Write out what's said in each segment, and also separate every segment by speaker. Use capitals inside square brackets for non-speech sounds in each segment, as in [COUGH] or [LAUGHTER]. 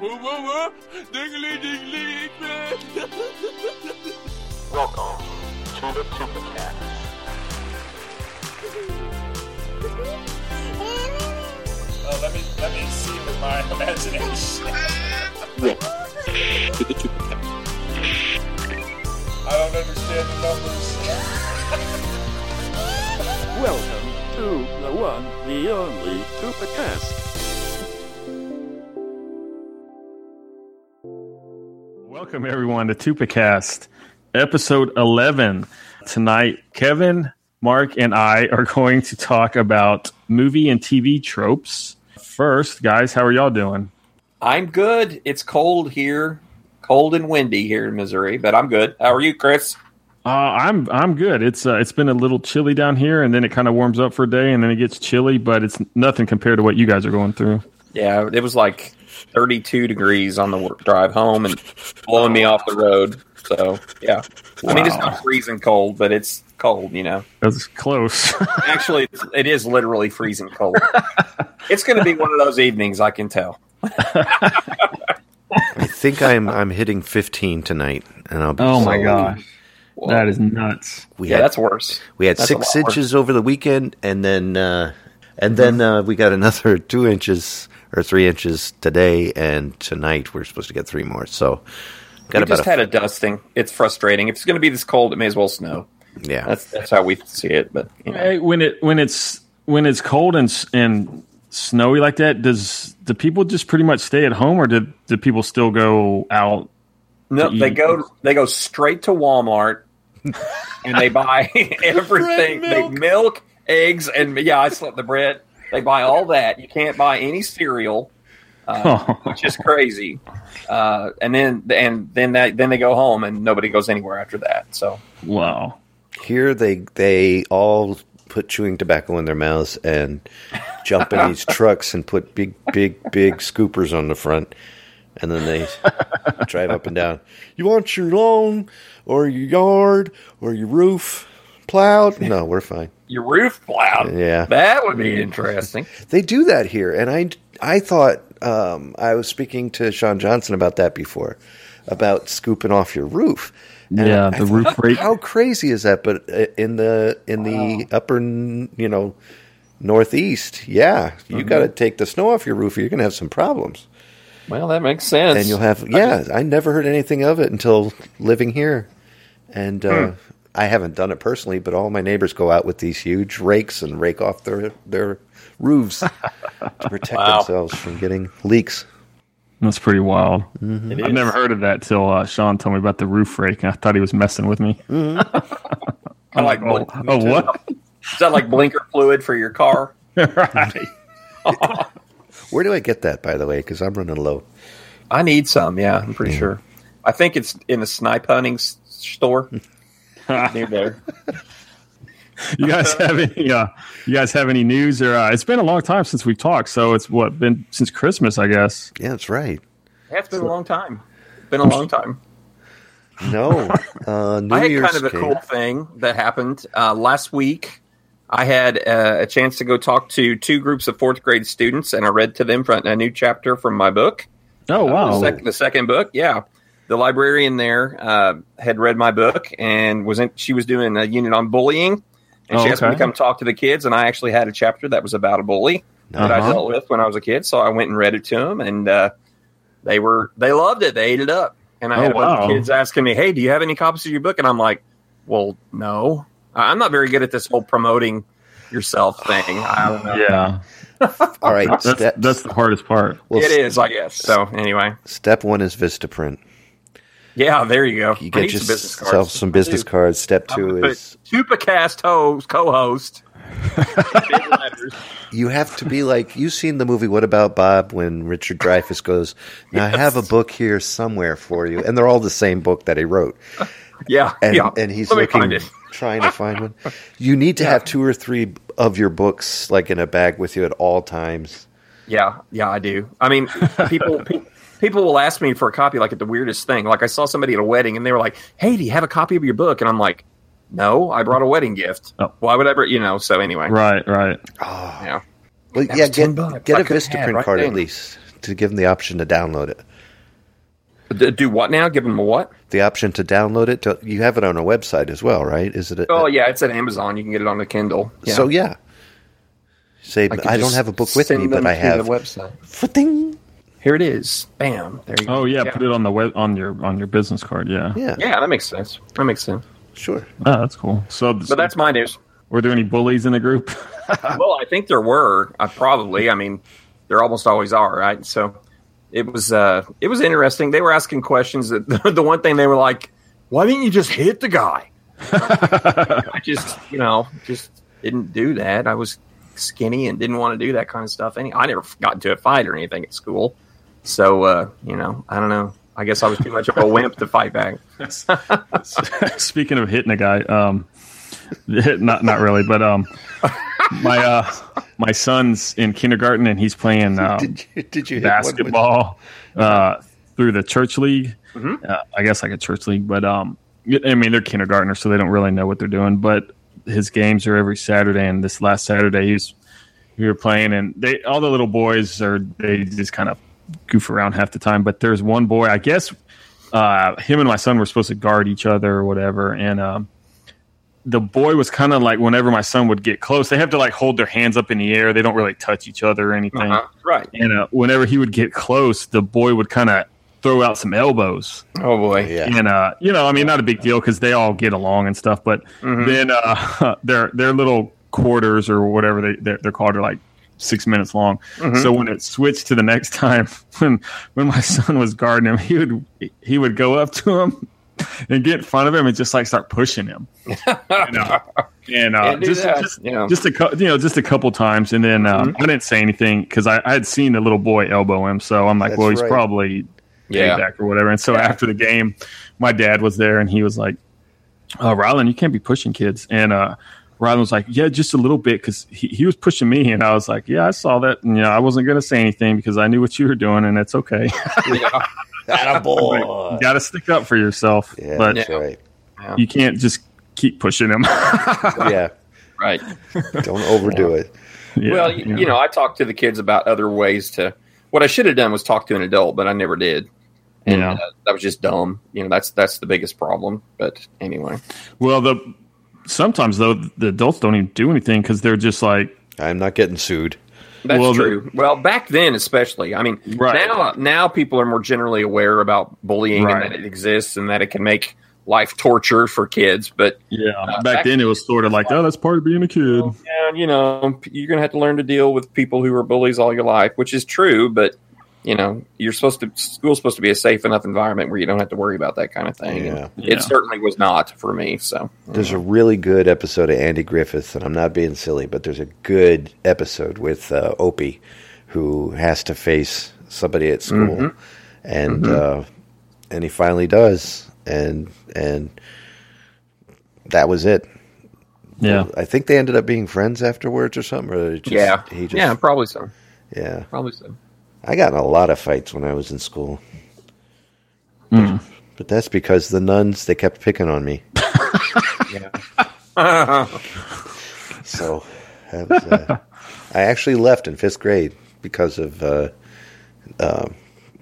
Speaker 1: Baba, dingly dingly ekmek.
Speaker 2: Welcome to the Tupacast.
Speaker 3: Uh, let me let me see with my imagination.
Speaker 1: To the Chupacabra.
Speaker 3: I don't understand the numbers.
Speaker 4: Welcome to the one, the only Tupacast.
Speaker 5: Welcome everyone to Tupacast, episode 11. Tonight, Kevin, Mark, and I are going to talk about movie and TV tropes. First, guys, how are y'all doing?
Speaker 6: I'm good. It's cold here, cold and windy here in Missouri, but I'm good. How are you, Chris?
Speaker 5: Uh, I'm I'm good. It's uh, it's been a little chilly down here, and then it kind of warms up for a day, and then it gets chilly, but it's nothing compared to what you guys are going through.
Speaker 6: Yeah, it was like 32 degrees on the work drive home and blowing me off the road. So yeah, I mean it's
Speaker 5: Wow.
Speaker 6: not freezing cold, but it's cold. You know,
Speaker 5: That's close. [LAUGHS]
Speaker 6: actually, it's, it is literally freezing [LAUGHS] cold. it's going to be one of those evenings. I can tell.
Speaker 7: I think I'm I'm hitting 15 tonight, and I'll be so-
Speaker 6: Whoa.
Speaker 5: Oh that is nuts.
Speaker 7: We
Speaker 6: Oh yeah,
Speaker 7: had
Speaker 6: that's worse.
Speaker 7: we had
Speaker 6: that's a
Speaker 7: six
Speaker 6: lot worse.
Speaker 7: inches over the weekend, and then uh, and then uh, we got another [LAUGHS] two inches or three inches today, and tonight we're supposed to get three more. So got
Speaker 6: we
Speaker 7: about
Speaker 6: just
Speaker 7: a,
Speaker 6: had a dusting. It's frustrating. If it's going to be this cold, it may as well snow.
Speaker 7: yeah.
Speaker 6: That's that's how we see it. But you know.
Speaker 5: Hey, when it when it's when it's cold and s- and snowy like that, does do people just pretty much stay at home, or do do people still go out?
Speaker 6: No,
Speaker 5: to
Speaker 6: they
Speaker 5: eat.
Speaker 6: go they go straight to Walmart and they [LAUGHS] buy everything. They milk, eggs, and yeah, I slept the bread. They buy all that. You can't buy any cereal,
Speaker 5: [LAUGHS]
Speaker 6: which [LAUGHS] is crazy. Uh, and then and then that then they go home and nobody goes anywhere after that. So
Speaker 5: wow,
Speaker 7: Here they they all put chewing tobacco in their mouths and jump in these trucks and put big big big scoopers on the front. And then they drive up and down. You want your lawn or your yard or your roof plowed? No, we're fine.
Speaker 6: your roof plowed.
Speaker 7: Yeah.
Speaker 6: That would be interesting.
Speaker 7: They do that here, and I I thought um, I was speaking to Sean Johnson about that before, about scooping off your roof. And
Speaker 5: Yeah,
Speaker 7: I
Speaker 5: the
Speaker 7: thought,
Speaker 5: roof rake.
Speaker 7: How crazy is that? But uh, in the in the upper, n- you know, northeast, yeah, you
Speaker 6: Mm-hmm.
Speaker 7: got to take the snow off your roof, or you're going to have some problems,
Speaker 6: Well, that makes sense.
Speaker 7: and you'll have yeah. I never heard anything of it until living here, and. Uh,
Speaker 6: Hmm.
Speaker 7: I haven't done it personally, but all my neighbors go out with these huge rakes and rake off their their roofs
Speaker 6: [LAUGHS]
Speaker 7: to protect
Speaker 6: Wow.
Speaker 7: themselves from getting leaks.
Speaker 5: that's pretty wild.
Speaker 6: It
Speaker 5: I've
Speaker 6: is.
Speaker 5: never heard of that till uh, Sean told me about the roof rake, and I thought he was messing with me.
Speaker 6: I like
Speaker 5: Oh,
Speaker 6: blink-
Speaker 5: oh what?
Speaker 6: is that like blinker fluid for your car?
Speaker 5: [LAUGHS] right.
Speaker 7: Where do I get that, by the way? Because I'm running low.
Speaker 6: I need some. Yeah, I'm pretty sure. I think it's in a snipe hunting s-
Speaker 7: [LAUGHS]
Speaker 6: store near there.
Speaker 5: You guys have any? Uh, you guys have any news? Or uh, it's been a long time since we've talked, so it's what been since Christmas, I guess.
Speaker 7: Yeah, that's right.
Speaker 6: Yeah, it's been a long time. Been a long time. [LAUGHS]
Speaker 7: No, uh, New
Speaker 6: I had
Speaker 7: Year's
Speaker 6: kind of a
Speaker 7: cake.
Speaker 6: cool thing that happened uh, last week. I had uh, a chance to go talk to two groups of fourth grade students, and I read to them from a new chapter from my book.
Speaker 5: Oh
Speaker 6: the,
Speaker 5: wow,
Speaker 6: sec- the second book. Yeah, the librarian there uh, had read my book and was in, she was doing a unit on bullying, and she
Speaker 5: Oh,
Speaker 6: asked me
Speaker 5: okay.
Speaker 6: to come talk to the kids. And I actually had a chapter that was about a bully that I
Speaker 5: Uh-huh.
Speaker 6: dealt with when I was a kid. So I went and read it to them, and uh, they were they loved it. They ate it up. And I
Speaker 5: Oh,
Speaker 6: had a bunch
Speaker 5: wow.
Speaker 6: of kids asking me, "Hey, do you have any copies of your book?" And I'm like, "Well, no, I- I'm not very good at this whole promoting." Yourself thing. I don't know.
Speaker 5: yeah,
Speaker 7: All right,
Speaker 6: [LAUGHS]
Speaker 5: that's
Speaker 7: step,
Speaker 5: that's the hardest part.
Speaker 7: well,
Speaker 6: it is, I guess. So anyway,
Speaker 7: Step one is Vistaprint.
Speaker 6: yeah, there you go.
Speaker 7: You
Speaker 6: I
Speaker 7: get
Speaker 6: need some business cards.
Speaker 7: yourself some business
Speaker 6: Dude.
Speaker 7: cards. Step
Speaker 6: I'm
Speaker 7: two
Speaker 6: gonna
Speaker 7: is
Speaker 6: put Tupacast
Speaker 5: [LAUGHS]
Speaker 6: host, co-host. Big letters.
Speaker 7: you have to be like you've seen the movie What About Bob when Richard Dreyfuss goes. Now I have a book here somewhere for you, and they're all the same book that he wrote.
Speaker 6: Yeah,
Speaker 7: and
Speaker 6: yeah.
Speaker 7: and he's
Speaker 6: Let me
Speaker 7: looking
Speaker 6: find it. [LAUGHS]
Speaker 7: trying to find one. You need to have two or three of your books like in a bag with you at all times.
Speaker 6: Yeah, yeah, I do. I mean,
Speaker 7: [LAUGHS]
Speaker 6: people pe- people will ask me for a copy like at the weirdest thing. Like I saw somebody at a wedding and they were like, "Hey, do you have a copy of your book?" And I'm like, "No, I brought a wedding gift.
Speaker 5: Oh.
Speaker 6: Why would I?" Bring, you know. So anyway,
Speaker 5: Right, right.
Speaker 7: Oh,
Speaker 6: yeah.
Speaker 7: well,
Speaker 6: Ah, That
Speaker 7: yeah,
Speaker 6: was
Speaker 7: get
Speaker 6: 10 bucks.
Speaker 7: get
Speaker 6: I
Speaker 7: a
Speaker 6: could've had
Speaker 7: Vistaprint
Speaker 6: right
Speaker 7: card
Speaker 6: then.
Speaker 7: at least to give them the option to download it.
Speaker 6: D- do what now? Give them a what?
Speaker 7: The option to download it. To, you have it on a website as well, right? Is it? A,
Speaker 5: Uh,
Speaker 6: Oh yeah, it's at Amazon. You can get it on the Kindle. Yeah.
Speaker 7: So yeah. Say,
Speaker 6: could
Speaker 7: but I don't
Speaker 6: just
Speaker 7: have a book with
Speaker 6: send
Speaker 7: me, but
Speaker 6: them
Speaker 7: I
Speaker 6: to
Speaker 7: have.
Speaker 6: the website.
Speaker 7: Footing.
Speaker 6: Here it is. Bam. There you go.
Speaker 5: Oh yeah, put it on the web on your on your business card. Yeah,
Speaker 7: Yeah,
Speaker 6: Yeah, that makes sense. That makes sense.
Speaker 7: sure.
Speaker 5: Oh, that's cool. So,
Speaker 6: But that's my news.
Speaker 5: were there any bullies in the group? [LAUGHS]
Speaker 6: well, I think there were. I probably. I mean, there almost always are, right? So it was uh it was interesting. They were asking questions that [LAUGHS] the one thing they were like, "Why didn't you just hit the [LAUGHS] guy?" I just, you know, just didn't do that. I was skinny and didn't want to do that kind of stuff. Any I never got into a fight or anything at school. So, uh, you know, I don't know. I guess I was too much of a wimp to fight back.
Speaker 5: Speaking of hitting a guy, um, [LAUGHS] not not really, but um, my uh, my son's in kindergarten and he's playing um,
Speaker 7: Did you, did you hit one with-
Speaker 5: basketball uh, through the church league. Uh, I guess like a church league, but um, I mean they're kindergartners, so they don't really know what they're doing. But his games are every Saturday, and this last Saturday he was we were playing, and they all the little boys are they just kind of goof around half the time. But there's one boy, I guess, uh, him and my son were supposed to guard each other or whatever, and um. The boy was kind of like whenever my son would get close, they have to like hold their hands up in the air. They don't really touch each other or anything
Speaker 6: Uh-huh. Right.
Speaker 5: and uh, whenever he would get close, the boy would kind of throw out some elbows,
Speaker 6: Oh boy.
Speaker 7: [LAUGHS] Yeah.
Speaker 5: and uh, you know, I mean, not a big deal because they all get along and stuff. But
Speaker 6: Mm-hmm.
Speaker 5: then uh, [LAUGHS] their their little quarters or whatever they they're, they're called are like six minutes long.
Speaker 6: Mm-hmm.
Speaker 5: So when it switched to the next time, [LAUGHS] when when my [LAUGHS] son was guarding him, he would he would go up to him and get in front of him and just like start pushing
Speaker 6: [LAUGHS]
Speaker 5: him. You know? And uh,
Speaker 6: Can't do
Speaker 5: just,
Speaker 6: that.
Speaker 5: just
Speaker 6: Yeah.
Speaker 5: just a cou- you know just a couple times, and then um,
Speaker 6: Mm-hmm.
Speaker 5: I didn't say anything because I, I had seen the little boy elbow him, so I'm like,
Speaker 7: That's
Speaker 5: well, he's
Speaker 7: right.
Speaker 5: probably
Speaker 6: Yeah.
Speaker 5: payback or whatever. And so after the game, my dad was there, and he was like, uh, "Rylan, you can't be pushing kids." And uh, Rylan was like, "Yeah, just a little bit," because he, he was pushing me, and I was like, "Yeah, I saw that." And you know, I wasn't gonna say anything because I knew what you were doing, and it's okay. [LAUGHS]
Speaker 7: Attaboy.
Speaker 5: you got to stick up for yourself,
Speaker 7: Yeah,
Speaker 5: but
Speaker 7: that's right.
Speaker 5: you can't just keep pushing him. [LAUGHS]
Speaker 7: Yeah,
Speaker 6: Right.
Speaker 7: don't overdo it.
Speaker 5: Yeah,
Speaker 6: well, you,
Speaker 5: yeah.
Speaker 6: you know, I talked to the kids about other ways to. What I should have done was talk to an adult, but I never did, and
Speaker 5: Yeah.
Speaker 6: uh, that was just dumb. You know, that's that's the biggest problem. But anyway,
Speaker 5: Well, the sometimes though the adults don't even do anything because they're just like,
Speaker 7: I'm not getting sued.
Speaker 6: that's
Speaker 5: Well, the-
Speaker 6: true. well, back then, especially. I mean,
Speaker 5: Right.
Speaker 6: now now people are more generally aware about bullying
Speaker 5: Right.
Speaker 6: and that it exists and that it can make life torture for kids. But
Speaker 5: yeah. back,
Speaker 6: back
Speaker 5: then, it was sort of like, oh, that's part of being a kid.
Speaker 6: yeah, Oh, you know, you're going to have to learn to deal with people who are bullies all your life, which is true. But you know, you're supposed to school's supposed to be a safe enough environment where you don't have to worry about that kind of thing.
Speaker 7: Yeah.
Speaker 5: Yeah.
Speaker 6: It certainly was not for me. So
Speaker 7: There's a really good episode of Andy Griffith, and I'm not being silly, but there's a good episode with uh, Opie, who has to face somebody at school,
Speaker 5: Mm-hmm.
Speaker 7: and uh, and he finally does, and and that was it.
Speaker 5: Yeah,
Speaker 7: I think they ended up being friends afterwards or something. Or it just,
Speaker 6: yeah,
Speaker 7: he just,
Speaker 6: yeah,
Speaker 7: yeah,
Speaker 6: probably so. Probably so.
Speaker 7: I got in a lot of fights when I was in school,
Speaker 5: Hmm.
Speaker 7: but, but that's because the nuns they kept picking on
Speaker 5: [LAUGHS]
Speaker 7: me. So that was, uh, I actually left in fifth grade because of uh, uh,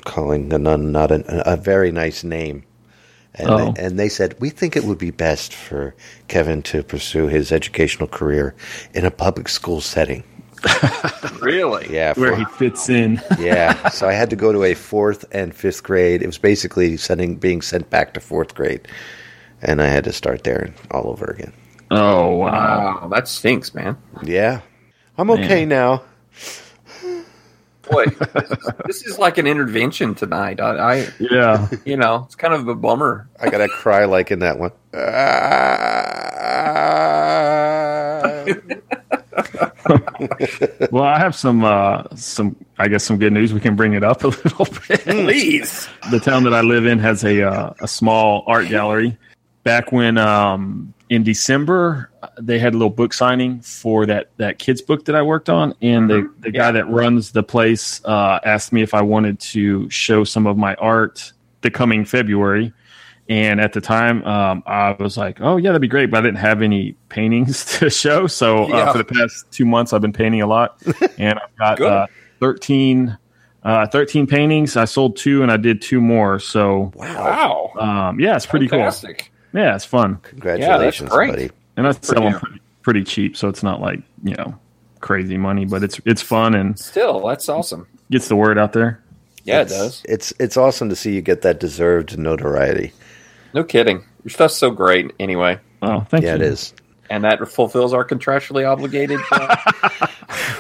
Speaker 7: calling a nun not a, a very nice name. And,
Speaker 5: Oh.
Speaker 7: they, and they said, we think it would be best for Kevin to pursue his educational career in a public school setting.
Speaker 6: really?
Speaker 7: Yeah,
Speaker 5: where
Speaker 7: for-
Speaker 5: he fits in. [LAUGHS]
Speaker 7: yeah. So I had to go to a fourth and fifth grade. It was basically sending being sent back to fourth grade, and I had to start there all over again.
Speaker 5: oh wow.
Speaker 6: Wow, that stinks, man.
Speaker 7: Yeah, I'm okay now.
Speaker 6: Boy, this, is, this is like an intervention tonight. I, I,
Speaker 5: Yeah,
Speaker 6: you know, it's kind of a bummer.
Speaker 7: I gotta cry like in that one.
Speaker 5: [LAUGHS] well, I have some, uh, some, I guess, some good news. We can bring it up a [LAUGHS] little
Speaker 6: Hmm.
Speaker 5: bit.
Speaker 6: [LAUGHS] Please.
Speaker 5: the town that I live in has a uh, a small art gallery. Back when um, in December they had a little book signing for that that kids book that I worked on, and the
Speaker 6: Mm-hmm.
Speaker 5: the guy that runs the place uh, asked me if I wanted to show some of my art the coming February. And at the time, um, I was like, "Oh yeah, that'd be great," but I didn't have any paintings [LAUGHS] to show. So uh,
Speaker 6: Yeah. [LAUGHS]
Speaker 5: for the past two months, I've been painting a lot, and I've got
Speaker 6: Good.
Speaker 5: uh, thirteen Uh, 13 paintings. I sold two and I did two more. So,
Speaker 6: Wow.
Speaker 5: um, yeah, it's pretty
Speaker 6: Fantastic.
Speaker 5: cool. Yeah, it's fun.
Speaker 7: Congratulations,
Speaker 6: great.
Speaker 7: buddy.
Speaker 5: And I sell
Speaker 6: you.
Speaker 5: them pretty, pretty cheap. So it's not like, you know, crazy money, but it's, it's fun and
Speaker 6: Still, that's awesome.
Speaker 5: gets the word out there.
Speaker 6: Yeah, it
Speaker 7: It's-
Speaker 6: does.
Speaker 7: It's it's awesome to see you get that deserved notoriety.
Speaker 6: No kidding. Your stuff's so great anyway.
Speaker 5: Oh, thank
Speaker 7: Yeah, it
Speaker 5: you.
Speaker 7: is.
Speaker 6: And that fulfills our contractually obligated. [LAUGHS]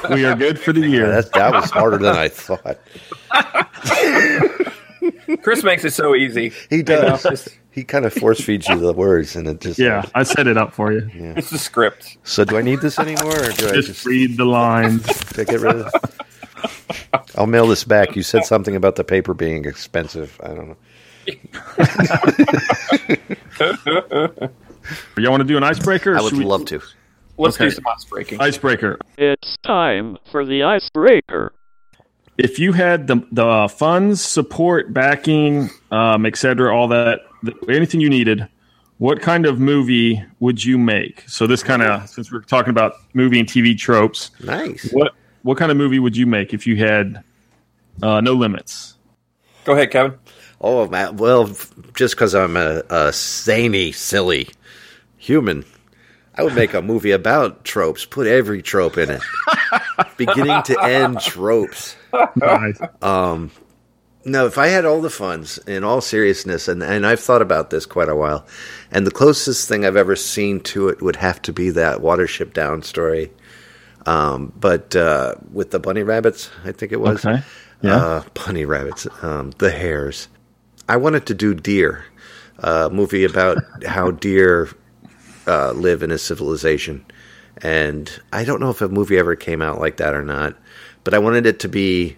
Speaker 6: Uh,
Speaker 5: We are good for
Speaker 7: [LAUGHS]
Speaker 5: the
Speaker 7: Yeah,
Speaker 5: year.
Speaker 7: that that was harder than I thought.
Speaker 6: Chris makes it so easy.
Speaker 7: He
Speaker 6: You know,
Speaker 7: does.
Speaker 6: it's,
Speaker 7: He kind of force feeds you the words, and it just
Speaker 5: Yeah, I set it up for you.
Speaker 6: it's the script.
Speaker 7: So do I need this anymore, or do I
Speaker 5: Just
Speaker 7: just
Speaker 5: read the lines.
Speaker 7: to get rid of? I'll mail this back. You said something about the paper being expensive. I don't know.
Speaker 5: Y'all want to do an icebreaker? or should we-
Speaker 7: to.
Speaker 6: Let's
Speaker 5: Okay.
Speaker 6: do some ice breaking.
Speaker 5: Icebreaker.
Speaker 4: It's time for the icebreaker.
Speaker 5: if you had the the funds, support, backing, um, et cetera, all that, th- anything you needed, what kind of movie would you make? So this kind of, since we're talking about movie and TV tropes,
Speaker 7: Nice.
Speaker 5: what what kind of movie would you make if you had uh, no limits?
Speaker 6: Go ahead, Kevin.
Speaker 7: Oh man, well, f- just because I'm a, a zany, silly human, I would make a movie about tropes. Put every trope in
Speaker 5: [LAUGHS]
Speaker 7: it, beginning to end tropes. No, if I had all the funds, in all seriousness, and, and I've thought about this quite a while, and the closest thing I've ever seen to it would have to be that Watership Down story. Um, but uh, with the bunny rabbits, I think it was.
Speaker 5: Okay. Yeah.
Speaker 7: Uh, bunny rabbits, um, the hares. I wanted to do deer, a movie about how deer uh, live in a civilization. And I don't know if a movie ever came out like that or not, but I wanted it to be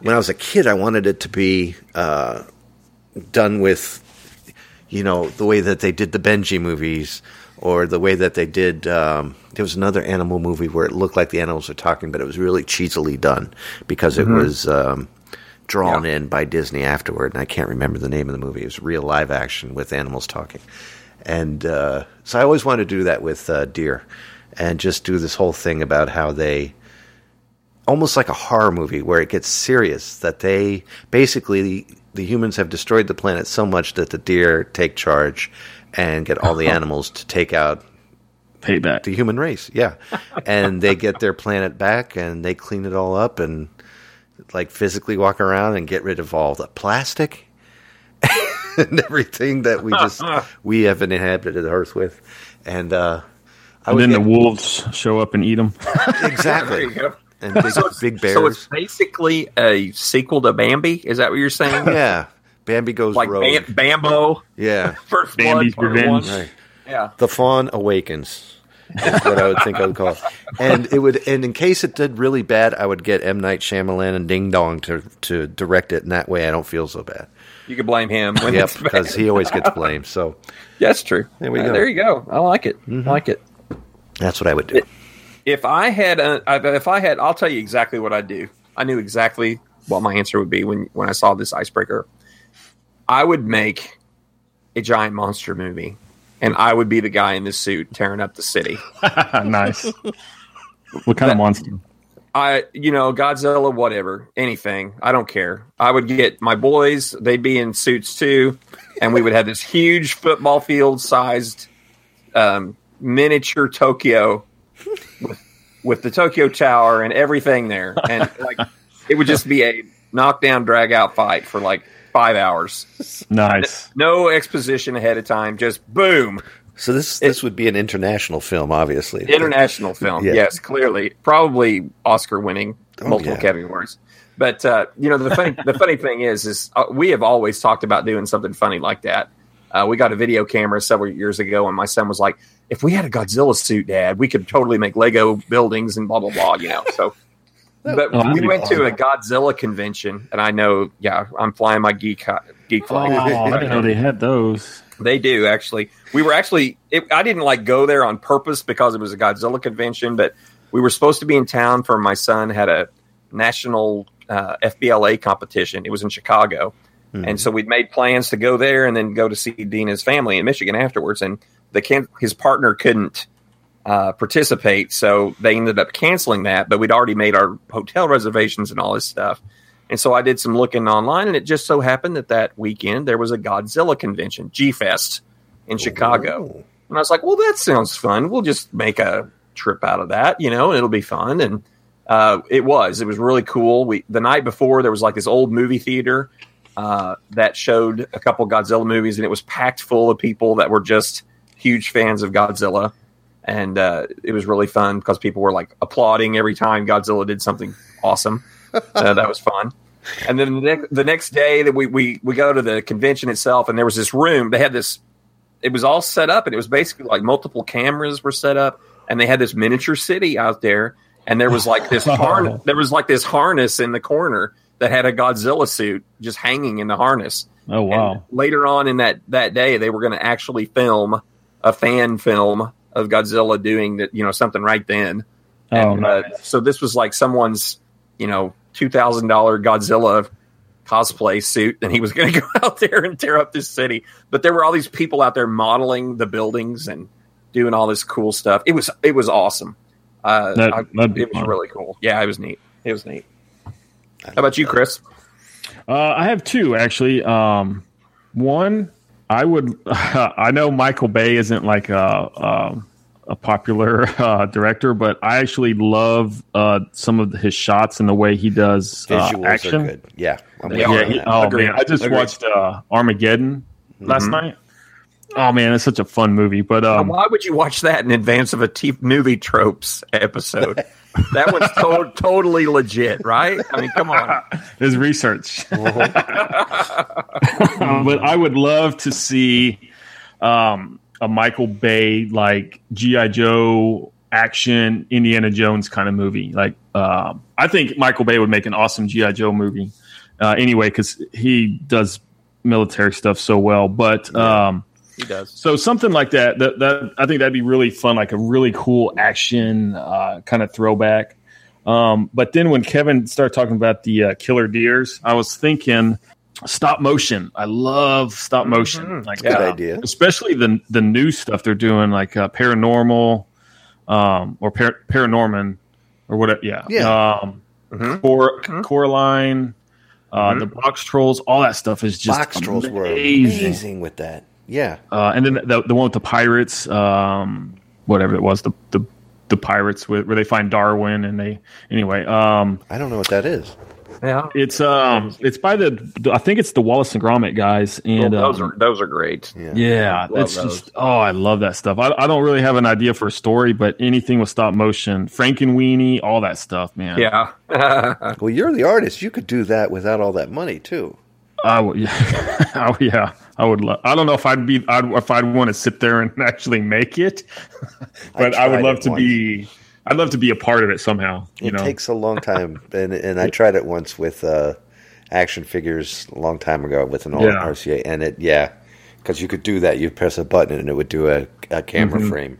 Speaker 7: when I was a kid, I wanted it to be uh, done with, you know, the way that they did the Benji movies, or the way that they did. Um, there was another animal movie where it looked like the animals were talking, but it was really cheesily done because it was um, drawn in by Disney afterward, and I can't remember the name of the movie. It was real live action with animals talking, and uh, so I always wanted to do that with uh, deer, and just do this whole thing about how they almost like a horror movie where it gets serious that they basically the, the humans have destroyed the planet so much that the deer take charge and get
Speaker 5: [LAUGHS]
Speaker 7: all the animals to take out
Speaker 5: Payback.
Speaker 7: the human race. Yeah. And they get their planet back and they clean it all up and like physically walk around and get rid of all the plastic [LAUGHS] and everything that we just we have inhabited the earth with. And uh I
Speaker 5: and
Speaker 7: would
Speaker 5: then the
Speaker 7: get-
Speaker 5: wolves show up and eat them.
Speaker 7: [LAUGHS] exactly.
Speaker 6: There you go.
Speaker 7: And big, big bears.
Speaker 6: So it's basically a sequel to Bambi. Is that what you're
Speaker 7: [LAUGHS]
Speaker 6: saying?
Speaker 7: yeah. Bambi goes
Speaker 6: Like
Speaker 7: rogue.
Speaker 6: Bam- Bambo,
Speaker 7: Yeah.
Speaker 6: First
Speaker 5: Bambi's
Speaker 6: Blood, part
Speaker 5: Revenge.
Speaker 6: one.
Speaker 7: Right.
Speaker 6: Yeah.
Speaker 7: The Fawn Awakens is what I would think I would call it. And it would and in case it did really bad, I would get M. Night Shyamalan and Ding Dong to, to direct it and that way I don't feel so
Speaker 6: [LAUGHS]
Speaker 7: bad.
Speaker 6: You can blame him. When
Speaker 7: Yep,
Speaker 6: it's bad.
Speaker 7: because he always gets blamed. So
Speaker 6: [LAUGHS] That's true.
Speaker 7: There we
Speaker 6: Uh,
Speaker 7: go. Mm-hmm.
Speaker 6: There you go. I like it. I like it.
Speaker 7: that's what I would do.
Speaker 6: If I had, a, if I had, I'll tell you exactly what I do. I knew exactly what my answer would be when when I saw this icebreaker. I would make a giant monster movie, and I would be the guy in the suit tearing up the city.
Speaker 5: nice. What kind of monster?
Speaker 6: I, you know, Godzilla, whatever, anything. I don't care. I would get my boys; they'd be in suits too, and we would have this huge football field-sized um, miniature Tokyo with, with the Tokyo Tower and everything there, and like it would just be a knockdown, drag-out fight for like five hours.
Speaker 5: Nice.
Speaker 6: No exposition ahead of time. Just boom,
Speaker 7: So this this would be an international film, obviously.
Speaker 6: international film.
Speaker 7: Yeah. Oh,
Speaker 6: Yes, clearly, probably Oscar-winning, multiple
Speaker 7: yeah.
Speaker 6: Academy Awards. But uh, you know, the funny the funny thing is, is uh, we have always talked about doing something funny like that. Uh, we got a video camera several years ago, and my son was like, "If we had a Godzilla suit, Dad, we could totally make Lego buildings and blah blah blah." You know,
Speaker 5: [LAUGHS]
Speaker 6: so. But
Speaker 5: Oh,
Speaker 6: we
Speaker 5: that'd be
Speaker 6: went to a Godzilla convention, and I know, yeah, I'm flying my geek hi- geek flag.
Speaker 5: Oh, I
Speaker 6: [LAUGHS]
Speaker 5: didn't know they had those.
Speaker 6: They do actually. We were actually. It, I didn't like go there on purpose because it was a Godzilla convention, but we were supposed to be in town for my son had a national uh, FBLA competition. It was in Chicago, and so we'd made plans to go there and then go to see Dean and his family in Michigan afterwards. And the can- his partner couldn't uh, participate, so they ended up canceling that. But we'd already made our hotel reservations and all this stuff. And so I did some looking online, and it just so happened that that weekend there was a Godzilla convention, G Fest, in Chicago.
Speaker 7: Ooh.
Speaker 6: And I was like, well, that sounds fun. We'll just make a trip out of that, you know, and it'll be fun. And uh, it was. It was really cool. We the night before there was like this old movie theater uh, that showed a couple Godzilla movies, and it was packed full of people that were just huge fans of Godzilla. And uh, it was really fun because people were like applauding every time Godzilla did something awesome. Uh, that was fun. And then the next, the next day that we, we we go to the convention itself, and there was this room. They had this it was all set up and it was basically like multiple cameras were set up and they had this miniature city out there and there was like this harness there was like this harness in the corner that had a Godzilla suit just hanging in the harness.
Speaker 5: Oh wow!
Speaker 6: And later on in that that day they were going to actually film a fan film of Godzilla doing that, you know, something right then.
Speaker 5: oh
Speaker 6: And,
Speaker 5: no!
Speaker 6: uh, so this was like someone's, you know, $2,000 Godzilla cosplay suit, and he was going to [LAUGHS] go out there and tear up this city. But there were all these people out there modeling the buildings and doing all this cool stuff. It was it was awesome. Uh,
Speaker 5: That-
Speaker 6: I-
Speaker 5: that'd be
Speaker 6: it was
Speaker 5: fun.
Speaker 6: really cool. Yeah, it was neat. It was neat. How about you, Chris?
Speaker 5: Uh, I have two actually. Um, one, I would. [LAUGHS] I know Michael Bay isn't like a um a popular [LAUGHS] uh, director, but I actually love uh, some of his shots and the way he does uh,
Speaker 7: Visuals
Speaker 5: action.
Speaker 7: are good. Yeah. I'm
Speaker 6: They
Speaker 7: with you
Speaker 5: Yeah,
Speaker 6: are.
Speaker 7: on
Speaker 5: he,
Speaker 7: that.
Speaker 5: oh
Speaker 6: Agreed.
Speaker 5: man, I just
Speaker 6: Agreed.
Speaker 5: watched uh, Armageddon last night. Oh man, it's such a fun movie. But um,
Speaker 6: Why would you watch that in advance of a t- movie tropes episode? that was to- totally legit, right? I mean, come on.
Speaker 5: is research. but I would love to see um, a Michael Bay like GI Joe action Indiana Jones kind of movie. Like um I think Michael Bay would make an awesome GI Joe movie. Uh, anyway, because he does military stuff so well, but. Um,
Speaker 6: He does.
Speaker 5: so something like that, that, that I think that'd be really fun, like a really cool action uh, kind of throwback. Um, but then when Kevin started talking about the uh, killer deers, I was thinking stop motion. I love stop motion, like
Speaker 7: Good
Speaker 5: uh,
Speaker 7: idea.
Speaker 5: especially the the new stuff they're doing, like uh, paranormal um, or par- paranorman or whatever. Yeah,
Speaker 7: Yeah. Mm-hmm.
Speaker 5: Um,
Speaker 6: Mhm.
Speaker 5: Cor- Coraline, uh, the box trolls, all that stuff is just
Speaker 7: Box trolls were
Speaker 5: amazing
Speaker 7: amazing with that. Yeah.
Speaker 5: uh, and then the, the one with the pirates, um, whatever it was, the the, the pirates with, where they find Darwin and they anyway. Um,
Speaker 7: I don't know what that is.
Speaker 6: Yeah.
Speaker 5: it's um, it's by the, I think it's the Wallace and Gromit guys, and
Speaker 6: Well, Oh, those
Speaker 5: um,
Speaker 6: are those are great.
Speaker 7: Yeah.
Speaker 5: yeah,
Speaker 6: Love
Speaker 5: it's
Speaker 6: those.
Speaker 5: just oh, I love that stuff. I, I don't really have an idea for a story, but anything with stop motion, Frankenweenie, all that stuff, man.
Speaker 6: Yeah.
Speaker 7: Well, you're the artist. You could do that without all that money too.
Speaker 5: I would, yeah, [LAUGHS] I, would- yeah, I would love. I don't know if I'd be, I'd, if I'd want to sit there and [LAUGHS] actually make
Speaker 7: [LAUGHS]
Speaker 5: it, but I, would
Speaker 7: tried
Speaker 5: love
Speaker 7: it
Speaker 5: to be. I'd love to be a part of it somehow. You
Speaker 7: it
Speaker 5: know,
Speaker 7: takes a long
Speaker 5: [LAUGHS]
Speaker 7: time, and and I tried it once with uh, action figures a long time ago with an old
Speaker 5: Yeah.
Speaker 7: RCA, and it yeah, because you could do that. You press a button and it would do a, a camera frame,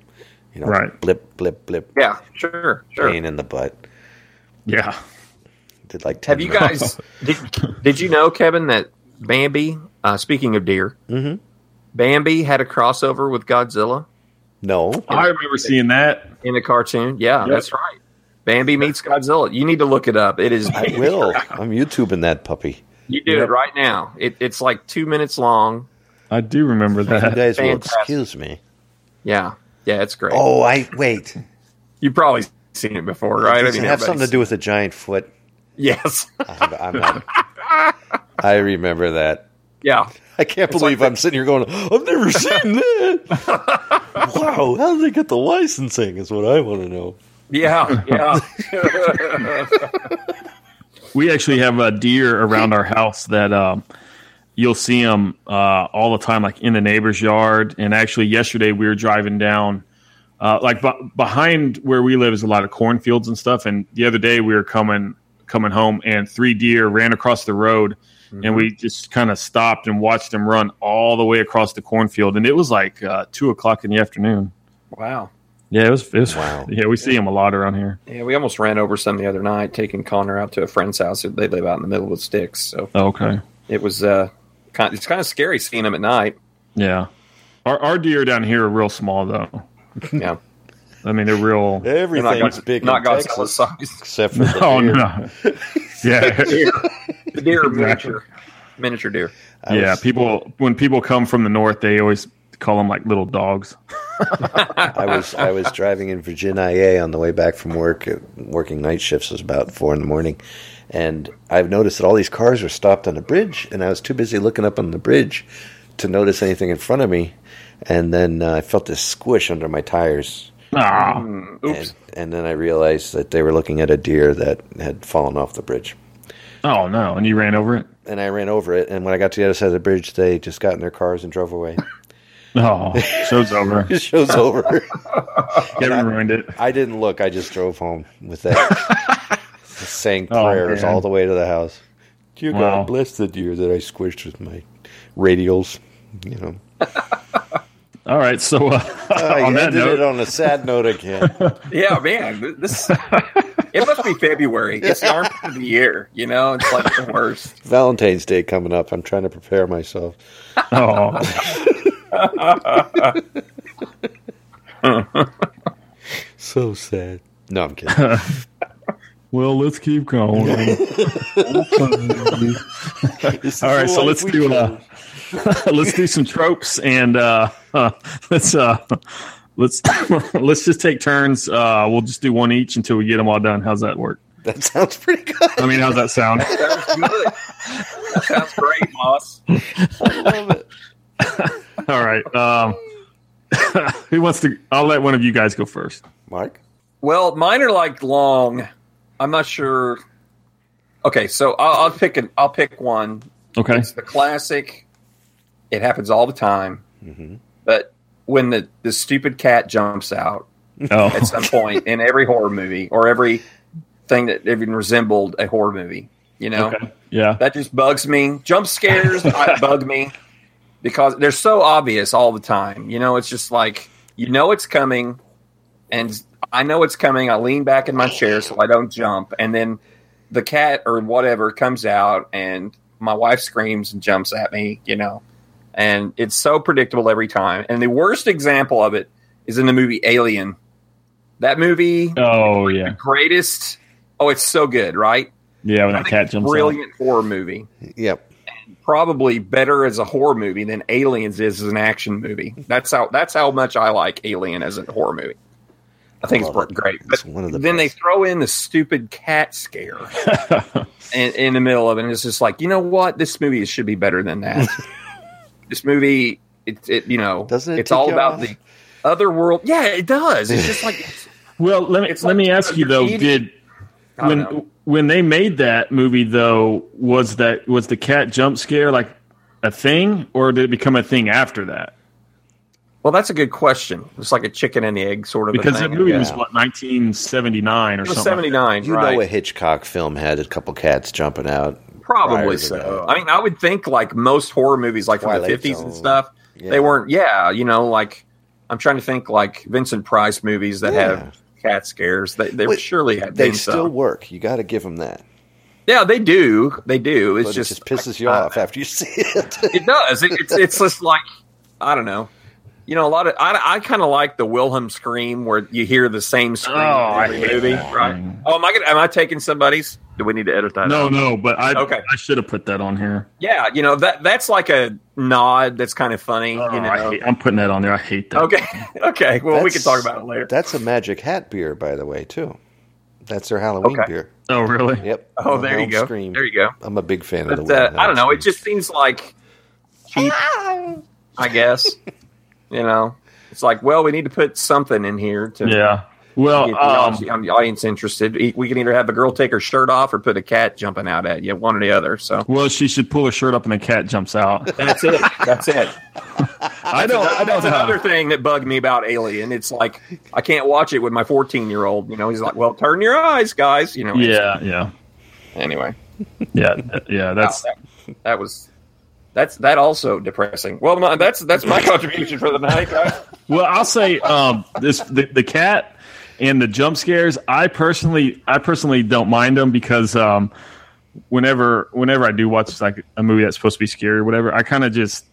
Speaker 7: you know,
Speaker 5: Mm-hmm. Right.
Speaker 7: Blip, blip, blip.
Speaker 6: yeah. Sure. Sure.
Speaker 7: Pain in the butt.
Speaker 5: yeah.
Speaker 7: Did like 10
Speaker 6: Have you
Speaker 7: minutes.
Speaker 6: guys did, did you know Kevin that Bambi? Uh, speaking of deer,
Speaker 7: Mhm.
Speaker 5: Mm-hmm.
Speaker 6: Bambi had a crossover with Godzilla
Speaker 7: No,
Speaker 5: I remember seeing that.
Speaker 6: in a cartoon. Yeah,
Speaker 5: Yep.
Speaker 6: that's right. Bambi meets Godzilla. You need to look it up. It is.
Speaker 7: I
Speaker 6: [LAUGHS]
Speaker 7: will. I'm YouTubing that
Speaker 5: [LAUGHS]
Speaker 7: puppy.
Speaker 6: You do
Speaker 5: Yep.
Speaker 6: it right now. It, it's like two minutes long.
Speaker 5: I do remember
Speaker 7: You
Speaker 5: that.
Speaker 7: guys will
Speaker 6: Fantastic.
Speaker 7: excuse me.
Speaker 6: Yeah. Yeah, it's great.
Speaker 7: Oh, I
Speaker 6: [LAUGHS]
Speaker 7: wait.
Speaker 6: You've probably seen it before, right?
Speaker 7: Does it have something to do with a giant foot?
Speaker 6: Yes. [LAUGHS]
Speaker 7: I'm, I'm not. I remember that.
Speaker 6: yeah.
Speaker 7: I can't believe I'm sitting here going, I've
Speaker 6: [LAUGHS]
Speaker 7: never seen that. wow, how did they get the licensing? Is what I want to know.
Speaker 6: Yeah.
Speaker 7: [LAUGHS]
Speaker 6: Yeah.
Speaker 5: We actually have a deer around our house that um, you'll see them uh, all the time, like in the neighbor's yard. And actually, yesterday we were driving down, uh, like b- behind where we live is a lot of cornfields and stuff. And the other day we were coming coming home, and three deer ran across the road, and we just kind of stopped and watched them run all the way across the cornfield. And it was like uh, two o'clock in the afternoon.
Speaker 6: wow.
Speaker 5: Yeah, it was. It was
Speaker 7: Wow.
Speaker 5: [LAUGHS] Yeah, we see them a lot around here.
Speaker 6: Yeah, we almost ran over some the other night, taking Connor out to a friend's house. They live out in the middle of sticks, so
Speaker 5: Oh, Okay.
Speaker 6: it was uh, kind, it's kind of scary seeing them at night.
Speaker 5: Yeah. Our, our deer down here are real small, though.
Speaker 6: Yeah,
Speaker 5: I mean, they're real. [LAUGHS]
Speaker 6: They're
Speaker 7: Everything's
Speaker 6: not, Go-
Speaker 7: big
Speaker 6: not
Speaker 7: in
Speaker 6: Godzilla
Speaker 7: Texas, [LAUGHS]
Speaker 6: size.
Speaker 7: except for the
Speaker 5: Oh,
Speaker 7: deer.
Speaker 5: no. Oh, Yeah.
Speaker 6: The deer are miniature, miniature deer.
Speaker 7: I
Speaker 5: [LAUGHS] yeah,
Speaker 7: was-
Speaker 5: people when people come from the north, they always call them like little dogs.
Speaker 7: I was I was driving in Virginia IA on the way back from work, uh, working night shifts. It was about four in the morning, and I've noticed that all these cars are stopped on the bridge, and I was too busy looking up on the bridge to notice anything in front of me, and then uh, I felt this squish under my tires,
Speaker 5: Ah,
Speaker 7: Mm.
Speaker 6: Oops.
Speaker 7: And, and then I realized that they were looking at a deer that had fallen off the bridge.
Speaker 5: oh no! And you ran over it.
Speaker 7: And I ran over it, and when I got to the other side of the bridge, they just got in their cars and drove
Speaker 5: [LAUGHS]
Speaker 7: away.
Speaker 5: Oh,
Speaker 7: [LAUGHS]
Speaker 5: show's over.
Speaker 7: This show's over.
Speaker 5: Kevin ruined it.
Speaker 7: I didn't look. I just drove home with that.
Speaker 5: [LAUGHS]
Speaker 7: saying
Speaker 5: Oh,
Speaker 7: prayers
Speaker 5: man.
Speaker 7: all the way to the house. Dear
Speaker 5: Wow.
Speaker 7: God, bless the deer that I squished with my radials. You know,
Speaker 5: All right, so uh,
Speaker 7: Oh, I
Speaker 5: [LAUGHS] on that
Speaker 7: ended
Speaker 5: note,
Speaker 7: it on a sad note
Speaker 5: [LAUGHS]
Speaker 7: again.
Speaker 6: Yeah, man. th-
Speaker 7: [LAUGHS]
Speaker 6: This it must be February. It's the arm of the year. You know, it's like the worst.
Speaker 7: Valentine's Day coming up. I'm trying to prepare myself.
Speaker 5: oh,
Speaker 7: So sad. No, I'm
Speaker 5: [LAUGHS]
Speaker 7: kidding.
Speaker 5: well, let's keep
Speaker 7: [LAUGHS]
Speaker 5: going. All right, so let's do uh, [LAUGHS] let's do some tropes and uh, [LAUGHS] let's uh, let's [COUGHS] let's just take turns. Uh, we'll just do one each until we get them all done. How's that work?
Speaker 7: That sounds pretty good.
Speaker 5: I mean, how's that sound?
Speaker 6: That was good. That sounds great, boss.
Speaker 7: I love it.
Speaker 5: All right. Um, [LAUGHS] who wants to? I'll let one of you guys go first.
Speaker 7: Mark?
Speaker 6: Well, mine are like long. I'm not sure. Okay, so I'll, I'll pick an. I'll pick one.
Speaker 5: Okay.
Speaker 6: It's the classic. It happens all the time. But when the the stupid cat jumps out at
Speaker 5: Oh,
Speaker 6: some point in every horror movie or every thing that even resembled a horror movie, you know.
Speaker 5: okay. Yeah.
Speaker 6: That just bugs me. Jump scares I- bug me because they're so obvious all the time. You know, it's just like you know it's coming, and I know it's coming. I lean back in my chair so I don't jump, and then the cat or whatever comes out, and my wife screams and jumps at me. You know, and it's so predictable every time. And the worst example of it is in the movie Alien. That movie,
Speaker 5: Oh, yeah.
Speaker 6: greatest. Oh, it's so good, right?
Speaker 5: Yeah. When that cat jumps. out.
Speaker 6: Brilliant horror movie
Speaker 7: Yep.
Speaker 6: probably better as a horror movie than Aliens is as an action movie. That's how that's how much I like Alien as a horror movie. I think it's
Speaker 7: Love it.
Speaker 6: great.
Speaker 7: It's
Speaker 6: But
Speaker 7: one of the
Speaker 6: then they
Speaker 7: best.
Speaker 6: throw in the stupid
Speaker 7: [LAUGHS]
Speaker 6: cat scare in, in the middle of it, and it's just like, you know what? This movie should be better than
Speaker 7: [LAUGHS]
Speaker 6: that. this movie, it, it you know,
Speaker 7: Doesn't it
Speaker 6: it's
Speaker 7: tick
Speaker 6: all
Speaker 7: you
Speaker 6: about
Speaker 7: off?
Speaker 6: the other world. Yeah, it does. It's just like
Speaker 7: [LAUGHS]
Speaker 5: Well, let me
Speaker 6: It's
Speaker 5: let
Speaker 6: like
Speaker 5: me ask you though.
Speaker 6: eating-
Speaker 5: Did
Speaker 6: I don't
Speaker 5: when
Speaker 6: know.
Speaker 5: when they made that movie though was that was the cat jump scare like a thing or did it become a thing after that?
Speaker 6: Well, that's a good question. It's like a chicken and the egg sort of a
Speaker 5: Because that
Speaker 6: thing.
Speaker 5: movie was
Speaker 7: yeah.
Speaker 5: what 1979 or
Speaker 6: It was
Speaker 5: something. like
Speaker 6: seventy
Speaker 5: that.
Speaker 6: nine.
Speaker 7: You
Speaker 6: right.
Speaker 7: know a Hitchcock film had a couple cats jumping out. prior
Speaker 6: Probably
Speaker 7: to
Speaker 6: so.
Speaker 7: that.
Speaker 6: I mean, I would think like most horror movies, like from the
Speaker 7: Twilight
Speaker 6: fifties and
Speaker 7: Zone.
Speaker 6: stuff,
Speaker 7: Yeah.
Speaker 6: they weren't. Yeah, you know, like I'm trying to think like Vincent Price movies that
Speaker 7: Yeah.
Speaker 6: have cat scares. They they
Speaker 7: Wait,
Speaker 6: surely have
Speaker 7: They
Speaker 6: been
Speaker 7: still
Speaker 6: some.
Speaker 7: work. You got to give them that.
Speaker 6: Yeah, they do. They do. It's
Speaker 7: But
Speaker 6: just,
Speaker 7: it just pisses you off after you [LAUGHS] see it.
Speaker 6: [LAUGHS] it does. It, it's it's just like I don't know. You know, a lot of I, I kind of like the Wilhelm scream where you hear the same scream
Speaker 5: Oh,
Speaker 6: in
Speaker 5: I
Speaker 6: every
Speaker 5: hate
Speaker 6: movie,
Speaker 5: that.
Speaker 6: right? Oh, am I gonna, am I taking somebody's? Do we need to edit that? out?
Speaker 5: No, no, but I
Speaker 6: Okay.
Speaker 5: I should have put that on here.
Speaker 6: Yeah, you know that that's like a nod. That's kind of funny.
Speaker 5: Oh,
Speaker 6: you know,
Speaker 5: I hate, I'm putting that on there. I hate that.
Speaker 6: Okay. [LAUGHS] Okay. Well, we can
Speaker 7: That's-
Speaker 6: talk about it later.
Speaker 7: That's a Magic Hat beer, by the way, too. That's their Halloween
Speaker 6: Okay.
Speaker 7: beer.
Speaker 5: Oh, really?
Speaker 7: Yep.
Speaker 6: Oh, there you go. There you go.
Speaker 7: I'm a big fan of
Speaker 6: But
Speaker 7: the.
Speaker 6: uh,
Speaker 7: Wilhelm
Speaker 6: I don't know. It
Speaker 7: scream.
Speaker 6: just seems like cheap. I guess. you know, it's like, well, we need to put something in here to
Speaker 5: Yeah.
Speaker 6: get
Speaker 5: Well,
Speaker 6: the,
Speaker 5: um,
Speaker 6: audience, the audience interested. E- We can either have the girl take her shirt off or put a cat jumping out at you, one or the other. So
Speaker 5: well, she should pull her shirt up and the cat jumps out.
Speaker 6: that's it. That's it.
Speaker 5: [LAUGHS] I don't. I don't
Speaker 6: That's another
Speaker 5: know.
Speaker 6: thing that bugged me about Alien. It's like I can't watch it with my 14 year old. You know, he's like, well, turn your eyes, guys. You know. it's-
Speaker 5: Yeah, yeah,
Speaker 6: Anyway.
Speaker 5: yeah,
Speaker 6: [LAUGHS] Oh,
Speaker 5: yeah. That's
Speaker 6: Wow, that, that was that's that also depressing. Well, my, that's that's my [LAUGHS] contribution for the night. guys.
Speaker 5: Well, I'll say um, this: the, the cat and the jump scares. I personally, I personally don't mind them because um, whenever, whenever I do watch like a movie that's supposed to be scary or whatever, I kind of just,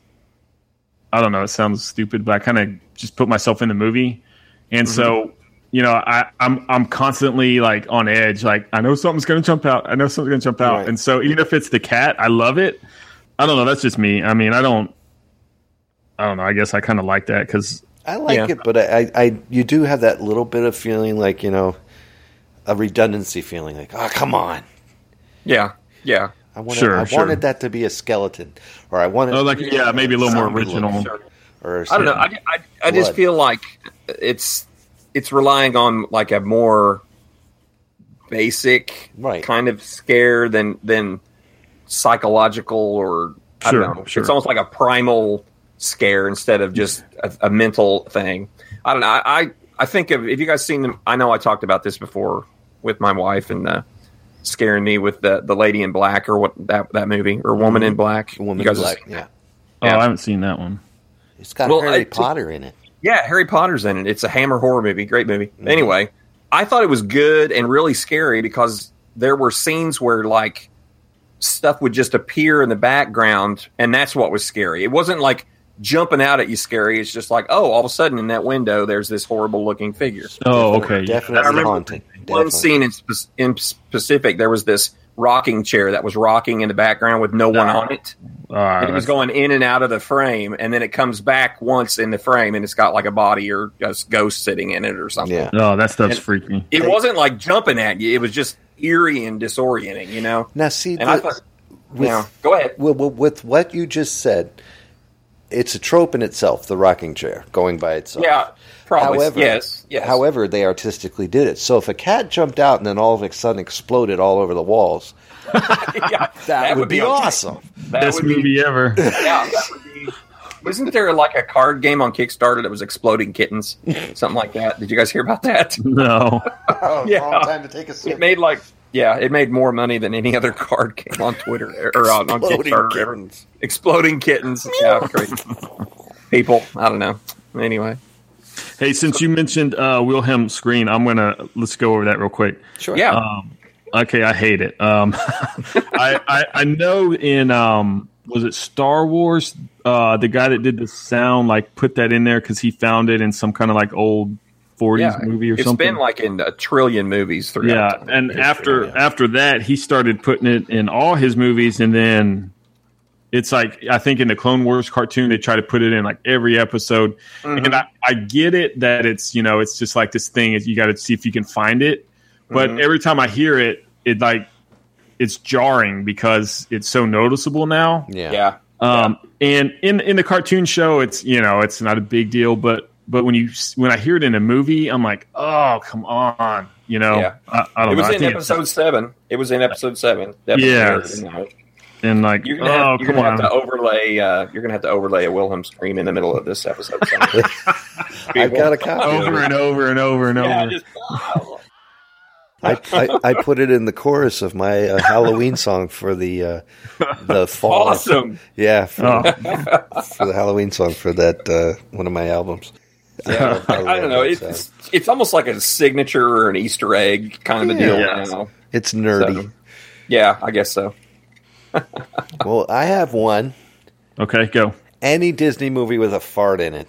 Speaker 5: I don't know. It sounds stupid, but I kind of just put myself in the movie, and so you know, I, I'm I'm constantly like on edge. Like I know something's gonna jump out. I know something's gonna jump out.
Speaker 7: Right.
Speaker 5: And so even if it's the cat, I love it. I don't know. That's just me. I mean, I don't. I don't know. I guess I kind of like that because
Speaker 7: I like
Speaker 5: Yeah.
Speaker 7: it, but I, I, I, you do have that little bit of feeling like you know, a redundancy feeling, like oh come on,
Speaker 6: Yeah, yeah.
Speaker 7: I wanted,
Speaker 5: Sure,
Speaker 7: I
Speaker 5: sure.
Speaker 7: wanted that to be a skeleton, or I wanted,
Speaker 5: Oh, like, yeah, maybe a little more
Speaker 7: zombie
Speaker 5: original.
Speaker 7: look,
Speaker 6: Sure.
Speaker 7: or
Speaker 6: I don't know.
Speaker 7: something.
Speaker 6: I, I, I just
Speaker 7: Blood.
Speaker 6: feel like it's it's relying on like a more basic
Speaker 7: Right.
Speaker 6: kind of scare than than psychological or I
Speaker 5: Sure,
Speaker 6: don't know.
Speaker 5: sure.
Speaker 6: It's almost like a primal scare instead of just a, a mental thing. I don't know. I, I I think of if you guys seen them. I know I talked about this before with my wife and uh, scaring me with the the lady in black or what that that movie or woman in black.
Speaker 7: Woman
Speaker 6: You
Speaker 7: in
Speaker 6: guys have
Speaker 7: Black,
Speaker 6: seen-
Speaker 7: yeah,
Speaker 5: oh,
Speaker 6: Yeah.
Speaker 5: I haven't seen that one.
Speaker 7: it's got
Speaker 6: Well,
Speaker 7: Harry
Speaker 6: I-
Speaker 7: Potter in it.
Speaker 6: Yeah, Harry Potter's in it. It's a Hammer horror movie. Great movie. Anyway, I thought it was good and really scary because there were scenes where like stuff would just appear in the background, and that's what was scary. It wasn't like jumping out at you scary. It's just like, oh, all of a sudden in that window, there's this horrible looking figure.
Speaker 5: Oh, okay.
Speaker 6: I
Speaker 7: definitely
Speaker 6: remember
Speaker 7: haunting.
Speaker 6: One
Speaker 7: Definitely.
Speaker 6: scene in, spe- in specific, there was this rocking chair that was rocking in the background with no one on it.
Speaker 5: Uh,
Speaker 6: And it was going in and out of the frame, and then it comes back once in the frame, and it's got like a body or a ghost sitting in it or something.
Speaker 7: Yeah,
Speaker 5: oh, that stuff's freaky.
Speaker 6: It wasn't like jumping at you; it was just eerie and disorienting, you know.
Speaker 7: now see,
Speaker 6: And I
Speaker 7: the-
Speaker 6: thought,
Speaker 7: with-
Speaker 6: yeah, go ahead.
Speaker 7: Well, well, with what you just said, it's a trope in itself. The rocking chair going by itself.
Speaker 6: Yeah, probably.
Speaker 7: However-
Speaker 6: yes, yes. [LAUGHS]
Speaker 7: However, they artistically did it. So if a cat jumped out and then all of a sudden exploded all over the walls,
Speaker 6: Yeah, that,
Speaker 7: that, would, be,
Speaker 6: okay.
Speaker 7: awesome.
Speaker 6: That
Speaker 5: Best
Speaker 6: would be-
Speaker 5: movie ever.
Speaker 6: [LAUGHS] yeah, that would be. Wasn't there like a card game on Kickstarter that was exploding
Speaker 7: [LAUGHS]
Speaker 6: kittens, something like that? Did you guys hear about that?
Speaker 5: no.
Speaker 7: Oh,
Speaker 6: Yeah.
Speaker 7: wrong time to take a sip.
Speaker 6: It made like yeah, it made more money than any other [LAUGHS] card game on Twitter or on, on
Speaker 7: Exploding
Speaker 6: Kickstarter.
Speaker 7: kittens.
Speaker 6: exploding kittens.
Speaker 7: [LAUGHS]
Speaker 6: yeah, crazy. People, I don't know. Anyway,
Speaker 5: Hey, since you mentioned uh, Wilhelm Scream, I'm gonna let's go over that real quick. Um,
Speaker 7: Sure.
Speaker 6: yeah,
Speaker 5: Uh, Okay, I hate it. Um, [LAUGHS] I, I I know in um was it Star Wars? Uh, the guy that did the sound like put that in there because he found it in some kind of like old '40s
Speaker 6: yeah.
Speaker 5: movie or
Speaker 6: It's
Speaker 5: something.
Speaker 6: been like in a trillion movies throughout.
Speaker 5: yeah,
Speaker 6: time.
Speaker 5: and after
Speaker 7: yeah.
Speaker 5: after that, he started putting it in all his movies, and then it's like I think in the Clone Wars cartoon they try to put it in like every episode,
Speaker 6: Mm-hmm.
Speaker 5: and I, I get it that it's you know it's just like this thing is you got to see if you can find it, but
Speaker 6: Mm-hmm.
Speaker 5: every time I hear it, it like it's jarring because it's so noticeable now.
Speaker 7: Yeah.
Speaker 6: yeah,
Speaker 5: Um, and in in the cartoon show, it's you know it's not a big deal, but but when you s- when I hear it in a movie, I'm like, oh come on, you know,
Speaker 6: Yeah.
Speaker 5: I, I don't
Speaker 6: it
Speaker 5: know.
Speaker 6: was
Speaker 5: I
Speaker 6: in
Speaker 5: think-
Speaker 6: episode seven. It was in episode seven. Definitely.
Speaker 5: Yes. and like,
Speaker 6: You're gonna,
Speaker 5: oh
Speaker 6: have, you're
Speaker 5: come
Speaker 6: gonna have
Speaker 5: on,
Speaker 6: to overlay. Uh, you're gonna have to overlay a Wilhelm scream in the middle of this episode.
Speaker 5: [LAUGHS]
Speaker 6: somewhere.
Speaker 7: I've got a copy. of it.
Speaker 5: over and over and over and
Speaker 6: yeah,
Speaker 5: over.
Speaker 6: just,
Speaker 7: [LAUGHS]
Speaker 6: oh,
Speaker 7: I, I, I put it in the chorus of my uh, Halloween song for the uh, the
Speaker 5: [LAUGHS]
Speaker 7: fall.
Speaker 6: awesome.
Speaker 7: Yeah, for,
Speaker 5: Oh.
Speaker 7: for the Halloween song for that uh, one of my albums. Yeah,
Speaker 6: I don't know.
Speaker 7: love that
Speaker 6: It's
Speaker 7: sound.
Speaker 6: it's almost like a signature or an Easter egg kind of a deal
Speaker 5: Yeah.
Speaker 6: now.
Speaker 7: it's nerdy.
Speaker 6: So, yeah, I guess so.
Speaker 7: Well, I have one.
Speaker 5: Okay, go
Speaker 7: Any Disney movie with a fart in it.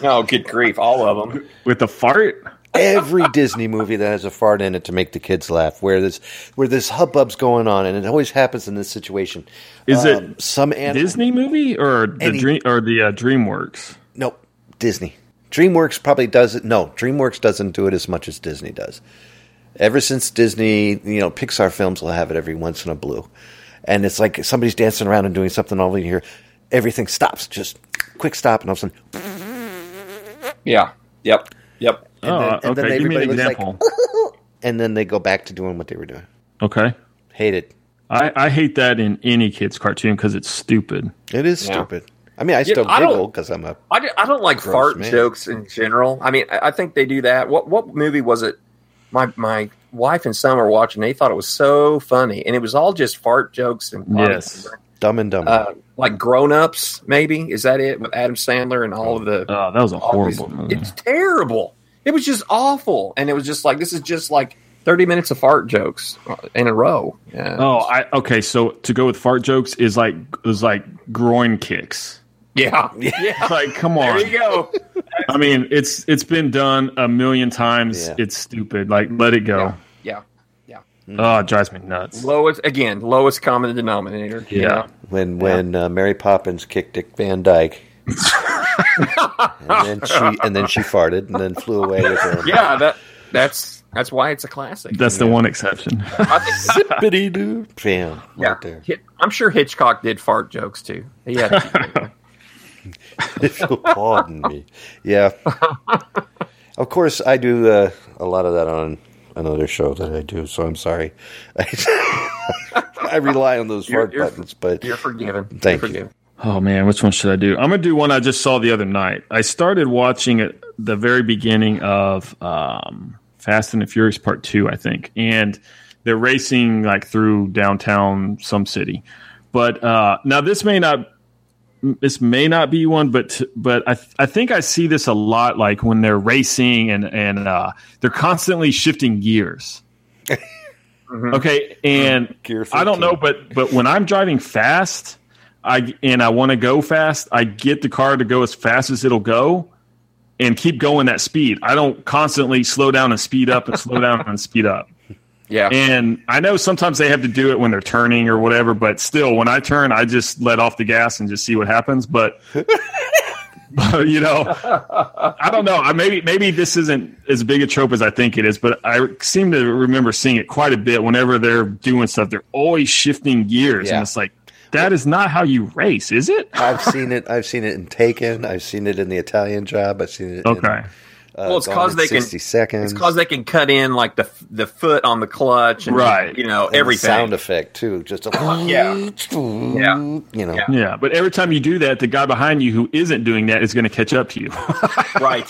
Speaker 6: No, Oh, good grief, all of them.
Speaker 5: with the fart. [LAUGHS]
Speaker 7: Every Disney movie that has a fart in it to make the kids laugh, where this where this hubbub's going on, and it always happens in this situation. Um,
Speaker 5: Is it
Speaker 7: some animal?
Speaker 5: Disney movie or the
Speaker 7: Any-
Speaker 5: dream or the uh, DreamWorks?
Speaker 7: Nope, Disney. DreamWorks probably does it. No, DreamWorks doesn't do it as much as Disney does. Ever since Disney, you know, Pixar films will have it every once in a blue, and it's like somebody's dancing around and doing something all over here. Everything stops, just quick stop, and all of a sudden,
Speaker 6: Yeah. Yep. Yep.
Speaker 5: oh,
Speaker 7: then- and then
Speaker 5: okay. Give me an
Speaker 7: everybody looks like-
Speaker 5: example.
Speaker 7: and then they go back to doing what they were doing.
Speaker 5: okay,
Speaker 7: Hate it.
Speaker 5: I, I hate that in any kids' cartoon because it's stupid.
Speaker 7: It is
Speaker 6: Yeah.
Speaker 7: stupid. I mean, I still
Speaker 6: I don't-
Speaker 7: giggle because I'm a
Speaker 6: I, do, I don't like
Speaker 7: Gross
Speaker 6: fart
Speaker 7: man.
Speaker 6: jokes in general. I mean, I I think they do that. What what movie was it? My my wife and son were watching. They thought it was so funny, and it was all just fart jokes and funny.
Speaker 5: Yes.
Speaker 7: dumb and dumber.
Speaker 6: Uh, like grown ups, maybe is that it with Adam Sandler and all of the
Speaker 5: Oh, that was a
Speaker 6: all these-
Speaker 5: horrible movie.
Speaker 6: It's terrible. It was just awful, and it was just like this is just like thirty minutes of fart jokes in a row. Yeah. [LAUGHS]
Speaker 5: Oh, I okay. So to go with fart jokes is like is like groin kicks.
Speaker 6: Yeah. Yeah.
Speaker 5: It's like, come on.
Speaker 6: There you go.
Speaker 5: [LAUGHS] I mean, it's it's been done a million times.
Speaker 7: Yeah.
Speaker 5: It's stupid. Like, let it go.
Speaker 6: Yeah.
Speaker 5: Oh, it drives me nuts.
Speaker 6: Lowest again, lowest common denominator. you
Speaker 5: Yeah.
Speaker 6: know?
Speaker 7: when when uh, Mary Poppins kicked Dick Van
Speaker 6: [LAUGHS]
Speaker 7: Dyke. and then she and then she farted and then flew away with her
Speaker 6: Yeah, that that's that's why it's a classic.
Speaker 5: That's the one exception.
Speaker 6: I
Speaker 5: [LAUGHS]
Speaker 6: think-
Speaker 7: zippity doo bam right
Speaker 6: yeah.
Speaker 7: there. [LAUGHS]
Speaker 6: Hit- I'm sure Hitchcock did fart jokes too. He had
Speaker 7: If you'll pardon me,
Speaker 6: [LAUGHS]
Speaker 7: yeah. Of course, I do uh, a lot of that on another show that I do, so I'm sorry. [LAUGHS] I, rely on those
Speaker 6: You're-
Speaker 7: fart
Speaker 6: you're-
Speaker 7: buttons, but
Speaker 6: you're forgiven.
Speaker 7: Thank
Speaker 6: you're
Speaker 7: you.
Speaker 6: forgiven.
Speaker 5: Oh man, which one should I do? I'm gonna do one I just saw the other night. I started watching at the very beginning of um, Fast and the Furious Part Two, I think, and they're racing like through downtown some city. But uh, now this may not this may not be one, but but I I think I see this a lot, like when they're racing and and uh, they're constantly shifting gears. Okay, and
Speaker 7: Gear
Speaker 5: I don't know,
Speaker 7: 13.
Speaker 5: but but when I'm driving fast, I and I want to go fast, I get the car to go as fast as it'll go, and keep going that speed. I don't constantly slow down and speed up and slow down and speed up.
Speaker 6: Yeah.
Speaker 5: And I know sometimes they have to do it when they're turning or whatever, but still, when I turn, I just let off the gas and just see what happens. But,
Speaker 6: [LAUGHS]
Speaker 5: but, you know, I don't know. I maybe maybe this isn't as big a trope as I think it is, but I seem to remember seeing it quite a bit. Whenever they're doing stuff, they're always shifting gears,
Speaker 7: Yeah.
Speaker 5: and it's like that is not how you race, is
Speaker 6: [LAUGHS]
Speaker 5: it?
Speaker 7: I've seen it. I've seen it in Taken. I've seen it in the Italian Job. I've seen it. in,
Speaker 5: Okay,
Speaker 7: uh,
Speaker 6: Well, it's
Speaker 7: Gone
Speaker 6: 'cause
Speaker 7: in
Speaker 6: they can-
Speaker 7: 60 seconds.
Speaker 6: It's because they can cut in like the the foot on the clutch, and,
Speaker 5: Right.
Speaker 6: You know
Speaker 7: And the
Speaker 6: everything.
Speaker 7: sound effect too. Just a [SNIFFS]
Speaker 6: Yeah. Yeah.
Speaker 7: you know.
Speaker 6: Yeah.
Speaker 5: yeah. But every time you do that, the guy behind you who isn't doing that is going to catch up to you, [LAUGHS]
Speaker 6: [LAUGHS] right?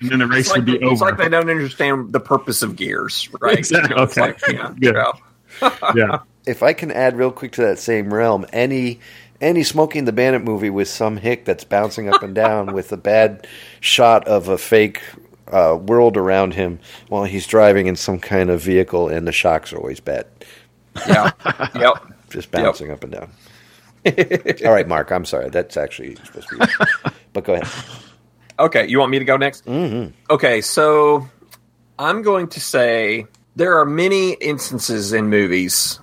Speaker 5: and then the race
Speaker 6: It's like,
Speaker 5: would be
Speaker 6: they, it's
Speaker 5: over.
Speaker 6: like they don't understand the purpose of gears, right?
Speaker 5: Exactly.
Speaker 6: You know, it's
Speaker 5: Okay.
Speaker 6: like, yeah,
Speaker 5: Good.
Speaker 6: yeah. [LAUGHS]
Speaker 5: yeah.
Speaker 7: If I can add real quick to that same realm, any any smoking the bandit movie with some hick that's bouncing up and down with a bad shot of a fake uh, world around him while he's driving in some kind of vehicle, and the shocks are always bad,
Speaker 6: yeah.
Speaker 5: [LAUGHS]
Speaker 6: Yep.
Speaker 7: just bouncing up and down. [LAUGHS] All right, Mark. I'm sorry. That's actually supposed to be. But go ahead.
Speaker 6: Okay, you want me to go next? Mm-hmm. Okay, so I'm going to say there are many instances in movies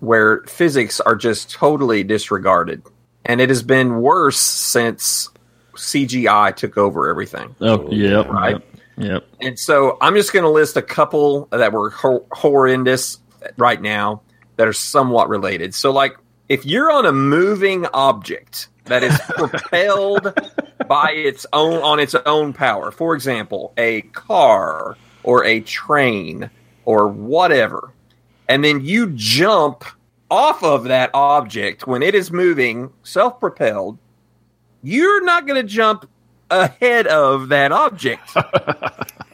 Speaker 6: where physics are just totally disregarded, and it has been worse since CGI took over everything.
Speaker 5: Oh, yep.
Speaker 6: Right.
Speaker 5: Yep. yep.
Speaker 6: And so I'm just going to list a couple that were hor- horrendous right now that are somewhat related. So, like, if you're on a moving object
Speaker 5: [LAUGHS]
Speaker 6: that is propelled by its own on its own power, for example, a car or a train or whatever, and then you jump off of that object when it is moving self-propelled, you're not going to jump ahead of that object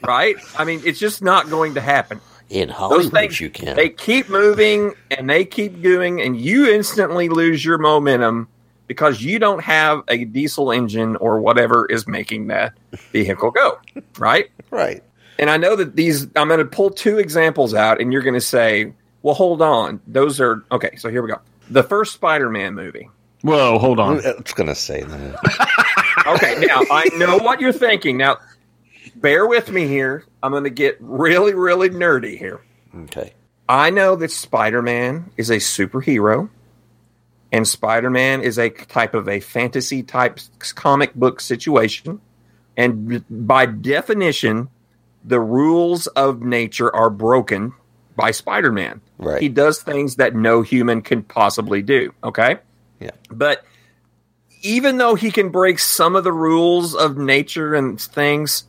Speaker 6: right? I mean, it's just not going to happen.
Speaker 7: In
Speaker 6: Those
Speaker 7: Hollywood,
Speaker 6: things
Speaker 7: you can.
Speaker 6: they keep moving and they keep doing, and you instantly lose your momentum because you don't have a diesel engine or whatever is making that vehicle go, right?
Speaker 7: right.
Speaker 6: And I know that these, I'm going to pull two examples out, and you're going to say, well, hold on. Those are, okay, so here we go. The first Spider Man movie.
Speaker 5: Whoa, hold
Speaker 7: I
Speaker 5: on.
Speaker 7: was gonna say that.
Speaker 6: Okay, now I know what you're thinking. Now, bear with me here. I'm going to get really, really nerdy here.
Speaker 7: Okay.
Speaker 6: I know that Spider Man is a superhero, and Spider Man is a type of a fantasy type s- comic book situation. And b- by definition, the rules of nature are broken by Spider Man.
Speaker 7: Right.
Speaker 6: He does things that no human can possibly do. Okay.
Speaker 7: Yeah.
Speaker 6: But even though he can break some of the rules of nature and things,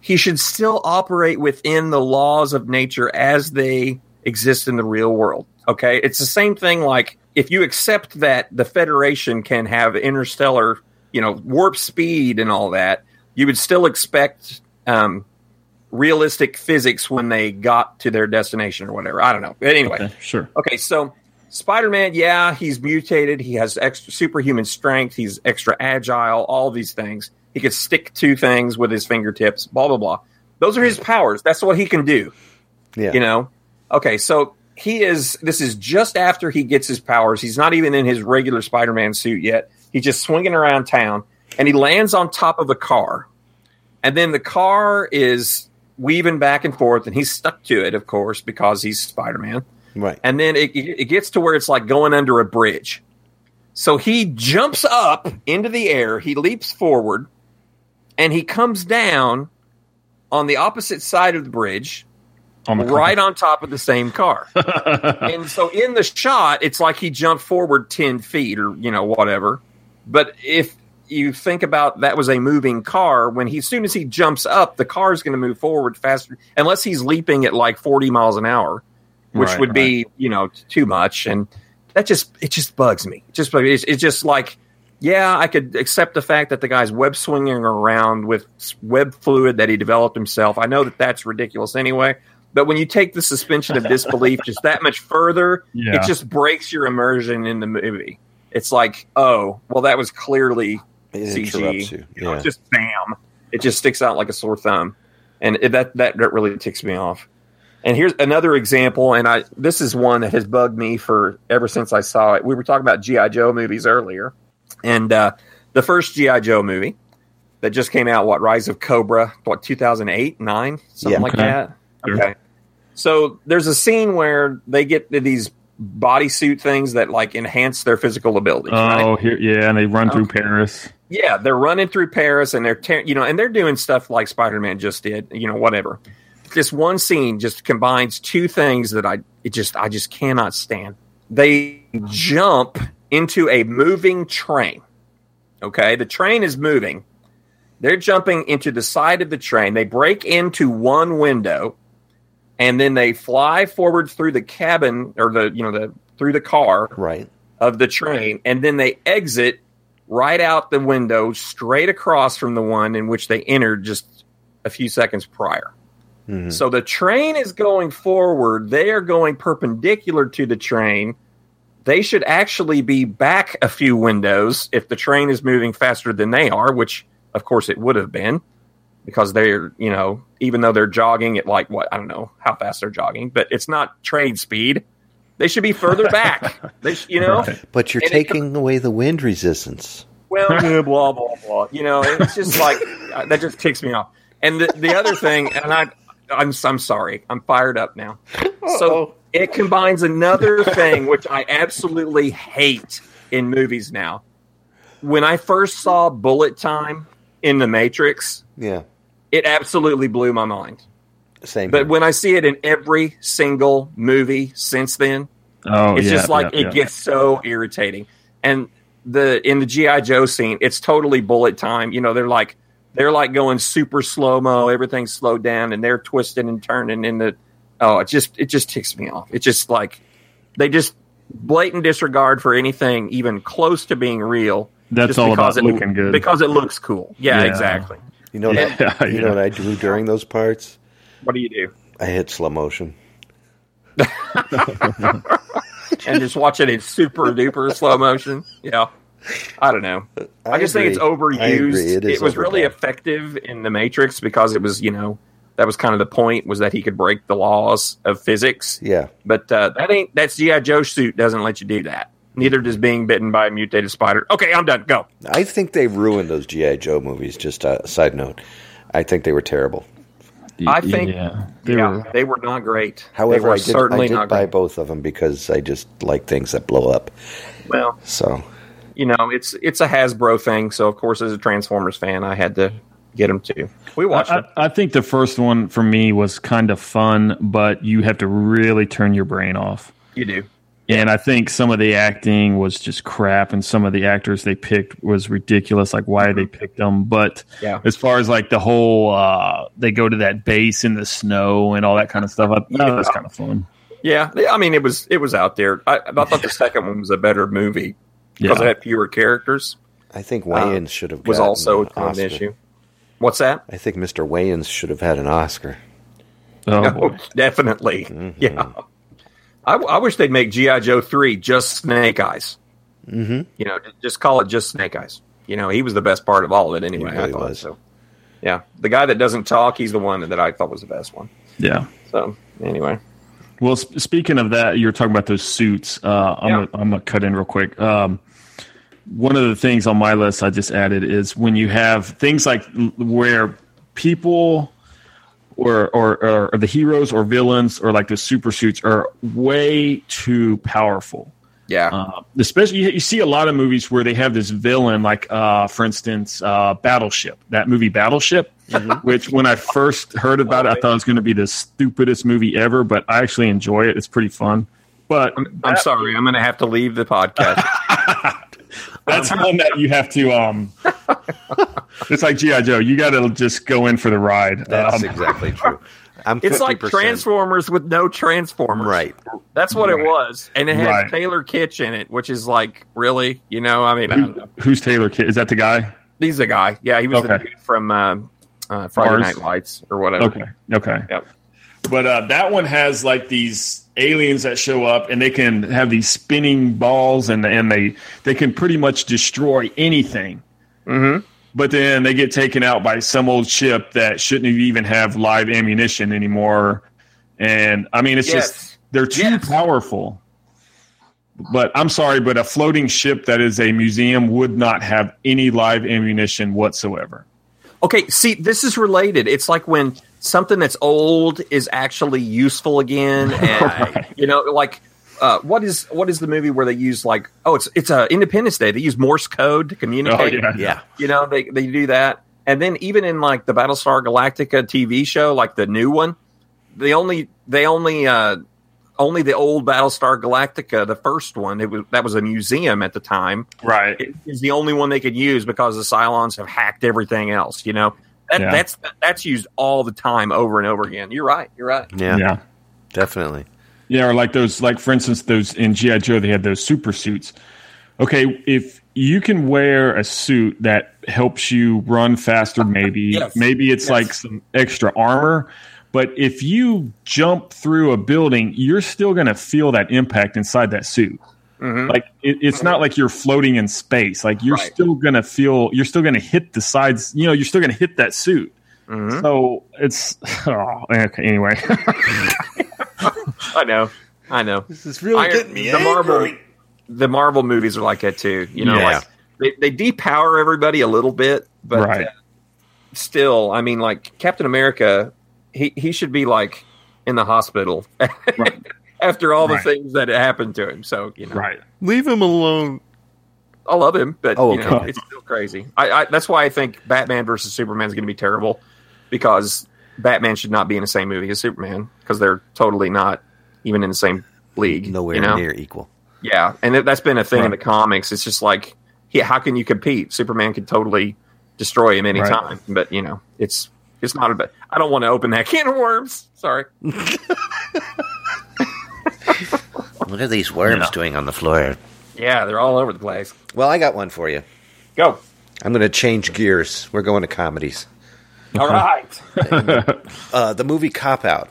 Speaker 6: he should still operate within the laws of nature as they exist in the real world. Okay. It's the same thing like if you accept that the Federation can have interstellar, you know, warp speed and all that, you would still expect um, realistic physics when they got to their destination or whatever. I don't know. But anyway,
Speaker 5: Okay, sure.
Speaker 6: Okay, so Spider Man, yeah, he's mutated. He has extra superhuman strength. He's extra agile, all these things. He can stick to things with his fingertips, blah, blah, blah. Those are his powers. That's what he can do,
Speaker 7: Yeah.
Speaker 6: you know? Okay, so he is, this is just after he gets his powers. He's not even in his regular Spider Man suit yet. He's just swinging around town, and he lands on top of a car. And then the car is weaving back and forth, and he's stuck to it, of course, because he's Spider Man.
Speaker 7: Right.
Speaker 6: And then it, it gets to where it's like going under a bridge. So he jumps up into the air, he leaps forward, and he comes down on the opposite side of the bridge,
Speaker 5: On the
Speaker 6: right on top of the same car. and so in the shot, it's like he jumped forward 10 feet or, you know, whatever. But if you think about that was a moving car, when he, as soon as he jumps up, the car is going to move forward faster, unless he's leaping at like 40 miles an hour, which
Speaker 5: Right,
Speaker 6: would be, you know, t- too much. And that just, it just bugs me. It just, bugs me. it's, it's just like, yeah, I could accept the fact that the guy's web swinging around with s- web fluid that he developed himself. I know that that's ridiculous anyway, but when you take the suspension of disbelief just that much further,
Speaker 5: Yeah.
Speaker 6: it just breaks your immersion in the movie. It's like, oh, well, that was clearly
Speaker 7: It
Speaker 6: CG.
Speaker 7: interrupts you.
Speaker 6: you know,
Speaker 7: Yeah.
Speaker 6: it's just bam. It just sticks out like a sore thumb, and it, that that that really ticks me off. And here's another example, and I this is one that has bugged me for ever since I saw it. We were talking about GI Joe movies earlier, and uh, the first GI Joe movie that just came out, what Rise of Cobra, what 2008, nine, something
Speaker 7: Yeah.
Speaker 6: like
Speaker 5: Okay.
Speaker 6: that.
Speaker 5: Sure.
Speaker 6: Okay. So there's a scene where they get to these bodysuit things that like enhance their physical abilities. right?
Speaker 5: Oh, here, yeah, and they run through Paris.
Speaker 6: Yeah, they're running through Paris and they're tear you know, and they're doing stuff like Spider Man just did, you know, whatever. This one scene just combines two things that I it just I just cannot stand. They jump into a moving train. Okay, the train is moving. They're jumping into the side of the train. They break into one window, and then they fly forward through the cabin or the you know the through the car
Speaker 7: Right.
Speaker 6: of the train, and then they exit right out the window straight across from the one in which they entered just a few seconds prior.
Speaker 7: Mhm.
Speaker 6: So the train is going forward. They are going perpendicular to the train. They should actually be back a few windows if the train is moving faster than they are, which of course it would have been because they're, you know, even though they're jogging at like what, I don't know how fast they're jogging, but it's not train speed. They should be further back. They, sh- you know,
Speaker 7: But you're
Speaker 6: And it-
Speaker 7: taking away the wind resistance.
Speaker 6: well, yeah, blah blah blah. You know, it's just like uh, that just ticks me off. And the, the other thing, and I, I'm I'm sorry, I'm fired up now. So it combines another thing which I absolutely hate in movies now. When I first saw Bullet Time in The Matrix,
Speaker 7: Yeah.
Speaker 6: it absolutely blew my mind.
Speaker 7: Same.
Speaker 6: But
Speaker 7: here.
Speaker 6: when I see it in every single movie since then,
Speaker 5: Oh,
Speaker 6: it's
Speaker 5: yeah,
Speaker 6: just like
Speaker 5: yeah,
Speaker 6: it
Speaker 5: yeah.
Speaker 6: gets so irritating. And the in the GI Joe scene, it's totally bullet time. You know, they're like they're like going super slow mo. Everything's slowed down, and they're twisting and turning. In the oh, it just it just ticks me off. It's just like they just blatant disregard for anything even close to being real.
Speaker 5: That's
Speaker 6: just
Speaker 5: all
Speaker 6: because
Speaker 5: about looking good.
Speaker 6: because it looks cool. Yeah,
Speaker 5: Yeah.
Speaker 6: exactly.
Speaker 7: you know what [LAUGHS]
Speaker 5: Yeah,
Speaker 7: I, you
Speaker 5: yeah.
Speaker 7: know what I do during those parts?
Speaker 6: What do you do?
Speaker 7: I hit slow motion.
Speaker 6: And just watch it in super duper slow motion. Yeah, I don't know. I, just think it's
Speaker 7: agree.
Speaker 6: overused.
Speaker 7: I agree.
Speaker 6: It,
Speaker 7: is
Speaker 6: was really
Speaker 7: overdone.
Speaker 6: effective in the Matrix because it was, you know, that was kind of the point was that he could break the laws of physics.
Speaker 7: yeah.
Speaker 6: But uh, that ain't that's GI Joe suit doesn't let you do that. Neither does being bitten by a mutated spider. Okay, I'm done. Go.
Speaker 7: I think they ruined those GI Joe movies. Just a side note, I think they were terrible.
Speaker 6: I think-
Speaker 5: yeah,
Speaker 6: They,
Speaker 5: they
Speaker 6: yeah,
Speaker 5: were-
Speaker 6: were, they were not great. they
Speaker 7: However,
Speaker 6: were
Speaker 7: I did, I
Speaker 6: certainly
Speaker 7: did
Speaker 6: not
Speaker 7: buy
Speaker 6: great.
Speaker 7: both of them because I just like things that blow up.
Speaker 6: Well,
Speaker 7: So
Speaker 6: you know, it's it's a Hasbro thing, so of course, as a Transformers fan, I had to get them too. We watched
Speaker 5: I,
Speaker 6: them.
Speaker 5: I think the first one for me was kind of fun, but you have to really turn your brain off.
Speaker 6: You do.
Speaker 5: And I think some of the acting was just crap, and some of the actors they picked was ridiculous. Like why they picked them, but
Speaker 6: Mm-hmm. Yeah.
Speaker 5: as far as like the whole, uh, they go to that base in the snow and all that kind of stuff. I thought that was kind of
Speaker 6: [LAUGHS]
Speaker 5: fun.
Speaker 6: Yeah, I mean, it was it was out there. I, I thought the second one was a better movie because
Speaker 5: Yeah.
Speaker 6: it had fewer characters.
Speaker 7: I think
Speaker 6: Uh,
Speaker 7: Wayans should have
Speaker 6: was
Speaker 7: gotten
Speaker 6: also
Speaker 7: an
Speaker 6: an
Speaker 7: mm, Oscar.
Speaker 6: issue. What's that?
Speaker 7: I think Mr. Wayans should have had an Oscar.
Speaker 5: Oh,
Speaker 6: Oh,
Speaker 5: boy.
Speaker 6: [LAUGHS] definitely. Yeah. I, I wish they'd make GI Joe three just Snake Eyes.
Speaker 7: Mhm.
Speaker 6: You know, ju- just call it just Snake Eyes. You know, he was the best part of all of it anyway.
Speaker 7: He really
Speaker 6: I thought
Speaker 7: was.
Speaker 6: so. Yeah, the guy that doesn't talk, he's the one that I thought was the best one.
Speaker 5: yeah.
Speaker 6: So anyway,
Speaker 5: Well, sp- speaking of that, you're talking about those suits. Uh, I'm
Speaker 6: Yeah.
Speaker 5: gonna, I'm gonna cut in real quick. Um, one of the things on my list I just added is when you have things like l- where people or or, or, or the heroes or villains or like the super suits are way too powerful.
Speaker 6: Yeah.
Speaker 5: Uh, especially you, you see a lot of movies where they have this villain, like uh, for instance, uh, Battleship. That movie Battleship,
Speaker 6: Mm-hmm.
Speaker 5: which when I first heard about it, I thought it was going to be the stupidest movie ever, but I actually enjoy it. It's pretty fun. But
Speaker 6: I'm sorry. I'm going to have to leave the podcast.
Speaker 5: That's one that you have to.
Speaker 6: [LAUGHS]
Speaker 5: um It's like GI Joe. You got to just go in for the ride.
Speaker 7: That's
Speaker 5: Um,
Speaker 7: exactly
Speaker 6: [LAUGHS]
Speaker 7: true. I'm
Speaker 6: It's like
Speaker 7: 50%.
Speaker 6: Transformers with no Transformers.
Speaker 7: Right.
Speaker 6: That's what it was. And it had
Speaker 5: Right.
Speaker 6: Taylor Kitsch in it, which is like, really? You know, I mean, I don't
Speaker 5: who,
Speaker 6: know.
Speaker 5: who's Taylor Kid? Is that the guy?
Speaker 6: he's a guy. Yeah, he was the
Speaker 5: Okay.
Speaker 6: dude from uh, uh, Friday
Speaker 5: Ours?
Speaker 6: Night Lights or whatever.
Speaker 5: Okay. Okay.
Speaker 6: Yep.
Speaker 5: But uh, that one has like these aliens that show up, and they can have these spinning balls, and and they they can pretty much destroy anything.
Speaker 6: Mhm.
Speaker 5: But then they get taken out by some old ship that shouldn't even have live ammunition anymore. And I mean, it's
Speaker 6: Yes.
Speaker 5: just they're too
Speaker 6: Yes.
Speaker 5: powerful. But I'm sorry, but a floating ship that is a museum would not have any live ammunition whatsoever.
Speaker 6: Okay, see, this is related. It's like when something that's old is actually useful
Speaker 5: [LAUGHS]
Speaker 6: again, and you know, like uh, what is what is the movie where they use like oh, it's it's uh, Independence Day. They use Morse code to
Speaker 5: Oh
Speaker 6: communicate.
Speaker 5: yeah,
Speaker 7: Yeah.
Speaker 6: You know, they they do that, and then even in like the Battlestar Galactica TV show, like the new one, they only they only uh, only the old Battlestar Galactica, the first one, it was that was a museum at the time
Speaker 5: right.
Speaker 6: is the only one they could use because the Cylons have hacked everything else. You know, that,
Speaker 5: Yeah.
Speaker 6: that's that's used all the time, over and over again. You're right. You're right.
Speaker 7: Yeah.
Speaker 5: yeah.
Speaker 7: Definitely.
Speaker 5: Yeah, or like those, like for instance, those in GI Joe, they had those super suits. Okay, if you can wear a suit that helps you run
Speaker 6: [LAUGHS]
Speaker 5: faster, maybe
Speaker 6: Yes.
Speaker 5: maybe it's like some extra armor. But if you jump through a building, you're still going to feel that impact inside that suit.
Speaker 6: Mhm.
Speaker 5: Like it, it's not like you're floating in space. Like you're
Speaker 6: Right.
Speaker 5: still going to feel. You're still going to hit the sides. You know, you're still going to hit that suit. Mm-hmm.
Speaker 6: Mhm.
Speaker 5: So it's [LAUGHS] oh, okay.
Speaker 6: [LAUGHS]
Speaker 5: Anyway, [LAUGHS]
Speaker 6: I know. I know.
Speaker 7: This is really
Speaker 6: Iron-
Speaker 7: getting me
Speaker 6: the Marvel, the Marvel movies are like that too. You know,
Speaker 7: Yeah.
Speaker 6: like they, they depower everybody a little bit, but
Speaker 5: right.
Speaker 6: uh, still, I mean, like Captain America, he he should be like in the hospital [LAUGHS]
Speaker 5: Right.
Speaker 6: after all the
Speaker 5: Right.
Speaker 6: things that happened to him. So you know,
Speaker 5: Right.
Speaker 7: Leave him alone.
Speaker 6: I love him, but
Speaker 7: Oh,
Speaker 6: you know,
Speaker 7: okay.
Speaker 6: it's still crazy. I, I that's why I think Batman versus Superman is going to be terrible because Batman should not be in the same movie as Superman because they're totally not even in the same league.
Speaker 7: Nowhere
Speaker 6: you know?
Speaker 7: near equal.
Speaker 6: Yeah, and that- that's been a thing in the comics. It's just like, yeah, how can you compete? Superman could totally destroy him
Speaker 5: Right.
Speaker 6: anytime, but you know, it's it's not about. I don't want to open that [LAUGHS] can of worms. Sorry.
Speaker 7: What are these worms doing on the floor?
Speaker 6: Yeah, they're all over the place.
Speaker 7: Well, I got one for you.
Speaker 6: [LAUGHS] Go.
Speaker 7: I'm going to change gears. We're going to comedies.
Speaker 6: All right.
Speaker 7: Uh, the movie Cop Out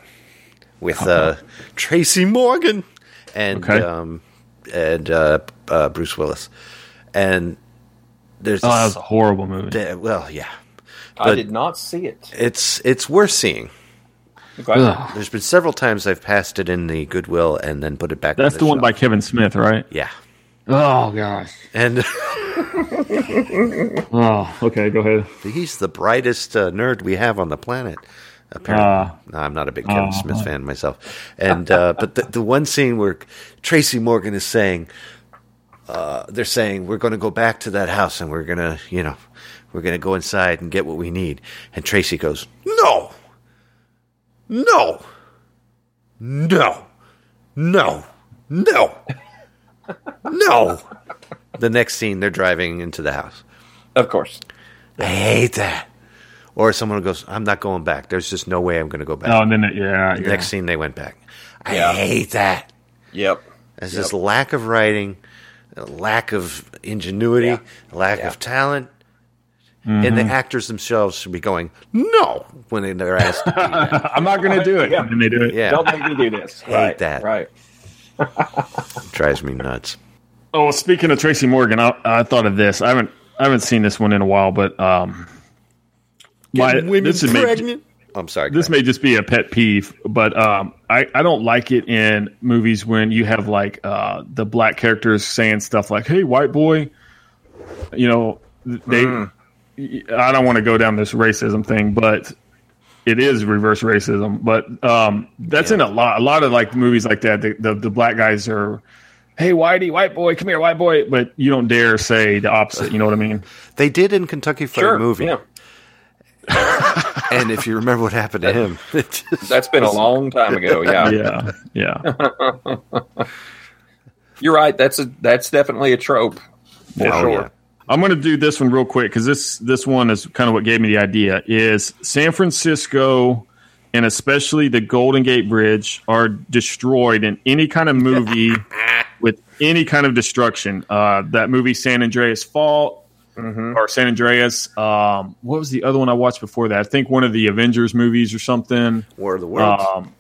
Speaker 7: with uh, Tracy Morgan and
Speaker 5: Okay.
Speaker 7: um, and uh, uh, Bruce Willis. And there's
Speaker 5: Oh, that
Speaker 7: this-
Speaker 5: was a horrible movie.
Speaker 7: there- well, yeah,
Speaker 6: I
Speaker 7: But-
Speaker 6: did not see it.
Speaker 7: it's it's worth seeing.
Speaker 6: Okay.
Speaker 7: There's been several times I've passed it in the Goodwill and then put it back.
Speaker 5: That's
Speaker 7: on
Speaker 5: the one by
Speaker 7: shelf.
Speaker 5: Kevin Smith, right?
Speaker 7: yeah.
Speaker 5: Oh gosh.
Speaker 7: And [LAUGHS]
Speaker 5: Oh, okay. Go ahead.
Speaker 7: he's the brightest uh, nerd we have on the planet. Apparently,
Speaker 5: Ah.
Speaker 7: no, I'm not a big Kevin Smith fan myself. And uh, [LAUGHS] but the, the one scene where Tracy Morgan is saying, uh, they're saying we're going to go back to that house and we're going to, you know, we're going to go inside and get what we need. And Tracy goes, no, no, no, no, no, no. The next scene, they're driving into the house.
Speaker 6: Of course.
Speaker 7: I hate that. Or someone goes, I'm not going back. There's just no way I'm going to go back.
Speaker 5: Oh, and then it, yeah, yeah.
Speaker 7: Next scene, they went back. I
Speaker 6: Yeah.
Speaker 7: hate that.
Speaker 6: Yep.
Speaker 7: There's this lack of writing, a lack of ingenuity,
Speaker 6: Yeah. Mm-hmm.
Speaker 7: a lack of talent. And the actors themselves should be going, no, when they're asked to do that.
Speaker 5: [LAUGHS] I'm not gonna do it.
Speaker 6: Yeah.
Speaker 5: And they do
Speaker 6: [LAUGHS]
Speaker 5: it.
Speaker 7: Yeah,
Speaker 6: Don't make me do
Speaker 7: [LAUGHS]
Speaker 6: this.
Speaker 7: Hate
Speaker 6: right.
Speaker 7: that.
Speaker 6: Right.
Speaker 7: drives me nuts.
Speaker 5: Oh, speaking of Tracy Morgan, I, I thought of this. I haven't I haven't seen this one in a while, but um, my this is may,
Speaker 7: I'm sorry.
Speaker 5: this
Speaker 7: Glenn.
Speaker 5: may just be a pet peeve, but um, I I don't like it in movies when you have like uh the black characters saying stuff like "Hey, white boy." you know they
Speaker 6: Mm.
Speaker 5: i don't want to go down this racism thing but it is reverse racism but um that's in a lot a lot of like movies like that the, the the black guys are hey whitey white boy come here white boy but you don't dare say the opposite you know what i mean
Speaker 7: They did in Kentucky Fried
Speaker 6: Sure.
Speaker 7: Movie,
Speaker 6: Yeah.
Speaker 7: and if you remember what happened
Speaker 6: [LAUGHS]
Speaker 7: to him, [LAUGHS] it just-
Speaker 6: That's been a long time ago. [LAUGHS] Yeah.
Speaker 5: yeah yeah
Speaker 6: You're right. That's a that's definitely a trope. [LAUGHS] For
Speaker 7: Oh,
Speaker 6: sure.
Speaker 7: yeah.
Speaker 5: I'm going to do this one real quick because this this one is kind of what gave me the idea. Is San Francisco and especially the Golden Gate Bridge are destroyed in any kind of movie with any kind of destruction. Uh, that movie San Andreas Fault or San Andreas. Um, what was the other one I watched before that? I think one of the Avengers movies or something.
Speaker 7: War of the Worlds.
Speaker 5: Um,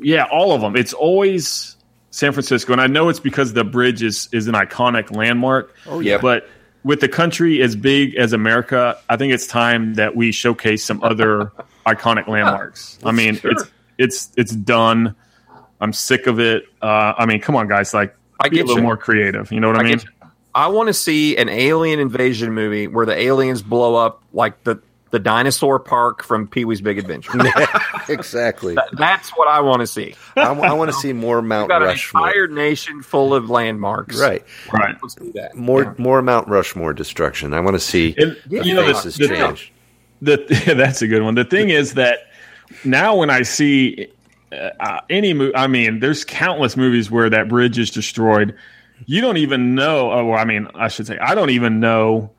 Speaker 5: yeah, all of them. It's always San Francisco, and I know it's because the bridge is is an iconic landmark. Oh
Speaker 6: yeah.
Speaker 5: but with the country as big as America, I think it's time that we showcase some other iconic landmarks. I mean, it's it's it's done. I'm sick of it. Uh, I mean, come on, guys! Like,
Speaker 6: I
Speaker 5: be a
Speaker 6: get
Speaker 5: little
Speaker 6: you.
Speaker 5: more creative. You know what I,
Speaker 6: I
Speaker 5: mean?
Speaker 6: get you. I want to see an alien invasion movie where the aliens blow up like the the dinosaur park from Pee Wee's
Speaker 7: [LAUGHS]
Speaker 6: Big Adventure.
Speaker 7: exactly.
Speaker 6: That's what I want to see.
Speaker 7: I, want to see more Mount
Speaker 6: We've got an
Speaker 7: Rushmore.
Speaker 6: entire nation full of landmarks.
Speaker 7: Right.
Speaker 5: Right.
Speaker 6: Let's do that.
Speaker 7: More more Mount Rushmore destruction. I want to see
Speaker 5: And,
Speaker 7: the
Speaker 5: you know,
Speaker 7: faces
Speaker 5: the- the-
Speaker 7: change.
Speaker 5: The, [LAUGHS] that's a good one. The thing is that now when I see uh, any movie, I mean, there's countless movies where that bridge is destroyed. You don't even know. Oh, well, I mean, I should say, I don't even know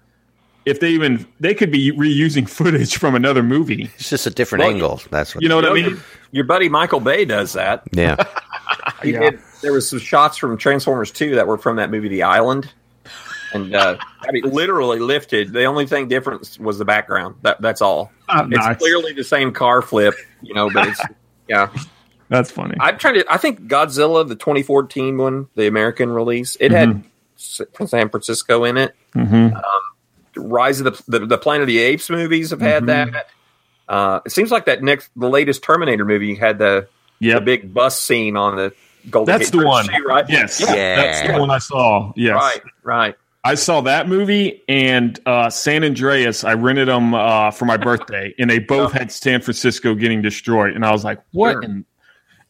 Speaker 5: if they even they could be reusing [LAUGHS] footage from another movie.
Speaker 7: It's just a different
Speaker 6: Look,
Speaker 7: angle. That's what.
Speaker 5: You know what I
Speaker 6: Oh,
Speaker 5: mean?
Speaker 6: your- Your buddy Michael Bay does that.
Speaker 5: [LAUGHS]
Speaker 7: yeah.
Speaker 6: He did. There was some shots from Transformers 2 that were from that movie The Island, and uh, I mean, literally lifted. The only thing different was the background. That that's all.
Speaker 5: Ah,
Speaker 6: It's
Speaker 5: nice.
Speaker 6: clearly the same car flip, you know.
Speaker 7: [LAUGHS]
Speaker 6: But it's yeah.
Speaker 5: That's funny.
Speaker 6: I'm trying to. I think Godzilla, the 2014 one, the American release, it had
Speaker 5: Mm-hmm.
Speaker 6: S had San Francisco in it.
Speaker 5: Mhm.
Speaker 6: Rise of the, the the Planet of the Apes movies have had
Speaker 5: Mm-hmm.
Speaker 6: that. Uh, it seems like that next, the latest Terminator movie had the
Speaker 5: Yeah,
Speaker 6: the big bus scene on the Golden.
Speaker 5: that's the
Speaker 6: Gate Bridge,
Speaker 5: one.
Speaker 6: too, right?
Speaker 5: Yes,
Speaker 6: Yeah.
Speaker 5: that's the one I saw. Yes,
Speaker 6: Right. Right.
Speaker 5: I saw that movie and uh, San Andreas. I rented them uh, for my birthday, and they both had San Francisco getting destroyed. And I was like, "What?"
Speaker 6: Sure.
Speaker 5: in,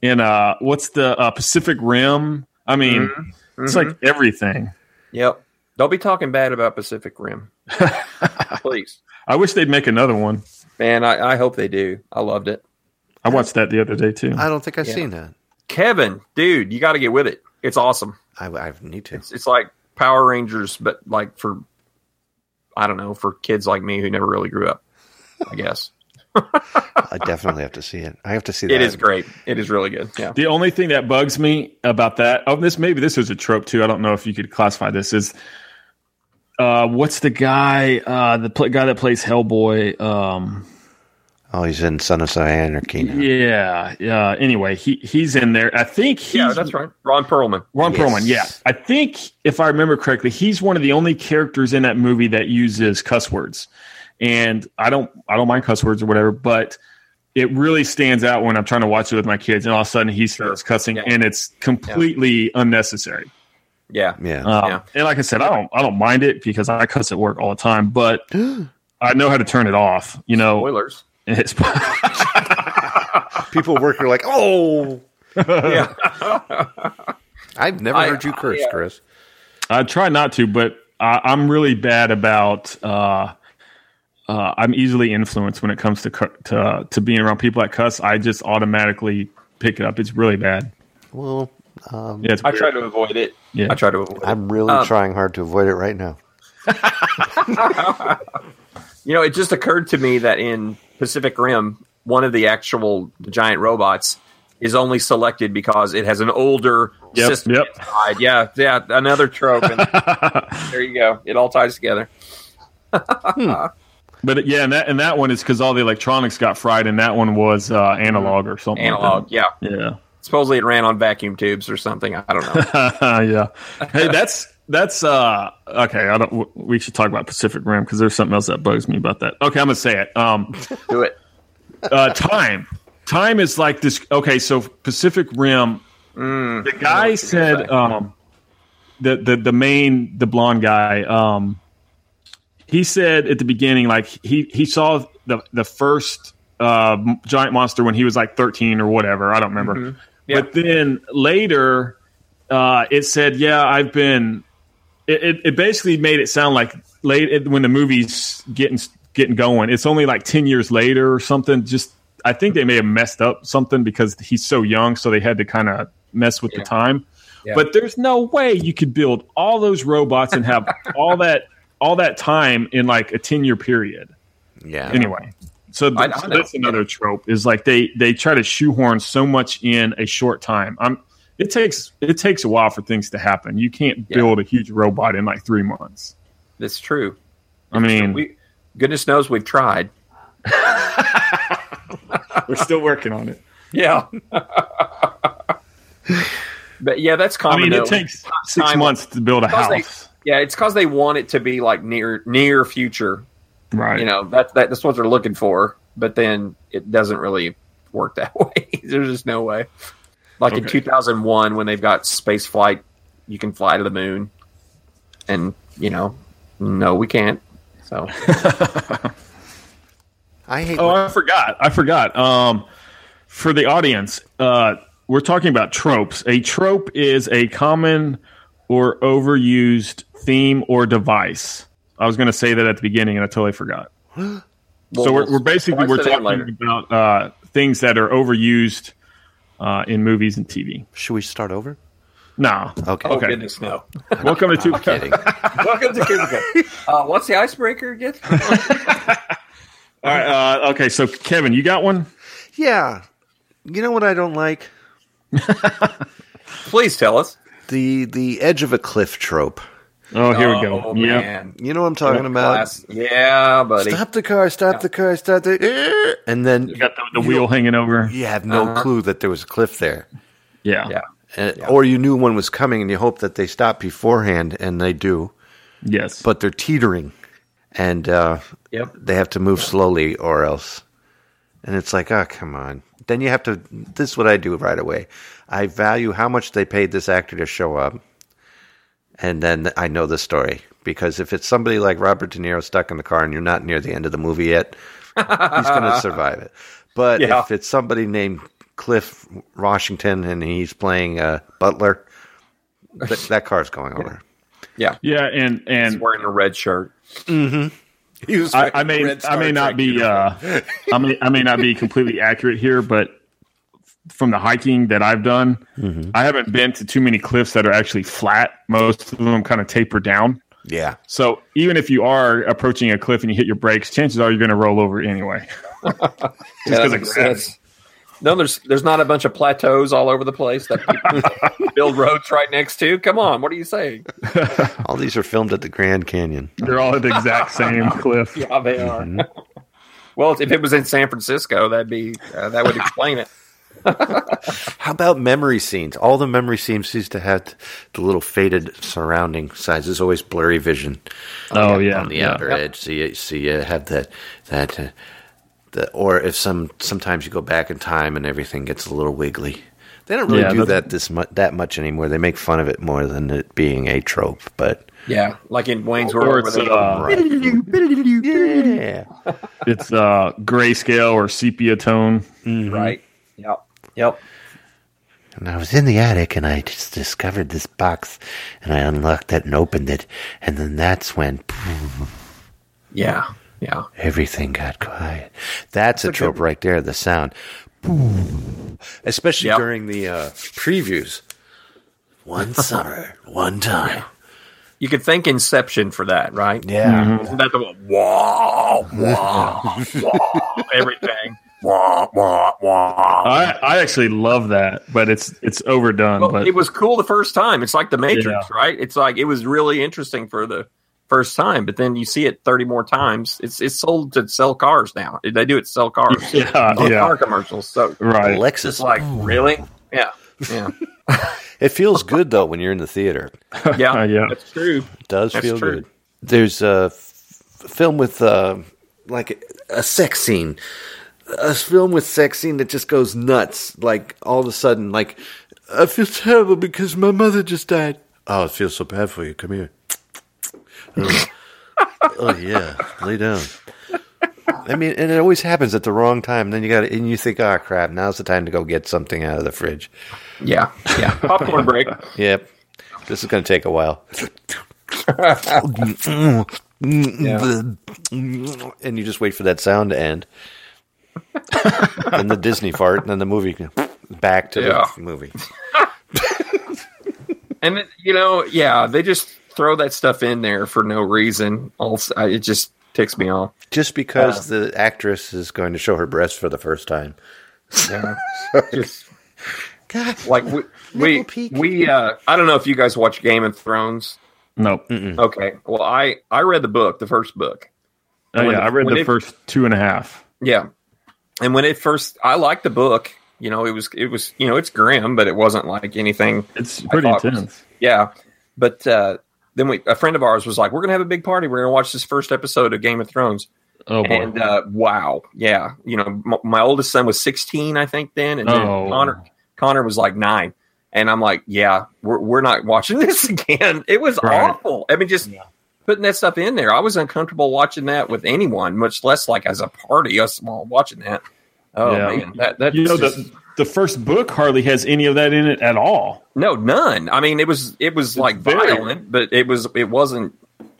Speaker 5: in uh, what's the uh, Pacific Rim? I mean, it's like everything.
Speaker 6: Mm-hmm. Yep. Don't be talking bad about
Speaker 5: [LAUGHS]
Speaker 6: Pacific Rim, please,
Speaker 5: I wish they'd make another one.
Speaker 6: man. I, I hope they do. I loved it.
Speaker 5: I watched that the other day too.
Speaker 7: I don't think I've seen that.
Speaker 6: Kevin, dude, you got to get with it. It's awesome.
Speaker 7: I, I need to.
Speaker 6: It's, it's like Power Rangers, but like for I don't know for kids like me who never really grew up.
Speaker 5: [LAUGHS]
Speaker 6: I guess
Speaker 7: I definitely have to see it. I have to see that.
Speaker 6: it is great. It is really good. Yeah.
Speaker 5: The only thing that bugs me about that, oh, this maybe this is a trope too. I don't know if you could classify this is, uh, what's the guy, uh, the pl- guy that plays Hellboy, um,
Speaker 7: Oh, he's in Son of Anarchy now.
Speaker 5: Yeah. Yeah. Anyway, he he's in there. I think he's
Speaker 6: Yeah, that's right. Ron Perlman.
Speaker 5: Ron
Speaker 7: Yes.
Speaker 5: Perlman. Yeah, I think if I remember correctly, he's one of the only characters in that movie that uses cuss words, and I don't I don't mind cuss words or whatever, but it really stands out when I'm trying to watch it with my kids, and all of a sudden he starts cussing,
Speaker 6: Yeah.
Speaker 5: and it's completely unnecessary.
Speaker 6: Yeah.
Speaker 7: Yeah.
Speaker 5: Um,
Speaker 6: Yeah.
Speaker 5: And like I said, I don't I don't mind it because I cuss at work all the time, but I know how to turn it off. You know, [LAUGHS]
Speaker 6: Spoilers.
Speaker 5: it's Uh.
Speaker 7: People at work are like, oh.
Speaker 6: Yeah.
Speaker 7: I've never
Speaker 6: I-
Speaker 7: heard you curse,
Speaker 6: yeah.
Speaker 7: Chris.
Speaker 5: I try not to, but I, I'm really bad about. Uh, uh, I'm easily influenced when it comes to cu- to to being around people that cuss. I just automatically pick it up. It's really bad.
Speaker 7: Well,
Speaker 5: Yeah, it's
Speaker 6: I
Speaker 5: weird.
Speaker 6: try to avoid it.
Speaker 5: Yeah.
Speaker 6: I try to avoid. it.
Speaker 7: I'm really
Speaker 6: Um,
Speaker 7: trying hard to avoid it right now.
Speaker 6: You know, it just occurred to me that in Pacific Rim, one of the actual giant robots is only selected because it has an older
Speaker 5: Yep,
Speaker 6: system
Speaker 5: yep.
Speaker 6: inside. Yeah, yeah, another
Speaker 5: [LAUGHS]
Speaker 6: trope. And there you go. It all ties together.
Speaker 5: But yeah, and that and that one is because all the electronics got fried, and that one was uh, analog or something. like that.
Speaker 6: Analog. Yeah.
Speaker 5: Yeah. [LAUGHS]
Speaker 6: Supposedly it ran on vacuum tubes or something. I don't know.
Speaker 5: yeah. Hey, that's that's uh okay. I don't. w- We should talk about Pacific Rim because there's something else that bugs me about that. Okay, I'm gonna say it. Um,
Speaker 6: Do it.
Speaker 5: uh, time. Time is like this. Okay, so Pacific Rim. the guy said, um, the the the main the blonde guy. Um, he said at the beginning, like he he saw the the first uh, giant monster when he was like thirteen or whatever. I don't remember.
Speaker 6: Yeah.
Speaker 5: But then later, uh, it said, "Yeah, I've been." It, it, it basically made it sound like late it, when the movie's getting getting going. It's only like ten years later or something. Just I think they may have messed up something because he's so young, so they had to kind of mess with
Speaker 6: Yeah.
Speaker 5: the time.
Speaker 6: Yeah.
Speaker 5: But there's no way you could build all those robots and have
Speaker 6: [LAUGHS]
Speaker 5: all that all that time in like a ten year period
Speaker 7: Yeah.
Speaker 5: anyway so, th-
Speaker 6: I- I
Speaker 5: so
Speaker 6: know.
Speaker 5: that's another trope is like they they try to shoehorn so much in a short time i'm it takes it takes a while for things to happen you can't
Speaker 6: Yeah.
Speaker 5: build a huge robot in like three months
Speaker 6: That's true.
Speaker 5: i mean we,
Speaker 6: We, goodness knows we've tried.
Speaker 5: are still working on it
Speaker 6: [LAUGHS] Yeah. but yeah,
Speaker 5: [LAUGHS]
Speaker 6: that's
Speaker 5: i
Speaker 6: common.
Speaker 5: mean it
Speaker 6: though.
Speaker 5: takes six
Speaker 6: Time-
Speaker 5: months to build a
Speaker 6: Because they-
Speaker 5: house
Speaker 6: Yeah, it's because they want it to be like near near future.
Speaker 5: right
Speaker 6: You know, that, that that's what they're looking for. But then it doesn't really work that [LAUGHS] way. There's just no way. Like in
Speaker 5: Okay.
Speaker 6: 2001, when they've got space flight, you can fly to the moon, and you know, no, we can't. So
Speaker 7: I hate.
Speaker 5: Oh, I forgot. I forgot. Um, for the audience, uh, we're talking about tropes. A trope is a common or overused theme or device. I was going to say that at the beginning, and I totally forgot. so we're, we're basically we're
Speaker 6: We'll talk to
Speaker 5: talking
Speaker 6: them
Speaker 5: about uh, things that are overused uh, in movies and TV.
Speaker 7: should we start over? [LAUGHS]
Speaker 5: No,
Speaker 7: Okay.
Speaker 6: Oh
Speaker 5: okay.
Speaker 6: goodness, no!
Speaker 5: welcome to Two.
Speaker 7: Kidding.
Speaker 6: [LAUGHS] Welcome to Cubica. [LAUGHS] Uh, what's the icebreaker again?
Speaker 5: All right. Uh, okay, so Kevin, you got one?
Speaker 7: yeah. You know what I don't like?
Speaker 6: [LAUGHS] Please tell us.
Speaker 7: The the edge of a cliff trope.
Speaker 5: Oh, here we
Speaker 6: Oh,
Speaker 5: go. Yeah.
Speaker 6: man.
Speaker 7: You know what I'm talking about?
Speaker 6: Class. Yeah, buddy.
Speaker 7: Stop the car, stop the car, stop the eh, and then
Speaker 5: Got the, the wheel hanging over.
Speaker 7: you have no clue that there was a cliff there.
Speaker 5: Yeah.
Speaker 6: Uh-huh. Yeah.
Speaker 7: And, Or you knew one was coming and you hope that they stop beforehand and they do,
Speaker 5: Yes.
Speaker 7: but they're teetering and uh,
Speaker 6: Yep.
Speaker 7: they have to move slowly or else. And it's like, oh, come on. Then you have to. This is what I do right away. I value how much they paid this actor to show up. And then I know the story. Because if it's somebody like Robert De Niro stuck in the car and you're not near the end of the movie yet, he's going to survive it. But
Speaker 6: Yeah.
Speaker 7: if it's somebody named Cliff Washington and he's playing uh, Butler, th- that car's going over.
Speaker 6: Yeah.
Speaker 5: yeah, and and
Speaker 6: He's wearing a red shirt. Mm-hmm. [LAUGHS]
Speaker 8: He was
Speaker 5: I, I may
Speaker 8: Red
Speaker 5: I
Speaker 8: Star
Speaker 5: may not
Speaker 8: Trek
Speaker 5: be
Speaker 8: uniform.
Speaker 5: uh, I may I may not be completely accurate here, but from the hiking that I've done, I haven't been to too many cliffs that are actually flat. Most of them kind of taper down.
Speaker 7: Yeah.
Speaker 5: So even if you are approaching a cliff and you hit your brakes, chances are you're going to roll over anyway. [LAUGHS]
Speaker 6: Yeah, that
Speaker 5: uh, 'cause
Speaker 6: makes
Speaker 5: of gravity.
Speaker 6: sense. No, there's there's not a bunch of plateaus all over the place that people [LAUGHS] build roads right next to. Come on, what are you saying?
Speaker 7: All these are filmed at the Grand Canyon.
Speaker 5: They're all at the exact same cliff.
Speaker 6: Yeah, they are. [LAUGHS] well, if it was in San Francisco, that'd be uh, that would explain it.
Speaker 7: How about memory scenes? All the memory scenes used to have the little faded surrounding sides. There's always blurry vision
Speaker 5: Oh yeah,
Speaker 7: on the
Speaker 5: yeah.
Speaker 7: outer edge. So you, so you have that that uh, the or if some sometimes you go back in time and everything gets a little wiggly. They don't really
Speaker 5: Yeah,
Speaker 7: do
Speaker 5: that's-
Speaker 7: that this mu- that much anymore. They make fun of it more than it being a trope. But
Speaker 6: Yeah, like in Wayne's
Speaker 5: Or
Speaker 6: World. Where
Speaker 5: it's
Speaker 6: they
Speaker 5: uh,
Speaker 7: yeah,
Speaker 5: it's uh, grayscale or sepia tone.
Speaker 6: go,
Speaker 5: Mm-hmm.
Speaker 6: right. Yep. Yep.
Speaker 2: And I was in the attic and I just discovered this box and I unlocked it and opened it. And then that's when
Speaker 6: Yeah. Yeah.
Speaker 2: everything got quiet.
Speaker 7: That's a trope right there. The sound, especially
Speaker 6: Yep.
Speaker 7: during the uh, previews. One
Speaker 6: [LAUGHS]
Speaker 7: summer, one time.
Speaker 6: You could thank Inception for that, right?
Speaker 7: Yeah.
Speaker 5: Mm-hmm.
Speaker 6: Isn't that the one? Wah, Oh, wah, wah,
Speaker 5: [LAUGHS]
Speaker 6: everything. Wah, wah, wah.
Speaker 5: I, I actually love that, but it's it's overdone.
Speaker 6: Well,
Speaker 5: but
Speaker 6: it was cool the first time. It's like the Matrix,
Speaker 5: Yeah.
Speaker 6: right? It's like it was really interesting for the first time, but then you see it thirty more times. It's it's sold to sell cars now. They do it to sell cars,
Speaker 5: [LAUGHS] yeah,
Speaker 6: Sell
Speaker 5: yeah,
Speaker 6: car commercials. So
Speaker 5: right.
Speaker 6: it's
Speaker 7: Lexus.
Speaker 6: like really,
Speaker 5: [LAUGHS]
Speaker 6: yeah, yeah,
Speaker 7: It feels good though when you're in the theater.
Speaker 6: yeah,
Speaker 5: Yeah.
Speaker 6: That's true.
Speaker 7: It does
Speaker 6: That's
Speaker 7: feel
Speaker 6: true.
Speaker 7: good. There's a f- film with uh, like a sex scene. A film with sex scene that just goes nuts. Like all of a sudden, like I feel terrible because my mother just died. Oh, it feels so bad for you. Come here. [LAUGHS] oh yeah, lay down. I mean, and it always happens at the wrong time. Then you got to, and you think, oh crap, now's the time to go get something out of the fridge.
Speaker 6: Yeah, yeah.
Speaker 5: [LAUGHS]
Speaker 6: Popcorn break.
Speaker 7: Yep, this is going to take a while. And you just wait for that sound to end, and the Disney fart, and then the movie back to
Speaker 6: Yeah.
Speaker 7: the movie.
Speaker 6: And it- you know, yeah, they just throw that stuff in there for no reason. Also, I- it just ticks me off.
Speaker 7: Just because the actress is going to show her breasts for the first time.
Speaker 6: Yeah. [LAUGHS] just
Speaker 7: God,
Speaker 6: like we, we,
Speaker 7: peek.
Speaker 6: we uh, I don't know if you guys watch Game of Thrones.
Speaker 5: Nope.
Speaker 6: Mm, Okay, well, I I read the book, the first book.
Speaker 5: Oh,
Speaker 6: When-
Speaker 5: yeah, I read
Speaker 6: when
Speaker 5: the
Speaker 6: it-
Speaker 5: first two and a half.
Speaker 6: Yeah, and when it first, I liked the book. You know, it was it was you know it's grim, but it wasn't like anything.
Speaker 5: It's pretty
Speaker 6: thought it was-
Speaker 5: intense.
Speaker 6: Yeah, but uh, then we a friend of ours was like, "We're gonna have a big party. We're gonna watch this first episode of Game of Thrones."
Speaker 5: Oh boy.
Speaker 6: and uh, wow, yeah, you know, m- my oldest son was 16, I think, then, and then
Speaker 5: Oh.
Speaker 6: Connor Connor was like nine, and I'm like, yeah, we're we're not watching [LAUGHS] this again. It was
Speaker 5: Right.
Speaker 6: awful. I mean, just putting that stuff in there, I was uncomfortable watching that with anyone, much less like as a party, us all watching that. Oh
Speaker 5: Yeah.
Speaker 6: man, that that
Speaker 5: you know
Speaker 6: just-
Speaker 5: the the first book hardly has any of that in it at all.
Speaker 6: no none. I mean, it was it was like
Speaker 5: very-
Speaker 6: violent, but it was it wasn't.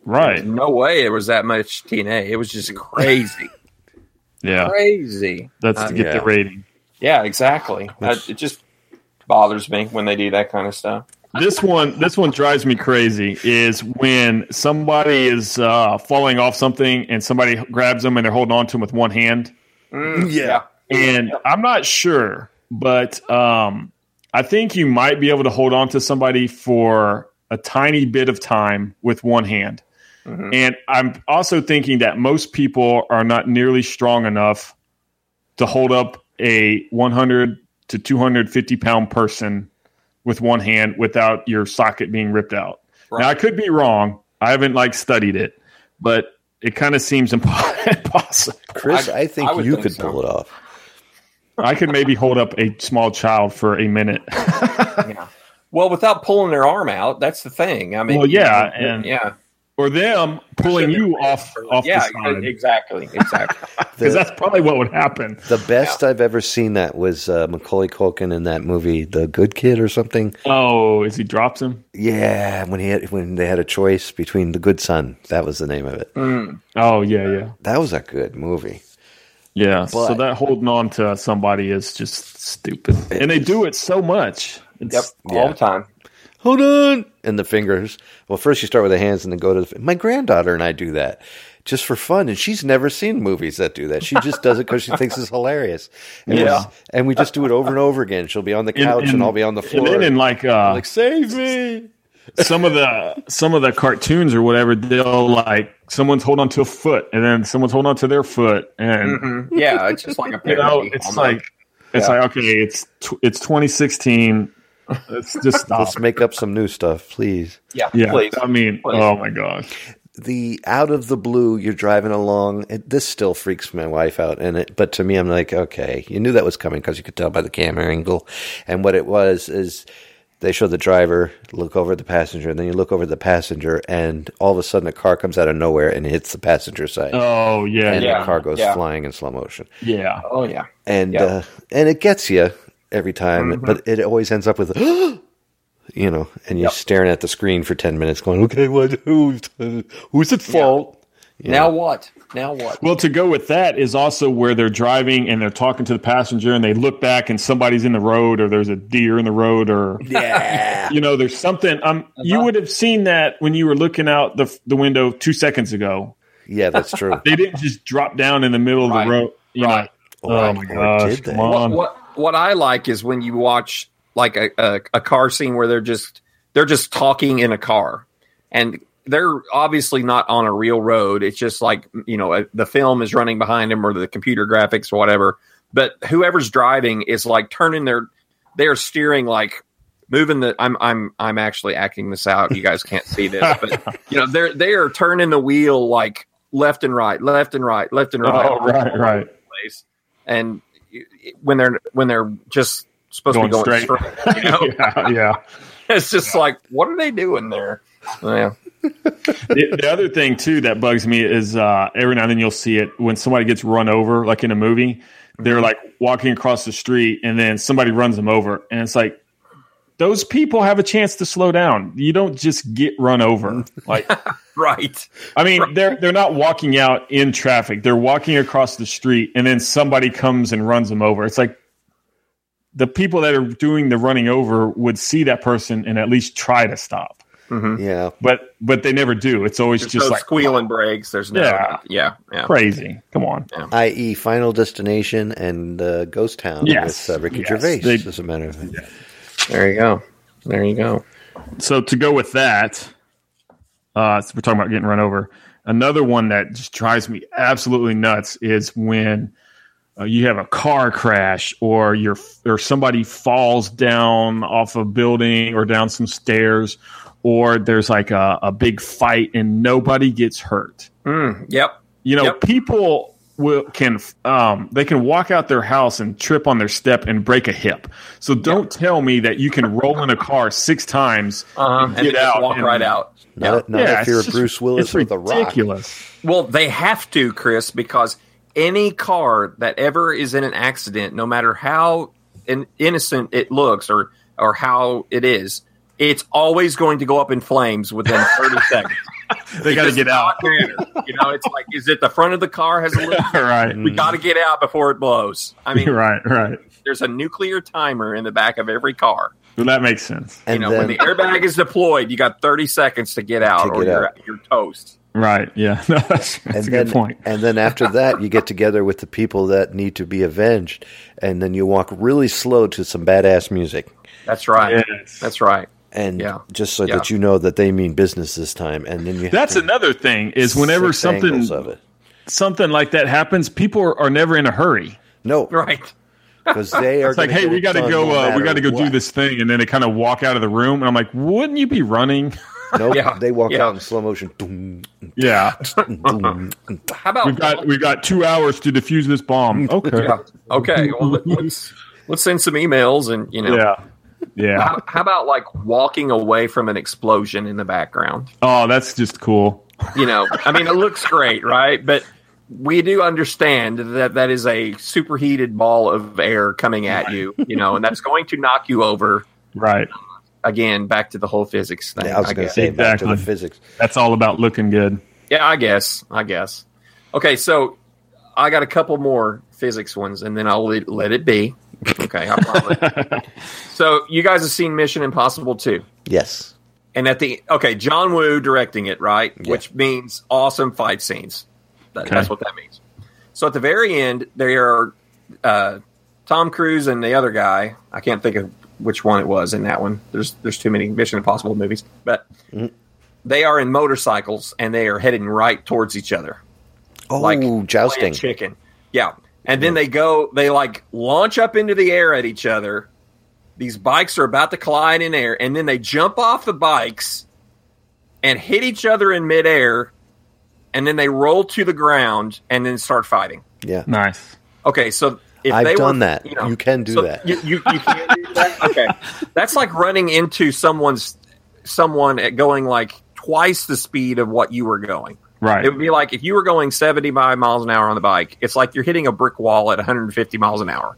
Speaker 5: Right.
Speaker 6: No way, it was that much TNA. It was
Speaker 5: [LAUGHS]
Speaker 6: just crazy,
Speaker 5: Yeah.
Speaker 6: crazy.
Speaker 5: That's to get
Speaker 7: yeah.
Speaker 5: the rating.
Speaker 6: Yeah, exactly.
Speaker 7: That's-
Speaker 6: I, it just bothers me when they do that kind of stuff.
Speaker 5: This one this one drives me crazy is when somebody is uh, falling off something and somebody grabs them and they're holding on to them with one hand.
Speaker 6: Yeah.
Speaker 5: And I'm not sure, but um, I think you might be able to hold on to somebody for a tiny bit of time with one hand. And I'm also thinking that most people are not nearly strong enough to hold up a 100 to 250 pound person with one hand without your socket being ripped out. Now, I could be wrong. I haven't like studied it, but it kind of seems impo- [LAUGHS] impossible.
Speaker 7: Chris, I,
Speaker 6: I-
Speaker 7: think
Speaker 6: I would
Speaker 7: you
Speaker 6: think
Speaker 7: could
Speaker 6: so.
Speaker 7: pull it
Speaker 6: [LAUGHS]
Speaker 7: off.
Speaker 5: I could maybe hold up a small child for a minute.
Speaker 6: Well, without pulling their arm out, that's the thing. I mean,
Speaker 5: Well, yeah,
Speaker 6: you know,
Speaker 5: and-
Speaker 6: yeah,
Speaker 5: [LAUGHS] or them pulling you off off
Speaker 6: yeah, e-,
Speaker 5: the side
Speaker 6: exactly,
Speaker 5: [LAUGHS]
Speaker 6: exactly.
Speaker 5: because that's probably what would happen.
Speaker 7: The best I've ever seen that was uh, Macaulay Culkin in that movie, The Good Kid or something.
Speaker 5: Oh, is he drops him?
Speaker 7: Yeah, when he had, when they had a choice between The Good Son, that was the name of it.
Speaker 5: Oh yeah, yeah,
Speaker 7: That was a good movie.
Speaker 5: yeah. so
Speaker 7: But-
Speaker 5: that holding on to somebody is just stupid, and they do it so much.
Speaker 6: yep,
Speaker 5: It's,
Speaker 6: all
Speaker 7: yeah.
Speaker 6: the time.
Speaker 7: Hold on, and the fingers. Well, first you start with the hands, and then go to the. My granddaughter and I do that just for fun, and she's never seen movies that do that. She just does it because she thinks it's hilarious. And
Speaker 5: Yeah.
Speaker 7: we- and we just do it over and over again. She'll be on the couch, and, I'll be on the floor.
Speaker 5: And then in like uh,
Speaker 7: like [LAUGHS] save me.
Speaker 5: some of the some of the cartoons or whatever, they'll like someone's holding on to a foot, and then someone's holding on to their foot, and
Speaker 6: Mm-hmm. Yeah, it's just like a
Speaker 5: [LAUGHS] you
Speaker 6: parody.
Speaker 5: know, it's
Speaker 6: almost.
Speaker 5: like it's like okay, it's tw- it's 2016. Let's
Speaker 6: [LAUGHS]
Speaker 5: just stop.
Speaker 7: Let's make up some new stuff, please.
Speaker 6: yeah,
Speaker 5: Yeah,
Speaker 6: please.
Speaker 5: I mean,
Speaker 6: Please.
Speaker 5: oh my gosh.
Speaker 7: the out of the blue you're driving along it, this still freaks my wife out and it but to me i'm like okay you knew that was coming because you could tell by the camera angle and what it was is they show the driver look over at the passenger and then you look over at the passenger and all of a sudden a car comes out of nowhere and hits the passenger side
Speaker 5: Oh yeah,
Speaker 7: and
Speaker 5: yeah,
Speaker 7: the car goes
Speaker 6: yeah.
Speaker 7: flying in slow motion
Speaker 5: yeah.
Speaker 6: oh yeah,
Speaker 7: and
Speaker 6: Yeah.
Speaker 7: uh, and it gets you every time but it always ends up with [GASPS] you know and you're staring at the screen for 10 minutes going okay what who's who's at fault
Speaker 6: Now what? Now what?
Speaker 5: Well, to go with that is also where they're driving and they're talking to the passenger and they look back and somebody's in the road or there's a deer in the road or yeah, you know, there's something. Um,
Speaker 6: Uh-huh.
Speaker 5: you would have seen that when you were looking out the the window two seconds ago.
Speaker 7: [LAUGHS] Yeah, that's true.
Speaker 5: They didn't just drop down in the middle of
Speaker 6: Right.
Speaker 5: the road. You
Speaker 6: Right.
Speaker 5: Know, oh my gosh! Come
Speaker 6: What,
Speaker 5: on.
Speaker 6: what what I like is when you watch like a, a, a car scene where they're just they're just talking in a car and they're obviously not on a real road it's just like you know a, the film is running behind them or the computer graphics or whatever but whoever's driving is like turning their they're steering like moving the I'm I'm I'm actually acting this out you guys can't see this
Speaker 5: [LAUGHS]
Speaker 6: but you know they're they're turning the wheel like left and right left and right left and right
Speaker 5: Oh, [LAUGHS] right,
Speaker 6: [LAUGHS]
Speaker 5: right.
Speaker 6: place, and y- y- when they're when they're just supposed to be
Speaker 5: Going
Speaker 6: going straight,
Speaker 5: [LAUGHS] straight.
Speaker 6: you know?
Speaker 5: yeah, yeah.
Speaker 6: it's just like what are they doing there? Yeah,
Speaker 5: the, the other thing too that bugs me is uh, every now and then you'll see it when somebody gets run over, like in a movie. They're like walking across the street, and then somebody runs them over, and it's like those people have a chance to slow down. You don't just get run over. Like,
Speaker 6: right?
Speaker 5: I mean, they're they're not walking out in traffic. They're walking across the street, and then somebody comes and runs them over. It's like the people that are doing the running over would see that person and at least try to stop.
Speaker 7: Yeah.
Speaker 5: But but they never do. It's always
Speaker 6: There's
Speaker 5: just
Speaker 6: no
Speaker 5: like
Speaker 6: squealing brakes. There's no.
Speaker 5: Yeah.
Speaker 6: Yeah. Yeah. yeah.
Speaker 5: crazy. Come on.
Speaker 7: I.e., e, Final Destination and uh, Ghost Town
Speaker 5: Yes.
Speaker 7: with uh, Ricky
Speaker 5: Yes.
Speaker 7: Gervais,
Speaker 5: They-
Speaker 7: as a matter of fact.
Speaker 6: There you go. There you go.
Speaker 5: So to go with that, uh, so we're talking about getting run over. Another one that just drives me absolutely nuts is when uh, you have a car crash or your or somebody falls down off a building or down some stairs, or there's like a, a big fight and nobody gets hurt.
Speaker 6: Mm, yep.
Speaker 5: you know
Speaker 6: Yep.
Speaker 5: people will can um they can walk out their house and trip on their step and break a hip so don't tell me that you can roll in a car six times
Speaker 6: Uh-huh. And
Speaker 5: Get
Speaker 6: they just
Speaker 5: out
Speaker 6: walk
Speaker 5: and-
Speaker 6: right out.
Speaker 7: Not, not if
Speaker 5: it's
Speaker 7: you're
Speaker 5: just-
Speaker 7: Bruce Willis
Speaker 5: it's
Speaker 7: with a rock.
Speaker 5: ridiculous
Speaker 6: Well, they have to, Chris, because any car that ever is in an accident, no matter how in- innocent it looks or or how it is, it's always going to go up in
Speaker 5: [LAUGHS]
Speaker 6: flames within 30 seconds.
Speaker 5: they got to
Speaker 6: It
Speaker 5: get
Speaker 6: does
Speaker 5: out
Speaker 6: not matter. You know, it's like, is it the front of the car has a little?
Speaker 5: all [LAUGHS] right
Speaker 7: Mm-hmm.
Speaker 6: We got to get out before it blows. I
Speaker 5: [LAUGHS]
Speaker 6: mean,
Speaker 5: right right
Speaker 6: there's a nuclear timer in the back of every car.
Speaker 5: well, that makes sense
Speaker 7: And
Speaker 6: you know,
Speaker 7: then
Speaker 6: when the airbag is deployed, you got 30 seconds to get out
Speaker 7: To
Speaker 6: or
Speaker 7: get
Speaker 6: you're,
Speaker 7: out.
Speaker 6: you're toast.
Speaker 5: right yeah [LAUGHS] no, that's, that's a
Speaker 7: and
Speaker 5: good
Speaker 7: then,
Speaker 5: point
Speaker 7: And then after that, you get together with the people that need to be avenged, and then you walk really slow to some badass music,
Speaker 6: That's right.
Speaker 5: Yes.
Speaker 6: That's right.
Speaker 7: and
Speaker 6: Yeah.
Speaker 7: just so
Speaker 6: Yeah.
Speaker 7: that you know that they mean business this time. And then you have
Speaker 5: that's
Speaker 7: to-
Speaker 5: another thing is whenever
Speaker 7: six angles of
Speaker 5: something
Speaker 7: it.
Speaker 5: something like that happens people are, are never in a hurry [LAUGHS]
Speaker 7: No,
Speaker 6: Right.
Speaker 7: because they are
Speaker 5: It's like,
Speaker 7: gonna
Speaker 5: hey,
Speaker 7: get
Speaker 5: we
Speaker 7: it
Speaker 5: got to
Speaker 7: done
Speaker 5: go.
Speaker 7: no
Speaker 5: uh, we
Speaker 7: matter
Speaker 5: got to go do
Speaker 7: what.
Speaker 5: this thing, and then they kind of walk out of the room, and I'm like, wouldn't you be running?
Speaker 7: Nope,
Speaker 6: Yeah.
Speaker 7: they walk
Speaker 6: Yeah. Uh-huh.
Speaker 7: out in slow motion. Doom,
Speaker 5: [LAUGHS] yeah,
Speaker 7: doom.
Speaker 6: How about
Speaker 5: we've got we've got two hours to defuse this bomb. [LAUGHS] Okay,
Speaker 6: Yeah. Okay. Well, let- let's let's send some emails and you know.
Speaker 5: yeah, yeah.
Speaker 6: How, how about like walking away from an explosion in the background?
Speaker 5: Oh, that's just cool.
Speaker 6: You know, I mean, it looks great, right? But we do understand that that is a superheated ball of air coming at you, you know, and that's going to knock you over.
Speaker 5: Right.
Speaker 6: Again, back to the whole physics thing.
Speaker 7: Yeah, I was going to
Speaker 6: guess.
Speaker 7: say back to the
Speaker 5: Exactly.
Speaker 7: physics.
Speaker 5: That's all about looking good.
Speaker 6: Yeah, I guess. I guess. Okay, so I got a couple more physics ones, and then I'll let, let it be. Okay, I promise.
Speaker 7: [LAUGHS]
Speaker 6: so you guys have seen Mission Impossible too,
Speaker 7: Yes,
Speaker 6: and at the okay, John Woo directing it, right?
Speaker 7: Yeah.
Speaker 6: Which means awesome fight scenes. That,
Speaker 5: Okay.
Speaker 6: That's what that means. So at the very end, there are uh, Tom Cruise and the other guy. I can't think of which one it was in that one. There's there's too many Mission Impossible movies, but they are in motorcycles and they are heading right towards each other.
Speaker 7: oh,
Speaker 6: Like
Speaker 7: jousting.
Speaker 6: Playing chicken. Yeah. And then they go, they like launch up into the air at each other. These bikes are about to collide in air, and then they jump off the bikes and hit each other in midair, and then they roll to the ground and then start fighting.
Speaker 7: Yeah,
Speaker 5: Nice.
Speaker 6: Okay, so if
Speaker 7: I've
Speaker 6: they were-
Speaker 7: done that. You can do
Speaker 6: so
Speaker 7: that.
Speaker 6: You, you, you can
Speaker 7: [LAUGHS]
Speaker 6: do that. Okay, that's like running into someone's someone at going like twice the speed of what you were going.
Speaker 5: Right.
Speaker 6: It would be like if you were going 75 miles an hour on the bike, it's like you're hitting a brick wall at 150 miles an hour.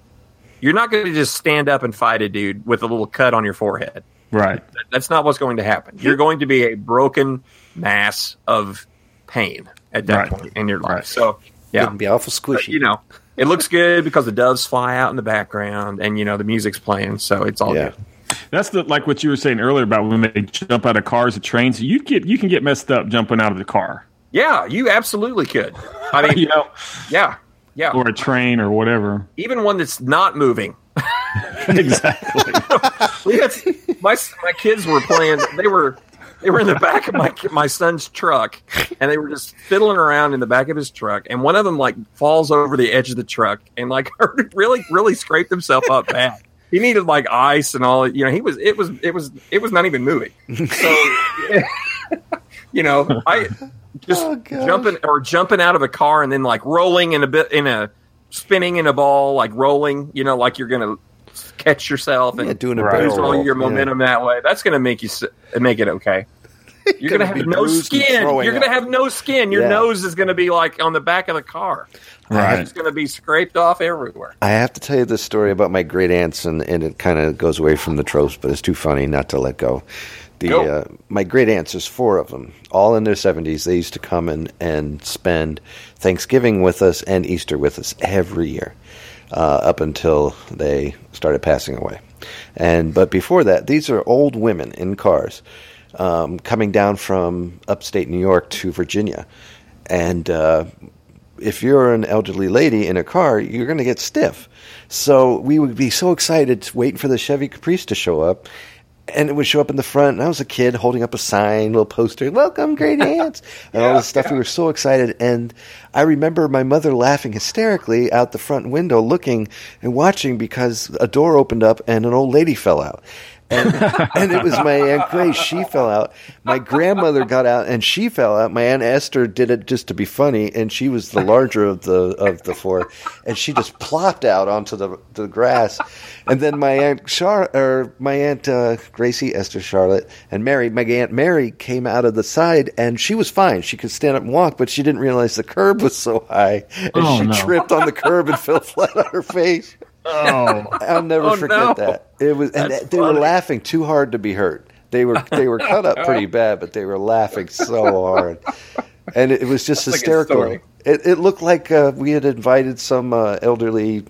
Speaker 6: You're not going to just stand up and fight a dude with a little cut on your forehead.
Speaker 5: right.
Speaker 6: That's not what's going to happen. You're going to be a broken mass of pain at that
Speaker 5: Right.
Speaker 6: point in your life.
Speaker 5: Right.
Speaker 6: So,
Speaker 7: it
Speaker 6: yeah,
Speaker 7: would be awful
Speaker 6: But,
Speaker 7: squishy.
Speaker 6: you know, it looks good because the doves fly out in the background and, you know, the music's playing. So it's all
Speaker 7: yeah,
Speaker 6: good.
Speaker 5: That's the like what you were saying earlier about when they jump out of cars and trains. You get you can get messed up jumping out of the car,
Speaker 6: Yeah, you absolutely could.
Speaker 5: [LAUGHS]
Speaker 6: I mean,
Speaker 5: you know,
Speaker 6: [LAUGHS] yeah, yeah.
Speaker 5: or a train or whatever.
Speaker 6: Even one that's not moving.
Speaker 7: [LAUGHS]
Speaker 6: [LAUGHS]
Speaker 5: exactly.
Speaker 6: Yes, my my kids were playing. They were they were in the back of my my son's truck, and they were just fiddling around in the back of his truck. And one of them like falls over the edge of the truck and like [LAUGHS] really really scraped himself up bad. He needed like ice and all. You know, he was it was it was it was not even moving. So [LAUGHS] you know, I just
Speaker 7: Oh, gosh.
Speaker 6: jumping or jumping out of a car and then like rolling in a bit in a spinning in a ball like rolling. You know, like you're gonna catch yourself and
Speaker 7: Yeah, doing a
Speaker 5: Right.
Speaker 7: barrel
Speaker 6: lose all
Speaker 7: roll.
Speaker 6: your
Speaker 7: Yeah.
Speaker 6: momentum that way. That's going to make you s- make it okay. You're gonna, have
Speaker 7: be
Speaker 6: no
Speaker 7: bruised and
Speaker 6: skin.
Speaker 7: throwing
Speaker 6: You're gonna
Speaker 7: up.
Speaker 6: have no skin. Your
Speaker 7: Yeah.
Speaker 6: nose is gonna be like on the back of the car.
Speaker 5: Right.
Speaker 6: It's gonna be scraped off everywhere.
Speaker 7: I have to tell you this story about my great aunts, and, and it kind of goes away from the tropes, but it's too funny not to let go. The
Speaker 6: Go.
Speaker 7: uh, my great aunts, there's four of them, all in their seventies. They used to come and and spend Thanksgiving with us and Easter with us every year, uh, up until they started passing away. And but before that, these are old women in cars um, coming down from upstate New York to Virginia, and uh, if you're an elderly lady in a car, you're going to get stiff. So we would be so excited waiting for the Chevy Caprice to show up. And it would show up in the front, and I was a kid holding up a sign, little poster, "Welcome, great aunts," and all this stuff. We were so excited, and I remember my mother laughing hysterically out the front window, looking and watching because a door opened up and an old lady fell out, and, [LAUGHS] and it was my aunt Grace. She fell out. My grandmother got out and she fell out. My aunt Esther did it just to be funny, and she was the larger of the of the four, and she just plopped out onto the the grass. And then my aunt Char or my aunt uh, Gracie, Esther, Charlotte, and Mary. My aunt Mary came out of the side, and she was fine. She could stand up and walk, but she didn't realize the curb was so high, and
Speaker 5: Oh,
Speaker 7: she
Speaker 5: no.
Speaker 7: tripped on the curb and fell flat on her face.
Speaker 6: [LAUGHS]
Speaker 5: Oh,
Speaker 7: I'll never
Speaker 6: Oh,
Speaker 7: forget
Speaker 6: no.
Speaker 7: that. It was, and
Speaker 6: That's
Speaker 7: that- they were
Speaker 6: funny.
Speaker 7: laughing too hard to be hurt. They were they were cut up
Speaker 6: [LAUGHS]
Speaker 7: pretty bad, but they were laughing so hard, and it, it was just
Speaker 6: That's a good
Speaker 7: hysterical.
Speaker 6: story.
Speaker 7: it, it looked like uh, we had invited some uh, elderly,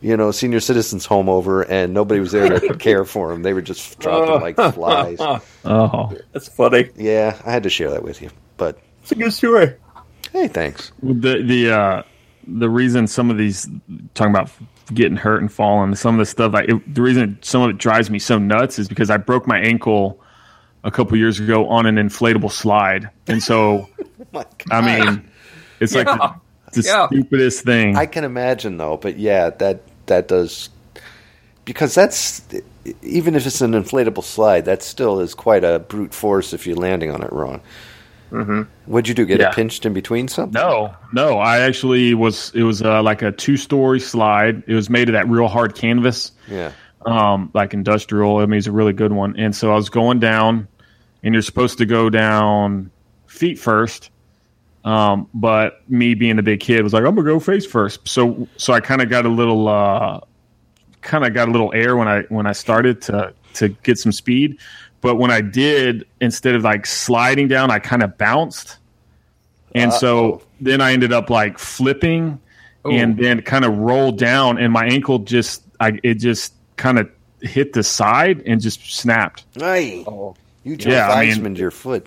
Speaker 7: you know, senior citizens home over, and nobody was there to care for them. They were just dropping like
Speaker 6: [LAUGHS]
Speaker 7: flies.
Speaker 5: oh,
Speaker 6: That's funny.
Speaker 7: Yeah, I had to share that with you, but
Speaker 6: It's a good story.
Speaker 7: hey, thanks.
Speaker 5: the the uh, the reason some of these talking about getting hurt and falling, some of the stuff. Like it, the reason some of it drives me so nuts is because I broke my ankle a couple years ago on an inflatable slide, and so
Speaker 7: My
Speaker 6: [LAUGHS]
Speaker 5: I mean, it's like
Speaker 6: Yeah.
Speaker 5: the, the
Speaker 6: Yeah.
Speaker 5: stupidest thing.
Speaker 7: I can imagine though, but yeah, that that does because that's even if it's an inflatable slide, that still is quite a brute force if you're landing on it wrong. Mm-hmm. What'd you do? Get
Speaker 5: Yeah.
Speaker 7: it pinched in between something?
Speaker 5: No, no. I actually was. It was uh, like a two-story slide. It was made of that real hard canvas,
Speaker 7: Yeah.
Speaker 5: um, like industrial. I mean, it's a really good one. And so I was going down, and you're supposed to go down feet first. Um, but me being a big kid was like, I'm gonna go face first. So, so I kind of got a little, uh, kind of got a little air when I when I started to to get some speed. But when I did, instead of like sliding down, I kind of bounced. And so then I ended up like flipping and then kind of rolled down and my ankle just I it just kind of hit the side and just snapped.
Speaker 7: Aye. You just
Speaker 5: Oh. Yeah, I mean-
Speaker 7: Weismaned your
Speaker 5: [LAUGHS]
Speaker 7: foot.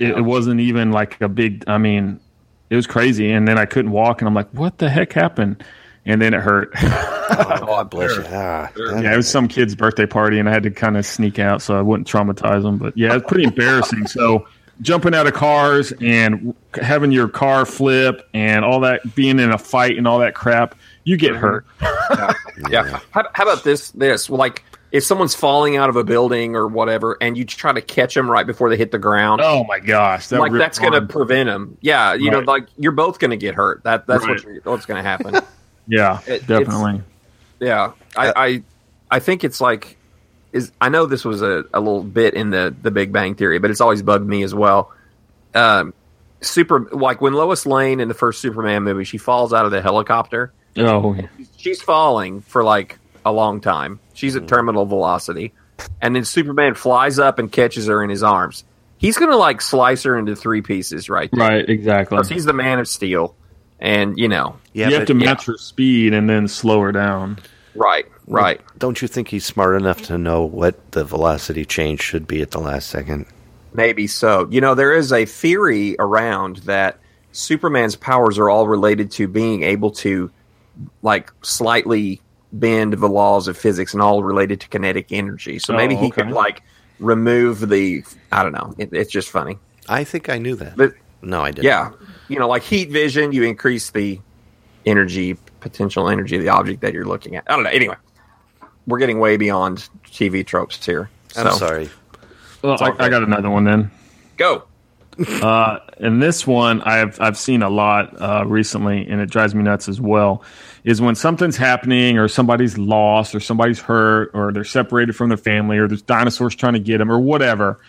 Speaker 5: It, it wasn't even like a big I mean, it was crazy and then I couldn't walk and I'm like, "What the heck happened?" And then it hurt. [LAUGHS]
Speaker 7: God bless you. Ah, that-
Speaker 5: Oh, yeah, it was some kid's birthday party, and I had to kind of sneak out so I wouldn't traumatize them. But yeah, it's pretty embarrassing. So jumping out of cars and having your car flip and all that, being in a fight and all that crap, you
Speaker 6: Mm-hmm.
Speaker 5: get hurt.
Speaker 6: Yeah. How, how about this? This like if someone's falling out of a building or whatever, and you try to catch them right before they hit the ground.
Speaker 5: Oh my gosh, that
Speaker 6: like
Speaker 5: ripped
Speaker 6: that's going to
Speaker 5: arm.
Speaker 6: prevent them. Yeah, you
Speaker 5: Right.
Speaker 6: know, like you're both going to get hurt. That that's
Speaker 5: Right.
Speaker 6: what you're, what's going to
Speaker 5: [LAUGHS]
Speaker 6: happen.
Speaker 5: yeah,
Speaker 6: it- it's-
Speaker 5: definitely.
Speaker 6: yeah, I, I I think it's like is I know this was a, a little bit in the the Big Bang Theory, but it's always bugged me as well. Um, super like when Lois Lane in the first Superman movie, she falls out of the helicopter.
Speaker 5: Oh,
Speaker 6: she's falling for like a long time. She's
Speaker 5: Mm-hmm.
Speaker 6: at terminal velocity, and then Superman flies up and catches her in his arms. He's gonna like slice her into three pieces, right? There.
Speaker 5: right, exactly.
Speaker 6: 'Cause he's the Man of Steel, and you know,
Speaker 7: yeah,
Speaker 5: you have
Speaker 7: but
Speaker 5: to match her speed and then slow her down.
Speaker 6: right, right.
Speaker 7: don't you think he's smart enough to know what the velocity change should be at the last second?
Speaker 6: Maybe so. You know, there is a theory around that Superman's powers are all related to being able to like slightly bend the laws of physics and all related to kinetic energy. So
Speaker 5: Oh,
Speaker 6: maybe he
Speaker 5: okay.
Speaker 6: could like remove the I don't know. It, it's just funny.
Speaker 7: I think I knew that.
Speaker 6: But
Speaker 7: no, I didn't.
Speaker 6: yeah, you know, like heat vision, you increase the energy potential energy of the object that you're looking at. I don't know. Anyway, we're getting way beyond TV tropes here.
Speaker 7: I'm
Speaker 6: So,
Speaker 7: sorry.
Speaker 5: Well, I, I got another one then.
Speaker 6: Go.
Speaker 5: and this one I've I've seen a lot uh, recently, and it drives me nuts as well. Is when something's happening, or somebody's lost, or somebody's hurt, or they're separated from their family, or there's dinosaurs trying to get them, or whatever,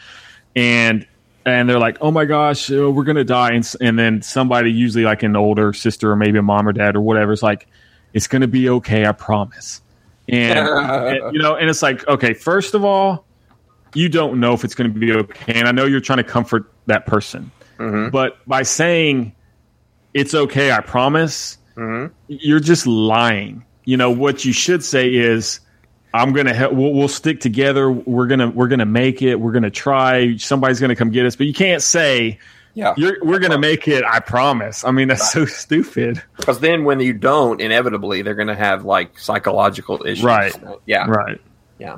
Speaker 5: and and they're like, "Oh my gosh, uh, we're gonna die!" And, s- and then somebody, usually like an older sister or maybe a mom or dad or whatever, is like, "It's gonna be okay, I promise." And, and, you know, and it's like, okay, first of all, you don't know if it's gonna be okay, and I know you're trying to comfort that person, but by saying it's okay, I promise, you're just lying. You know what you should say is. I'm gonna help. We'll, we'll stick together. We're gonna we're gonna make it. We're gonna try. Somebody's gonna come get us. But you can't say
Speaker 6: Yeah.
Speaker 5: you're we're gonna make it. I promise. I mean that's so stupid.
Speaker 6: Because then when you don't, inevitably they're going to have like psychological issues.
Speaker 5: Right.
Speaker 6: Yeah.
Speaker 5: Right.
Speaker 6: Yeah.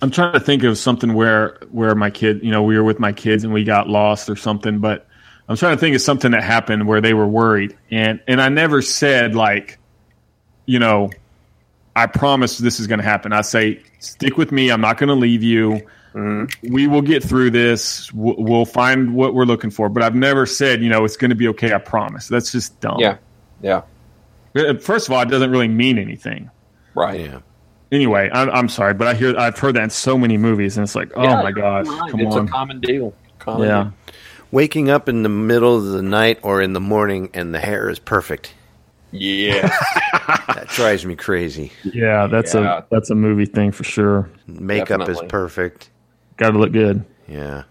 Speaker 5: I'm trying to think of something where where my kid. You know, we were with my kids and we got lost or something. But I'm trying to think of something that happened where they were worried and and I never said like, you know, I promise this is going to happen. I say, stick with me. I'm not going to leave you.
Speaker 6: Mm-hmm.
Speaker 5: We will get through this. We'll, we'll find what we're looking for. But I've never said, you know, it's going to be okay. I promise. That's just dumb.
Speaker 6: Yeah. Yeah.
Speaker 5: Uh, First of all, it doesn't really mean anything.
Speaker 6: Right.
Speaker 7: Yeah.
Speaker 5: Anyway, I'm, I'm sorry, but I hear I've heard that in so many movies, and it's like, oh
Speaker 6: Yeah,
Speaker 5: my
Speaker 6: you're
Speaker 5: gosh,
Speaker 6: right.
Speaker 5: come
Speaker 6: it's
Speaker 5: on,
Speaker 6: a common deal. Common
Speaker 5: yeah,
Speaker 6: deal.
Speaker 7: Waking up in the middle of the night or in the morning and the hair is
Speaker 6: [LAUGHS]
Speaker 7: perfect.
Speaker 5: [LAUGHS]
Speaker 6: Yeah.
Speaker 7: That drives me crazy.
Speaker 5: yeah, that's
Speaker 6: Yeah.
Speaker 5: a that's a movie thing for sure.
Speaker 7: Makeup
Speaker 6: Definitely.
Speaker 7: is perfect.
Speaker 5: Got to look good.
Speaker 7: Yeah.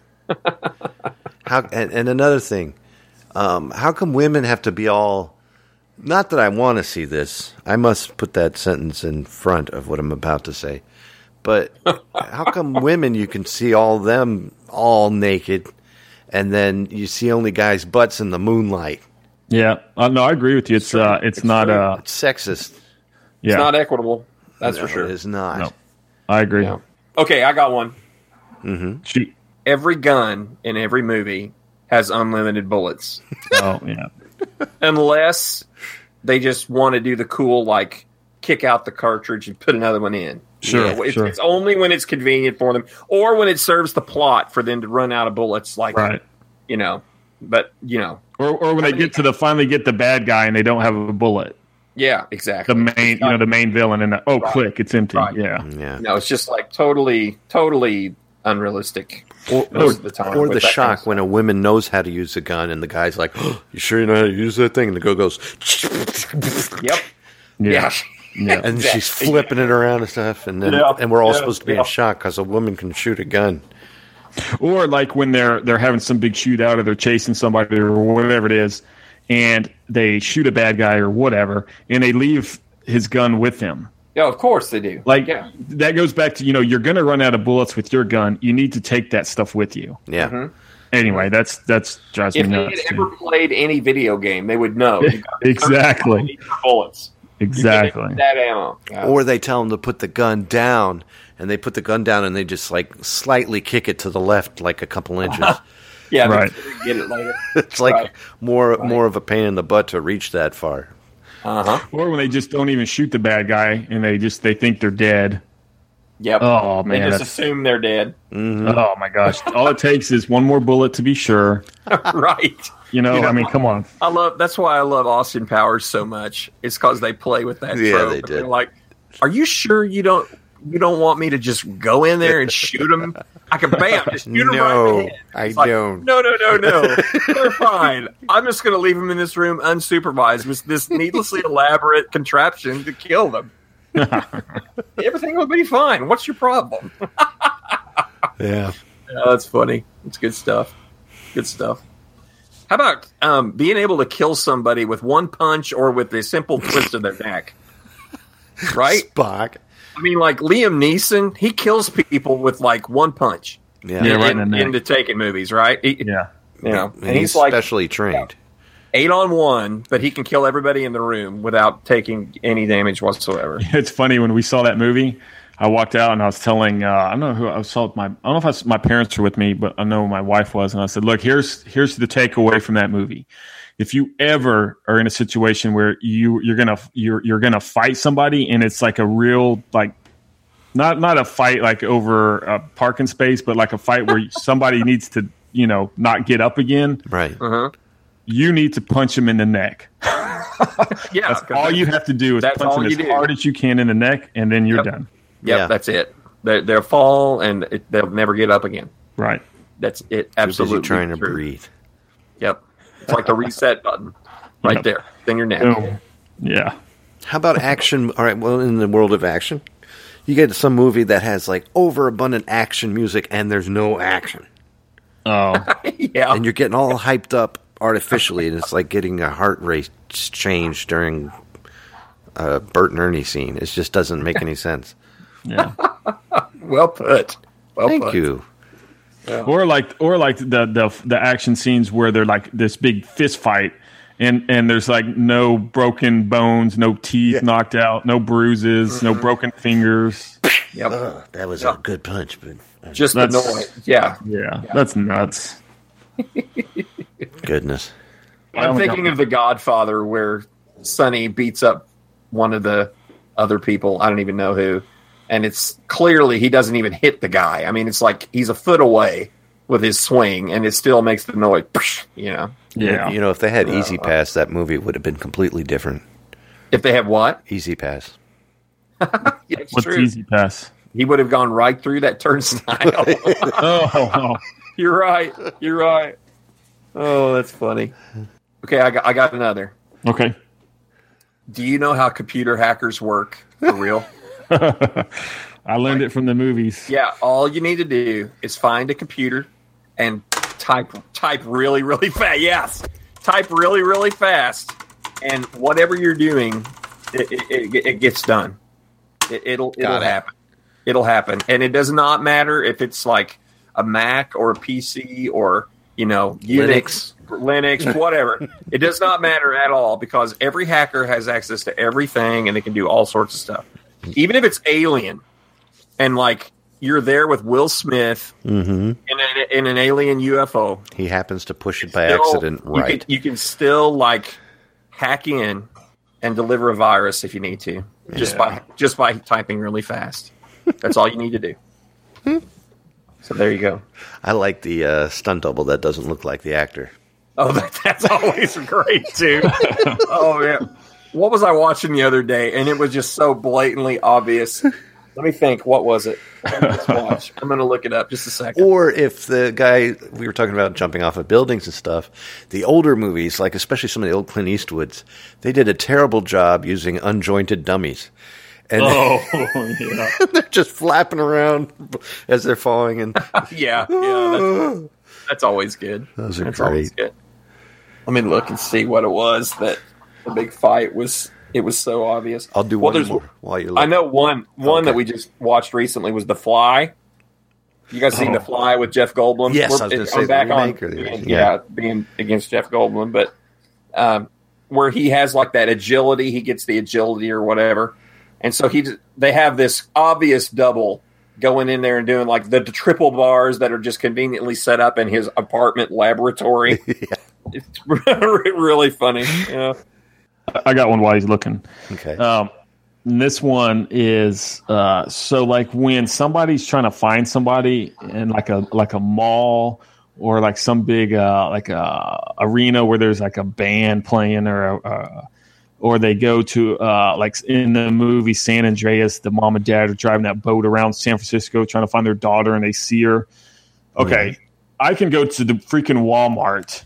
Speaker 7: how and, and another thing, um, how come women have to be all? Not that I want to see this. I must put that sentence in front of what I'm about to say. But
Speaker 6: [LAUGHS]
Speaker 7: how come women you can see all them all naked, and then you see only guys' butts in the moonlight?
Speaker 5: Yeah, uh, no, I agree with you. It's uh, it's, not uh,
Speaker 7: It's sexist.
Speaker 5: yeah,
Speaker 6: It's not equitable. That's
Speaker 7: No,
Speaker 6: for sure.
Speaker 7: It is not.
Speaker 5: No. I agree.
Speaker 6: Yeah. Okay, I got one.
Speaker 5: She,
Speaker 6: Every gun in every movie has unlimited bullets.
Speaker 5: oh yeah,
Speaker 6: unless they just want to do the cool like kick out the cartridge and put another one in.
Speaker 5: Sure,
Speaker 6: it's,
Speaker 5: sure.
Speaker 6: it's only when it's convenient for them, or when it serves the plot for them to run out of bullets. Like
Speaker 5: right.
Speaker 6: you know, but you know,
Speaker 5: Or or when they
Speaker 6: many-
Speaker 5: get to the finally get the bad guy and they don't have a bullet,
Speaker 6: yeah,
Speaker 5: the
Speaker 6: exactly.
Speaker 5: main you know the main villain, and the, oh click, it's empty.
Speaker 6: Right.
Speaker 5: Yeah,
Speaker 7: Yeah.
Speaker 6: no, it's just like totally, totally unrealistic.
Speaker 7: Or,
Speaker 6: Most
Speaker 7: or,
Speaker 6: of the time
Speaker 7: or
Speaker 6: with
Speaker 7: the
Speaker 6: that kind
Speaker 7: shock
Speaker 6: of
Speaker 7: when a woman knows how to use a gun and the guy's like, [GASPS] You sure you know how to use that thing? And the girl goes, [LAUGHS]
Speaker 6: Yep. Yeah.
Speaker 5: yeah, yeah.
Speaker 7: and
Speaker 6: Exactly.
Speaker 7: she's flipping it around and stuff, and then
Speaker 6: Yeah.
Speaker 7: and we're all
Speaker 6: Yeah.
Speaker 7: supposed to be
Speaker 6: Yeah.
Speaker 7: in shock because a woman can shoot a gun.
Speaker 5: or like when they're they're having some big shootout or they're chasing somebody or whatever it is and they shoot a bad guy or whatever and they leave his gun with them
Speaker 6: Yeah, of course they do.
Speaker 5: like
Speaker 6: yeah,
Speaker 5: that goes back to you know you're gonna run out of bullets with your gun you need to take that stuff with you
Speaker 7: Yeah,
Speaker 6: Mm-hmm.
Speaker 5: anyway that's that's drives
Speaker 6: if
Speaker 5: me
Speaker 6: they
Speaker 5: nuts
Speaker 6: had
Speaker 5: too.
Speaker 6: ever played any video game, they would know You gotta
Speaker 5: [LAUGHS] exactly
Speaker 6: need your bullets. You gotta
Speaker 5: exactly
Speaker 6: need That ammo. Yeah.
Speaker 7: or they tell them to put the gun down, and they put the gun down, and they just like slightly kick it to the left, like a
Speaker 6: [LAUGHS]
Speaker 7: couple inches. [LAUGHS]
Speaker 6: Yeah,
Speaker 5: Right.
Speaker 6: they get it later.
Speaker 7: it's like
Speaker 6: Right.
Speaker 7: more more of a pain in the butt to reach that far.
Speaker 6: Uh huh.
Speaker 5: or when they just don't even shoot the bad guy and they just they think they're dead
Speaker 6: Yep.
Speaker 5: oh
Speaker 6: they
Speaker 5: man
Speaker 6: just
Speaker 5: that's,
Speaker 6: assume they're dead.
Speaker 5: oh my gosh all it takes is one more bullet to be sure
Speaker 6: [LAUGHS] right.
Speaker 5: you know,
Speaker 6: You know,
Speaker 5: i mean come on
Speaker 6: I love. That's why I love Austin Powers so much. It's because they play with that.
Speaker 7: Yeah,
Speaker 6: trope.
Speaker 7: they did.
Speaker 6: They're like, are you sure you don't you don't want me to just go in there and shoot him? I can bam, just shoot him right in the
Speaker 7: No,
Speaker 6: head.
Speaker 7: I
Speaker 6: It's like,
Speaker 7: don't.
Speaker 6: No, no, no,
Speaker 7: [LAUGHS]
Speaker 6: no. They're fine. I'm just going to leave him in this room unsupervised with this needlessly elaborate contraption to
Speaker 7: [LAUGHS]
Speaker 6: kill them. Everything will be fine. What's your problem?
Speaker 7: Yeah,
Speaker 6: Yeah, that's funny. It's good stuff. Good stuff. How about um, being able to kill somebody with one punch or with a simple twist of their neck? Right?
Speaker 7: Spock.
Speaker 6: I mean, like Liam Neeson, he kills people with like one punch
Speaker 7: Yeah,
Speaker 5: Yeah,
Speaker 7: and
Speaker 5: right
Speaker 6: in,
Speaker 5: in the neck.
Speaker 6: in the Taken movies, right? He-
Speaker 5: yeah
Speaker 6: You know, and,
Speaker 7: he's,
Speaker 6: he's, like
Speaker 7: specially trained.
Speaker 6: eight on one, but he can kill everybody in the room without taking any
Speaker 5: [LAUGHS]
Speaker 6: damage whatsoever.
Speaker 5: it's funny when we saw that movie. I walked out and I was telling uh, I don't know who I saw my I don't know if I was, my parents were with me, but I know my wife was, and I said, "Look, here's here's the takeaway from that movie. If you ever are in a situation where you you're gonna you're you're gonna fight somebody and it's like a real like not not a fight like over a parking space, but like a fight
Speaker 6: [LAUGHS]
Speaker 5: where somebody needs to you know not get up again,
Speaker 7: Right.
Speaker 6: Uh-huh.
Speaker 5: you need to punch him in the neck.
Speaker 6: Yeah,
Speaker 5: That's all you have to do is
Speaker 6: Oh, That's
Speaker 5: punch
Speaker 6: all
Speaker 5: him
Speaker 6: you
Speaker 5: as
Speaker 6: do.
Speaker 5: hard as you can in the neck, and then you're
Speaker 6: Yep.
Speaker 5: done.
Speaker 6: Yep,
Speaker 7: Yeah.
Speaker 6: that's it. They, they'll fall and it, they'll never get up again.
Speaker 5: Right.
Speaker 6: That's it.
Speaker 7: busy
Speaker 6: Absolutely
Speaker 7: trying to
Speaker 6: true.
Speaker 7: breathe.
Speaker 6: Yep, it's like the reset button right there. Fingernail.
Speaker 5: Boom. Yeah.
Speaker 7: How about action? All right, well, in the world of action, you get some movie that has like overabundant action music and there's no action.
Speaker 5: Oh,
Speaker 6: [LAUGHS] Yeah,
Speaker 7: And you're getting all hyped up artificially, and it's like getting a heart rate change during a Bert and Ernie scene. It just doesn't make any [LAUGHS] sense.
Speaker 5: yeah.
Speaker 6: well put. Well
Speaker 7: Thank
Speaker 6: put.
Speaker 7: you.
Speaker 5: or like or like the the the action scenes where they're like this big fist fight and and there's like no broken bones no teeth knocked out no bruises no broken fingers
Speaker 6: Yep.
Speaker 7: Ugh, Oh, that was a good punch, but
Speaker 6: Just the
Speaker 5: That's-
Speaker 6: noise. Yeah.
Speaker 5: yeah, that's nuts
Speaker 7: goodness.
Speaker 6: I'm thinking of The Godfather where Sonny beats up one of the other people. I don't even know who. And it's clearly he doesn't even hit the guy. I mean, it's like he's a foot away with his swing and it still makes the noise, you know.
Speaker 5: yeah
Speaker 7: You know, if they had Easy Pass, that movie would have been completely different.
Speaker 6: If they have what?
Speaker 7: Easy Pass.
Speaker 6: Yeah, it's
Speaker 5: what's
Speaker 6: true.
Speaker 5: easy pass
Speaker 6: He would have gone right through that [LAUGHS] turnstile.
Speaker 5: [LAUGHS] oh, oh,
Speaker 6: You're right. You're right. Oh, that's funny. Okay, I got, I got another.
Speaker 5: oh. okay
Speaker 6: Do you know how computer hackers work
Speaker 7: [LAUGHS]
Speaker 6: for real?
Speaker 5: i learned it from the movies
Speaker 6: Yeah, all you need to do is find a computer and type type really really fast. Yes, type really really fast, and whatever you're doing, it, it, it, it gets done. It, it'll it'll
Speaker 7: Got it.
Speaker 6: happen. It'll happen, and it does not matter if it's like a Mac or a PC or you know Unix, Linux, whatever. it does not matter at all because every hacker has access to everything and they can do all sorts of stuff. Even if it's alien, and like you're there with Will Smith
Speaker 7: hmm
Speaker 6: in an, in an alien UFO.
Speaker 7: He happens to push it by
Speaker 6: Still,
Speaker 7: accident,
Speaker 6: you
Speaker 7: right?
Speaker 6: Can, you can still like hack in and deliver a virus if you need to, just by just by typing really fast. That's all you need to do. so there you go.
Speaker 7: I like the uh, stunt double that doesn't look like the actor.
Speaker 6: Oh, [LAUGHS] that, that's always great too. oh yeah. What was I watching the other day? And it was just so blatantly obvious. Let me think. What was it? Let's watch. I'm going to look it up just
Speaker 7: [LAUGHS]
Speaker 6: a second.
Speaker 7: Or if the guy we were talking about jumping off of buildings and stuff, the older movies, like especially some of the old Clint Eastwoods, they did a terrible job using unjointed dummies. And
Speaker 5: [LAUGHS] oh yeah
Speaker 7: [LAUGHS] they're just flapping around as they're falling.
Speaker 6: [LAUGHS]
Speaker 7: And
Speaker 6: Yeah, yeah. That's, That's always good.
Speaker 7: Those are
Speaker 6: That's always
Speaker 7: great.
Speaker 6: good. Let me look and see what it was that the big fight was. It was so obvious.
Speaker 7: I'll do
Speaker 6: Well,
Speaker 7: one
Speaker 6: there's-
Speaker 7: more while you're.
Speaker 6: I
Speaker 7: Looking.
Speaker 6: know one one that we just watched recently was The Fly. You guys seen The Fly with Jeff Goldblum?
Speaker 7: Oh. Yes,
Speaker 6: We're-
Speaker 7: I was gonna
Speaker 6: I'm
Speaker 7: say the
Speaker 6: back on
Speaker 7: remake or the-
Speaker 6: being-
Speaker 7: yeah.
Speaker 6: yeah. being against Jeff Goldblum, but um, where he has like that agility, he gets the agility or whatever, and so he d- they have this obvious double going in there and doing like the triple bars that are just conveniently set up in his
Speaker 7: [LAUGHS]
Speaker 6: apartment laboratory. It's [LAUGHS] really funny. Yeah.
Speaker 5: i got one while he's looking
Speaker 7: Okay.
Speaker 6: Uh,
Speaker 5: Um, and this one is uh, so like when somebody's trying to find somebody in like a like a mall or like some big uh, like a arena where there's like a band playing or a, or they go to uh, like in the movie San Andreas, the mom and dad are driving that boat around San Francisco trying to find their daughter and they see her. Okay, I can go to the freaking Walmart.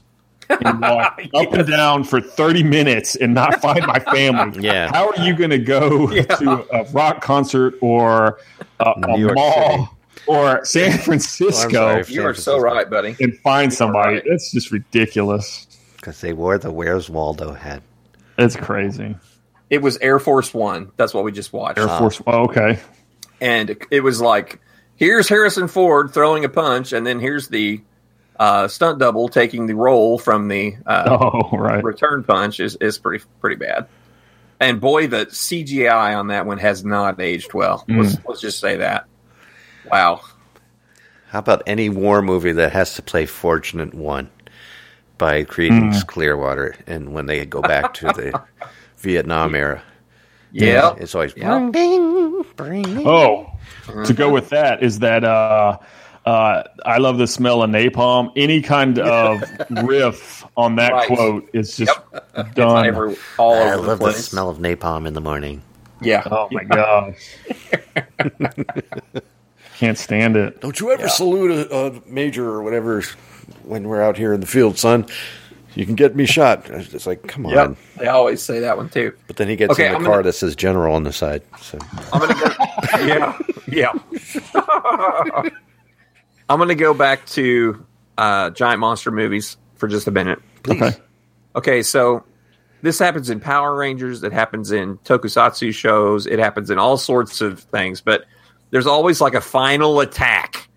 Speaker 5: And walk up and down for 30 minutes and not find my family.
Speaker 6: uh,
Speaker 7: yeah.
Speaker 5: How are you going to go to a rock concert or a, a
Speaker 7: New York
Speaker 5: mall or San Francisco
Speaker 7: sorry.
Speaker 6: You are so right, buddy.
Speaker 5: and find somebody? That's just ridiculous.
Speaker 7: Because they wore the Where's Waldo hat.
Speaker 5: That's crazy.
Speaker 6: It was Air Force One. That's what we just watched.
Speaker 5: Air Force. Oh, okay. [LAUGHS]
Speaker 6: and it was like here's Harrison Ford throwing a punch, and then here's the uh, stunt double taking the role from the uh,
Speaker 5: Oh, right.
Speaker 6: return punch is is pretty pretty bad. And boy, the CGI on that one has not aged well. Let's, let's just say that. Wow.
Speaker 7: How about any war movie that has to play Fortunate One by
Speaker 6: Hmm.
Speaker 7: Creedence Clearwater and when they go back to
Speaker 6: [LAUGHS]
Speaker 7: the Vietnam era?
Speaker 6: Yeah.
Speaker 7: It's always
Speaker 6: Yeah.
Speaker 5: Oh, to go with that is that uh, uh, I love the smell of napalm. Any kind of riff on that
Speaker 6: Right.
Speaker 5: quote is just done.
Speaker 6: Every, all over
Speaker 7: I
Speaker 6: the
Speaker 7: love the
Speaker 6: place.
Speaker 7: smell of napalm in the morning.
Speaker 6: Yeah.
Speaker 5: oh my gosh. can't stand it.
Speaker 7: Don't you ever salute a, a major or whatever when we're out here in the field, son. You can get me shot. It's like, come on.
Speaker 6: Yep, they always say that one too.
Speaker 7: But then he gets
Speaker 6: Okay,
Speaker 7: in the
Speaker 6: I'm
Speaker 7: car
Speaker 6: gonna-
Speaker 7: that says general on the side. So
Speaker 6: yeah, yeah. I'm going to go back to uh, giant monster movies for just a minute.
Speaker 5: Okay.
Speaker 6: Okay, so this happens in Power Rangers. It happens in Tokusatsu shows. It happens in all sorts of things. But there's always like a final attack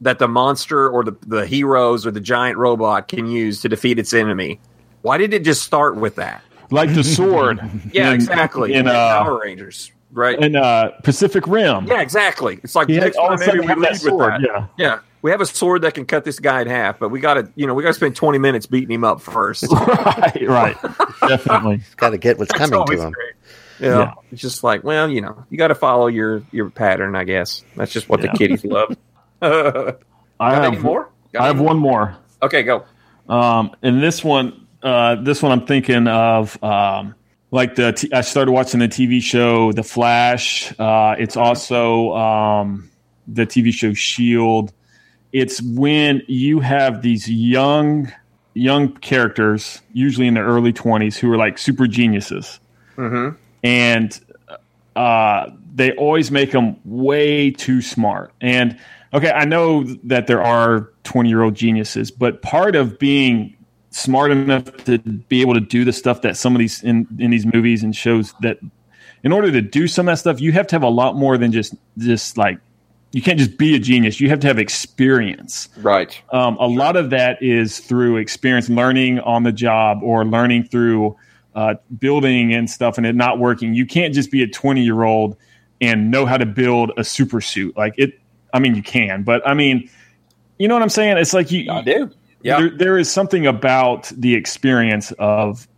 Speaker 6: that the monster or the, the heroes or the giant robot can use to defeat its enemy. Why did it just start with that?
Speaker 5: Like the sword.
Speaker 6: [LAUGHS] Yeah,
Speaker 5: in-
Speaker 6: exactly.
Speaker 5: In, uh,
Speaker 6: Power Rangers, right?
Speaker 5: in uh, Pacific Rim.
Speaker 6: yeah, exactly. It's like
Speaker 5: He had,
Speaker 6: next
Speaker 5: all
Speaker 6: time
Speaker 5: of a sudden
Speaker 6: maybe we
Speaker 5: had
Speaker 6: lead
Speaker 5: that
Speaker 6: with
Speaker 5: sword.
Speaker 6: that.
Speaker 5: Yeah.
Speaker 6: Yeah, we have a sword that can cut this guy in half, but we got to, you know, we got to spend 20 minutes beating him
Speaker 5: [LAUGHS]
Speaker 6: up first.
Speaker 5: right, right.
Speaker 6: [LAUGHS]
Speaker 5: Definitely.
Speaker 2: Got to get what's
Speaker 6: That's
Speaker 2: coming
Speaker 6: always
Speaker 2: to him.
Speaker 6: great. Yeah.
Speaker 5: Yeah.
Speaker 6: It's just like, well, you know, you got to follow your your pattern, I guess. That's just what
Speaker 5: Yeah. [LAUGHS]
Speaker 6: the kiddies love. [LAUGHS] got
Speaker 5: I
Speaker 6: any
Speaker 5: have,
Speaker 6: more? Got
Speaker 5: I have
Speaker 6: any more?
Speaker 5: one more.
Speaker 6: Okay, go.
Speaker 5: Um, and this one, uh, this one, I'm thinking of um, like the t- I started watching the TV show The Flash. Uh, it's also um, the TV show Shield. It's when you have these young young characters, usually in their early 20s, who are like super geniuses,
Speaker 6: Mhm.
Speaker 5: and uh, they always make them way too smart. And okay, I know that there are 20 year old geniuses, but part of being smart enough to be able to do the stuff that some of these in, in these movies and shows that in order to do some of that stuff, you have to have a lot more than just just like you can't just be a genius. You have to have experience.
Speaker 6: Right.
Speaker 5: Um, a lot of that is through experience, learning on the job, or learning through uh, building and stuff, and it not working. You can't just be a twenty-year-old and know how to build a super suit. Like it, I mean, you can, but I mean, you know what I'm saying? It's like you,
Speaker 6: I do. Yeah.
Speaker 5: there, there is something about the experience of,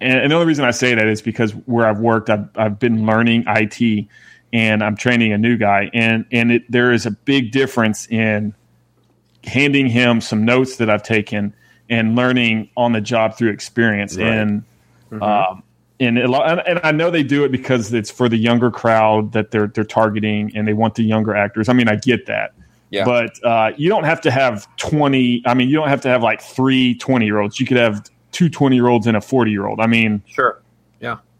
Speaker 5: and, and the only reason I say that is because where I've worked, I've, I've been learning IT, and I'm training a new guy, and and it, there is a big difference in handing him some notes that I've taken and learning on the job through experience, and um, and a lot, and- and I know they do it because it's for the younger crowd that they're they're targeting, and they want the younger actors. I mean, I get that.
Speaker 6: Yeah.
Speaker 5: But uh, you don't have to have 20. I mean, you don't have to have like three 20 year olds. You could have two 20 year olds and a 40 year old. I mean,
Speaker 6: Sure.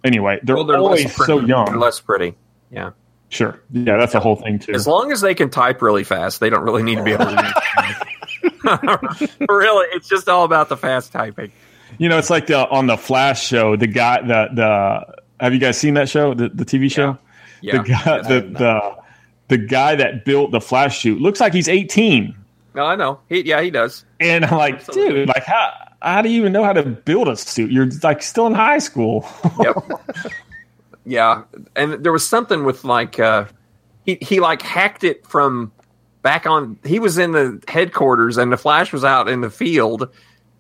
Speaker 5: anyway, they're,
Speaker 6: Well, they're
Speaker 5: always
Speaker 6: less pretty.
Speaker 5: so young.
Speaker 6: They're less pretty. Yeah.
Speaker 5: sure. Yeah, that's a whole thing, too.
Speaker 6: As long as they can type really fast, they don't really need to be able to.
Speaker 5: [LAUGHS]
Speaker 6: [LAUGHS] really, it's just all about the fast typing.
Speaker 5: You know, it's like the, on the Flash show, the guy, the, the, have you guys seen that show, the, the TV show?
Speaker 6: Yeah.
Speaker 5: The guy, the, the, the guy that built the Flash shoot looks like he's 18.
Speaker 6: No, I know. He, yeah, he does.
Speaker 5: And I'm like,
Speaker 6: Absolutely.
Speaker 5: dude, like, how, how do you even know how to build a suit? You're like still in high school. [LAUGHS]
Speaker 6: yep. Yeah, and there was something with like uh, he he like hacked it from back on. He was in the headquarters, and the Flash was out in the field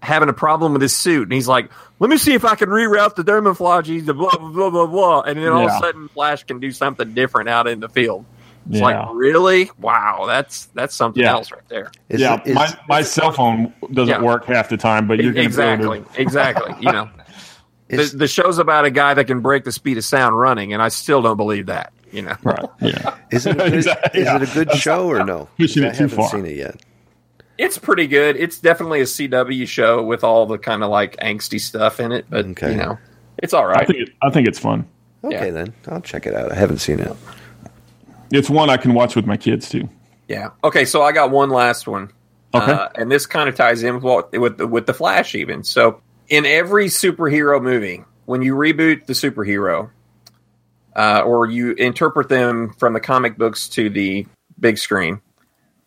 Speaker 6: having a problem with his suit, and he's like, "Let me see if I can reroute the dermophagy." The blah blah blah blah blah, and then all of
Speaker 5: Yeah.
Speaker 6: a sudden, Flash can do something different out in the field. It's like really wow, that's that's something
Speaker 5: Yeah.
Speaker 6: else right there.
Speaker 2: Is,
Speaker 5: yeah,
Speaker 2: is,
Speaker 5: my, my cell phone doesn't
Speaker 6: Yeah.
Speaker 5: work half the time, but you're gonna Be
Speaker 6: exactly,
Speaker 5: able
Speaker 6: exactly. You know, the,
Speaker 2: is-
Speaker 6: the show's about a guy that can break the speed of sound running, and I still don't believe that. You know,
Speaker 5: to, right? Yeah,
Speaker 2: is
Speaker 6: [LAUGHS]
Speaker 2: it a good,
Speaker 5: Exactly,
Speaker 2: is
Speaker 5: yeah.
Speaker 2: it a good show or no?
Speaker 5: Pushing
Speaker 2: I
Speaker 5: it too
Speaker 2: haven't
Speaker 5: far.
Speaker 2: seen it yet.
Speaker 6: it's pretty good. It's definitely a CW show with all the kind of like angsty stuff in it, but
Speaker 2: Okay.
Speaker 6: you know, it's all
Speaker 5: I
Speaker 6: right.
Speaker 5: think it, I think it's fun.
Speaker 2: Okay,
Speaker 6: Yeah.
Speaker 2: then I'll check it out. I haven't seen it.
Speaker 5: It's one I can watch with my kids too.
Speaker 6: Yeah. Okay, so I got one last one.
Speaker 5: Okay.
Speaker 6: Uh, and this kind of ties in with what, with the, with the Flash even. So in every superhero movie, when you reboot the superhero, uh, or you interpret them from the comic books to the big screen,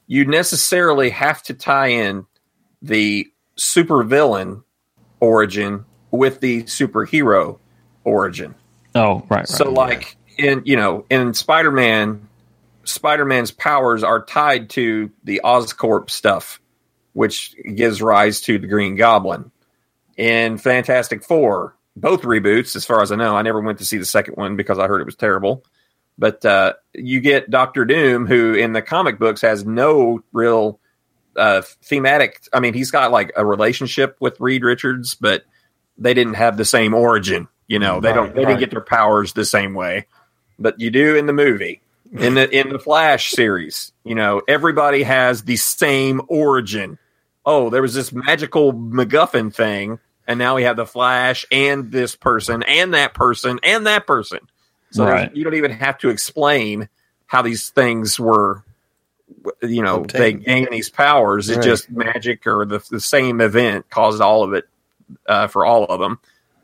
Speaker 6: you necessarily have to tie in the supervillain origin with the superhero origin.
Speaker 5: Oh, right. right.
Speaker 6: So like in you know in Spider Man, Spider Man's powers are tied to the Oscorp stuff, which gives rise to the Green Goblin. In Fantastic Four, both reboots, as far as I know, I never went to see the second one because I heard it was terrible. But uh, you get Doctor Doom, who in the comic books has no real uh, thematic. I mean, he's got like a relationship with Reed Richards, but they didn't have the same origin. You know, they don't. They didn't get their powers the same way, but you do in the movie. in the in the Flash series. You know, everybody has the same origin. Oh, there was this magical MacGuffin thing, and now we have the Flash and this person and that person and that person. So there's-
Speaker 5: Right.
Speaker 6: you don't even have to explain how these things were. You know,
Speaker 7: Obtained.
Speaker 6: they gain these powers. It's
Speaker 7: Right.
Speaker 6: just magic or the, the same event caused all of it uh, for all of them.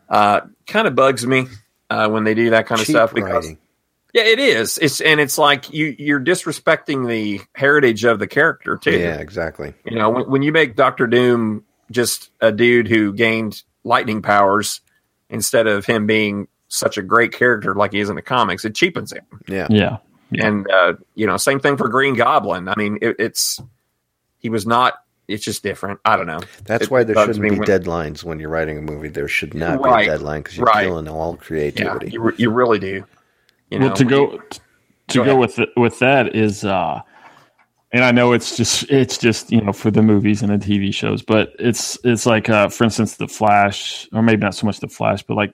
Speaker 6: Uh, kind of bugs me uh, when they do that kind of
Speaker 7: Cheap
Speaker 6: stuff because
Speaker 7: writing.
Speaker 6: yeah, it is. It's and it's like you you're disrespecting the heritage of the character too.
Speaker 7: Yeah, exactly.
Speaker 6: You know, when, when you make Doctor Doom just a dude who gained lightning powers instead of him being such a great character like he is in the comics, it cheapens him.
Speaker 7: Yeah.
Speaker 5: Yeah. Yeah.
Speaker 6: And uh, you know, same thing for Green Goblin. I mean, it, it's he was not. It's just different. I don't know.
Speaker 7: That's
Speaker 6: It
Speaker 7: why there
Speaker 6: bugs
Speaker 7: shouldn't
Speaker 6: me
Speaker 7: be
Speaker 6: when-
Speaker 7: deadlines when you're writing a movie. There should not
Speaker 6: Right.
Speaker 7: be a deadline because you're
Speaker 6: Right.
Speaker 7: killing all
Speaker 6: Yeah,
Speaker 7: creativity.
Speaker 6: you, re- you really do. You
Speaker 5: well,
Speaker 6: know,
Speaker 5: to go to
Speaker 6: Go
Speaker 5: go, with th- with that is, uh, and I know it's just it's just you know for the movies and the TV shows, but it's it's like uh, for instance, the Flash, or maybe not so much the Flash, but like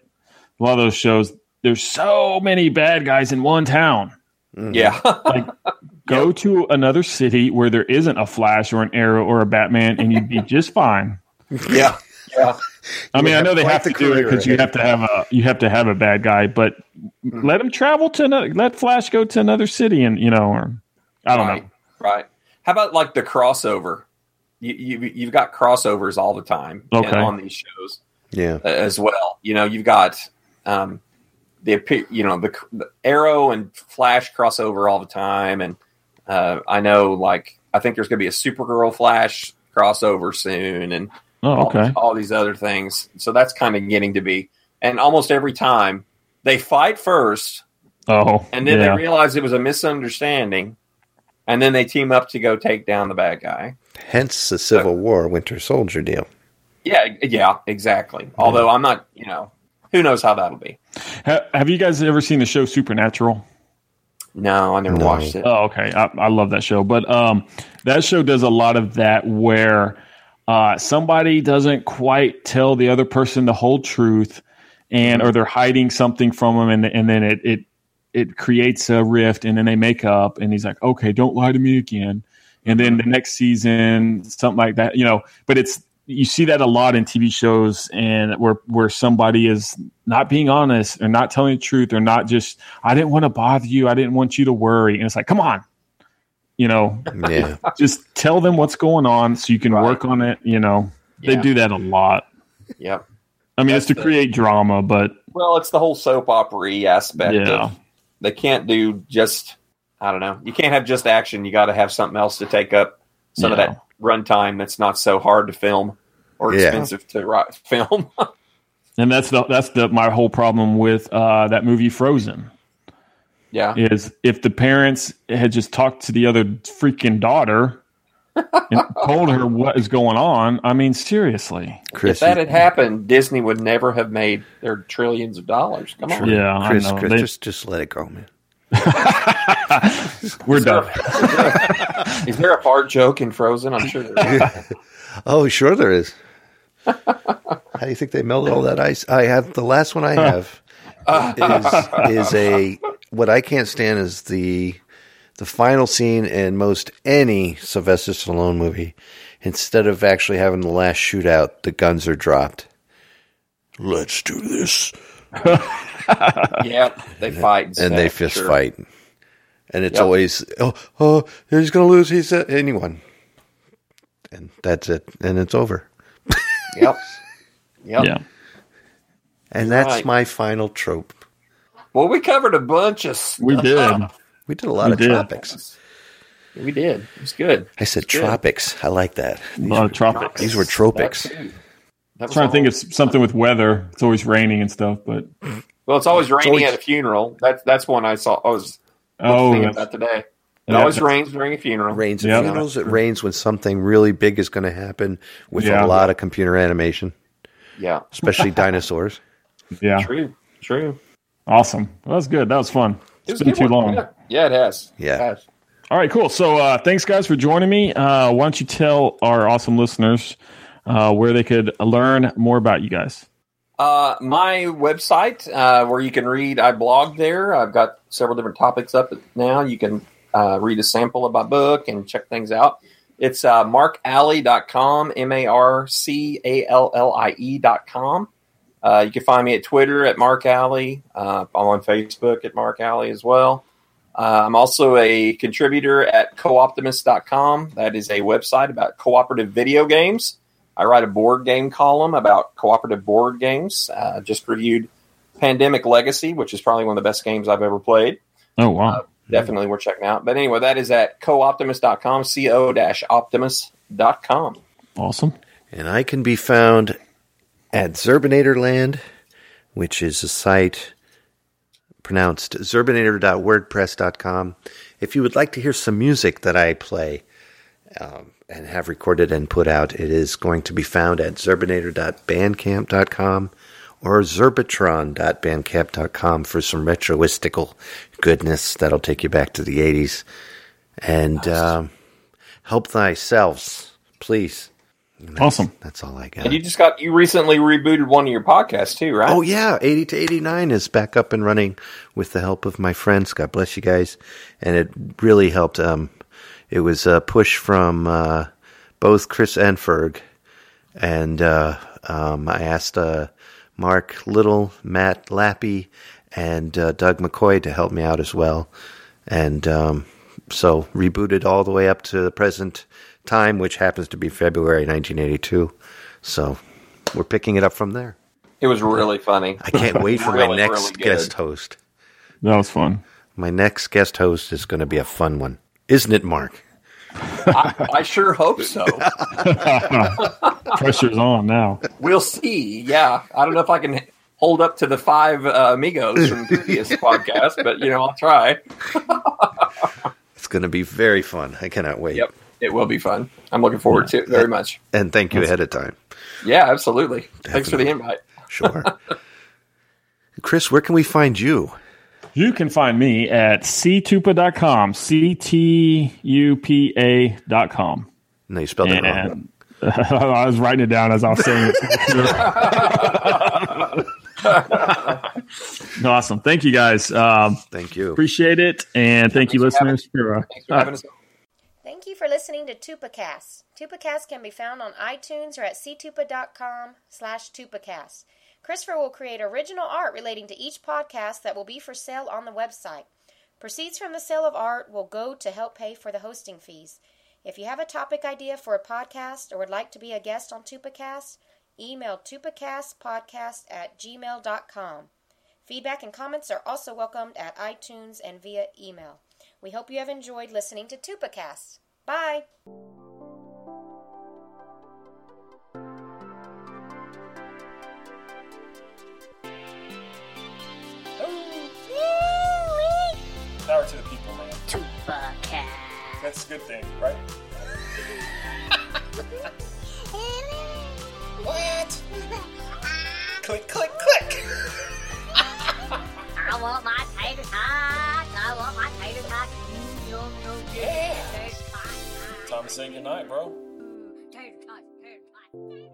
Speaker 5: a lot of those shows, there's so many bad guys in one town.
Speaker 6: yeah,
Speaker 7: [LAUGHS]
Speaker 5: Go to another city where there isn't a Flash or an Arrow or a Batman, and
Speaker 6: [LAUGHS]
Speaker 5: you'd be just fine.
Speaker 6: yeah, yeah.
Speaker 5: I mean, I
Speaker 7: have
Speaker 5: know they
Speaker 7: quite
Speaker 5: have
Speaker 7: the
Speaker 5: to do it
Speaker 7: career
Speaker 5: because you
Speaker 7: ahead.
Speaker 5: have to have a you have to have a bad guy, but
Speaker 6: Mm.
Speaker 5: let him travel to another. Let Flash go to another city, and you know, or I don't
Speaker 6: right.
Speaker 5: know.
Speaker 6: Right. How about like the crossover? You, you you've got crossovers all the time
Speaker 5: Okay.
Speaker 6: in- on these shows
Speaker 7: Yeah.
Speaker 6: uh, as well. You know, you've got um, the appe- you know the, c- the Arrow and Flash crossover all the time, and uh, I know like I think there's going to be a Supergirl Flash crossover soon, and
Speaker 5: Oh,
Speaker 6: all,
Speaker 5: okay.
Speaker 6: all these other things. So that's kind of getting to be, and almost every time they fight first,
Speaker 5: Oh,
Speaker 6: and then
Speaker 5: yeah.
Speaker 6: they realize it was a misunderstanding, and then they team up to go take down the bad guy.
Speaker 7: Hence the Civil War Winter Soldier
Speaker 6: [LAUGHS]
Speaker 7: deal.
Speaker 6: Yeah, yeah, exactly. Although I'm not, you know, who knows how that'll be.
Speaker 5: Ha- have you guys ever seen the show Supernatural?
Speaker 6: No, I never
Speaker 7: No.
Speaker 6: watched it.
Speaker 5: Oh, okay. I, I love that show, but um, that show does a lot of that where uh, somebody doesn't quite tell the other person the whole truth, and or they're hiding something from them, and and then it it it creates a rift, and then they make up, and he's like, okay, don't lie to me again, and then the next season, something like that, you know. But it's you see that a lot in TV shows, and where where somebody is not being honest or not telling the truth or not just I didn't want to bother you, I didn't want you to worry, and it's like, come on, you know,
Speaker 7: Yeah.
Speaker 5: just tell them what's going on so you can
Speaker 6: Right.
Speaker 5: work on it. You know,
Speaker 6: Yeah.
Speaker 5: they do that a lot.
Speaker 6: Yep.
Speaker 5: I mean,
Speaker 6: That's
Speaker 5: it's to
Speaker 6: the-
Speaker 5: create drama, but
Speaker 6: Well, it's the whole soap opera aspect. of-
Speaker 5: yeah,
Speaker 6: they can't do just. I don't know. You can't have just action. You got to have something else to take up some of
Speaker 5: Yeah.
Speaker 6: that runtime that's not so hard to film or
Speaker 7: Yeah.
Speaker 6: expensive to write, [LAUGHS] film.
Speaker 5: and that's the that's the my whole problem with uh, that movie Frozen
Speaker 6: yeah.
Speaker 5: is if the parents had just talked to the other freaking daughter and told her what is going on. I mean, seriously,
Speaker 7: Chris,
Speaker 6: if that had happened, Disney would never have made their trillions of dollars. Come on.
Speaker 5: yeah,
Speaker 7: Chris,
Speaker 5: I know.
Speaker 7: Chris
Speaker 5: They-
Speaker 7: just, just let it go, man.
Speaker 5: we're done.
Speaker 6: [LAUGHS] Is there a fart joke in Frozen? I'm sure there is.
Speaker 7: [LAUGHS] Oh, sure there is. [LAUGHS] How do you think they melted all that ice? I have the last one I have is, is a what I can't stand is the the final scene in most any Sylvester Stallone movie. Instead of actually having the last shootout, the guns are dropped. Let's do this,
Speaker 6: yep. They fight
Speaker 7: and
Speaker 6: stuff,
Speaker 7: they fist
Speaker 6: sure.
Speaker 7: fight, and it's
Speaker 6: Yep.
Speaker 7: always oh oh he's gonna lose. He's uh, anyone, and that's it, and it's over.
Speaker 6: Yep. Yep.
Speaker 5: Yeah.
Speaker 7: And that's
Speaker 6: Right.
Speaker 7: my final trope.
Speaker 6: Well, we covered a bunch of stuff.
Speaker 5: We did.
Speaker 7: We did a lot
Speaker 5: We
Speaker 7: of
Speaker 5: did.
Speaker 7: tropics.
Speaker 6: We did. It was good.
Speaker 7: I said
Speaker 6: good.
Speaker 7: tropics. I like that.
Speaker 5: A lot of tropics.
Speaker 7: These were tropics.
Speaker 6: That too. That was
Speaker 5: trying to think
Speaker 6: all-
Speaker 5: of s- something with weather. It's always raining and stuff, but
Speaker 6: Well, it's always raining
Speaker 7: always-
Speaker 6: at a funeral. That's that's one I saw. I was
Speaker 5: oh,
Speaker 6: thinking
Speaker 5: that's-
Speaker 6: about today. It
Speaker 5: Yeah.
Speaker 6: always rains during a funeral.
Speaker 7: Rains and
Speaker 5: Yeah.
Speaker 7: funerals. It rains when something really big is going to happen with a
Speaker 5: Yeah.
Speaker 7: lot of computer animation,
Speaker 6: Yeah.
Speaker 7: [LAUGHS] especially dinosaurs.
Speaker 5: yeah,
Speaker 6: True. True.
Speaker 5: awesome. Well, that's good. That was fun.
Speaker 6: It
Speaker 5: It's
Speaker 6: was a
Speaker 5: been
Speaker 6: good
Speaker 5: too
Speaker 6: one.
Speaker 5: long.
Speaker 6: Yeah. Yeah, it has.
Speaker 7: Yeah.
Speaker 6: It has.
Speaker 5: All right, cool. So uh, thanks, guys, for joining me. Uh, why don't you tell our awesome listeners uh, where they could learn more about you guys?
Speaker 6: Uh, my website, uh, where you can read, I blog there. I've got several different topics up now. You can uh, read a sample of my book and check things out. It's uh, markalley.com, M A R C A L L I E.com. Uh, you can find me at Twitter at Mark Alley. Uh, I'm on Facebook at Mark Alley as well. Uh, I'm also a contributor at cooptimist.com. That is a website about cooperative video games. I write a board game column about cooperative board games. Uh, just reviewed Pandemic Legacy, which is probably one of the best games I've ever played.
Speaker 5: Oh
Speaker 6: Uh,
Speaker 5: wow!
Speaker 6: Definitely worth checking out. But anyway, that is at cooptimist.com, co-optimist.com.
Speaker 5: Awesome.
Speaker 7: And I can be found at Zerbinatorland, which is a site pronounced zerbinator.wordpress.com. If you would like to hear some music that I play um, and have recorded and put out, it is going to be found at zerbinator.bandcamp.com or zerbatron.bandcamp.com for some retroistical goodness that'll take you back to the 80s. And um, help thyselves, please. And that's-
Speaker 5: Awesome.
Speaker 7: That's all I got.
Speaker 6: And you just got you recently rebooted one of your podcasts too, right?
Speaker 7: Oh yeah, 80 to 89 is back up and running with the help of my friends. God bless you guys. And it really helped. Um, it was a push from uh, both Chris and Ferg. And uh, um, I asked uh, Mark Little, Matt Lappy, and uh, Doug McCoy to help me out as well. And um, so rebooted all the way up to the present time, which happens to be February 1982. So we're picking it up from there.
Speaker 6: It was really funny.
Speaker 7: I can't wait
Speaker 6: [LAUGHS]
Speaker 7: for my
Speaker 6: Really,
Speaker 7: next
Speaker 6: really good.
Speaker 7: guest host.
Speaker 5: That was fun.
Speaker 7: My next guest host is going to be a fun one, isn't it, Mark?
Speaker 6: I, I sure hope so.
Speaker 5: Pressure's on now.
Speaker 6: We'll see. Yeah, I don't know if I can hold up to the five uh, amigos from the previous podcast, but you know I'll try.
Speaker 7: It's going to be very fun. I cannot wait.
Speaker 6: Yep, it will be fun. I'm looking forward to it very much.
Speaker 7: And thank you ahead of time.
Speaker 6: Yeah, absolutely. Thanks for the invite. [LAUGHS]
Speaker 7: Sure. Chris, where can we find you?
Speaker 5: You can find me at ctupa.com, c t u p a dot com.
Speaker 7: No, you spelled it wrong.
Speaker 5: And [LAUGHS] I was writing it down as I was saying it. [LAUGHS] awesome. Thank you guys. Um,
Speaker 7: Thank you.
Speaker 5: appreciate it. And thank you,
Speaker 6: Thanks for
Speaker 5: listeners. For, uh,
Speaker 6: Thanks for having us. on.
Speaker 9: Thank you for listening to Tupacast. Tupacast can be found on iTunes or at ctupa.com slash tupacast. Christopher will create original art relating to each podcast that will be for sale on the website. Proceeds from the sale of art will go to help pay for the hosting fees. If you have a topic idea for a podcast or would like to be a guest on Tupacast, email tupacastpodcast at gmail.com. Feedback and comments are also welcomed at iTunes and via email. We hope you have enjoyed listening to Tupacast. Bye!
Speaker 3: Now we're to the people, man.
Speaker 5: uh,
Speaker 10: Tupacast.
Speaker 3: That's a good thing, right?
Speaker 10: What?
Speaker 3: Click, click, click.
Speaker 10: I want my tater tot. I want my tater tot. Yum, yum, yum. Tater tot.
Speaker 3: Time to say goodnight, bro.
Speaker 10: Tater tot. Tater tot.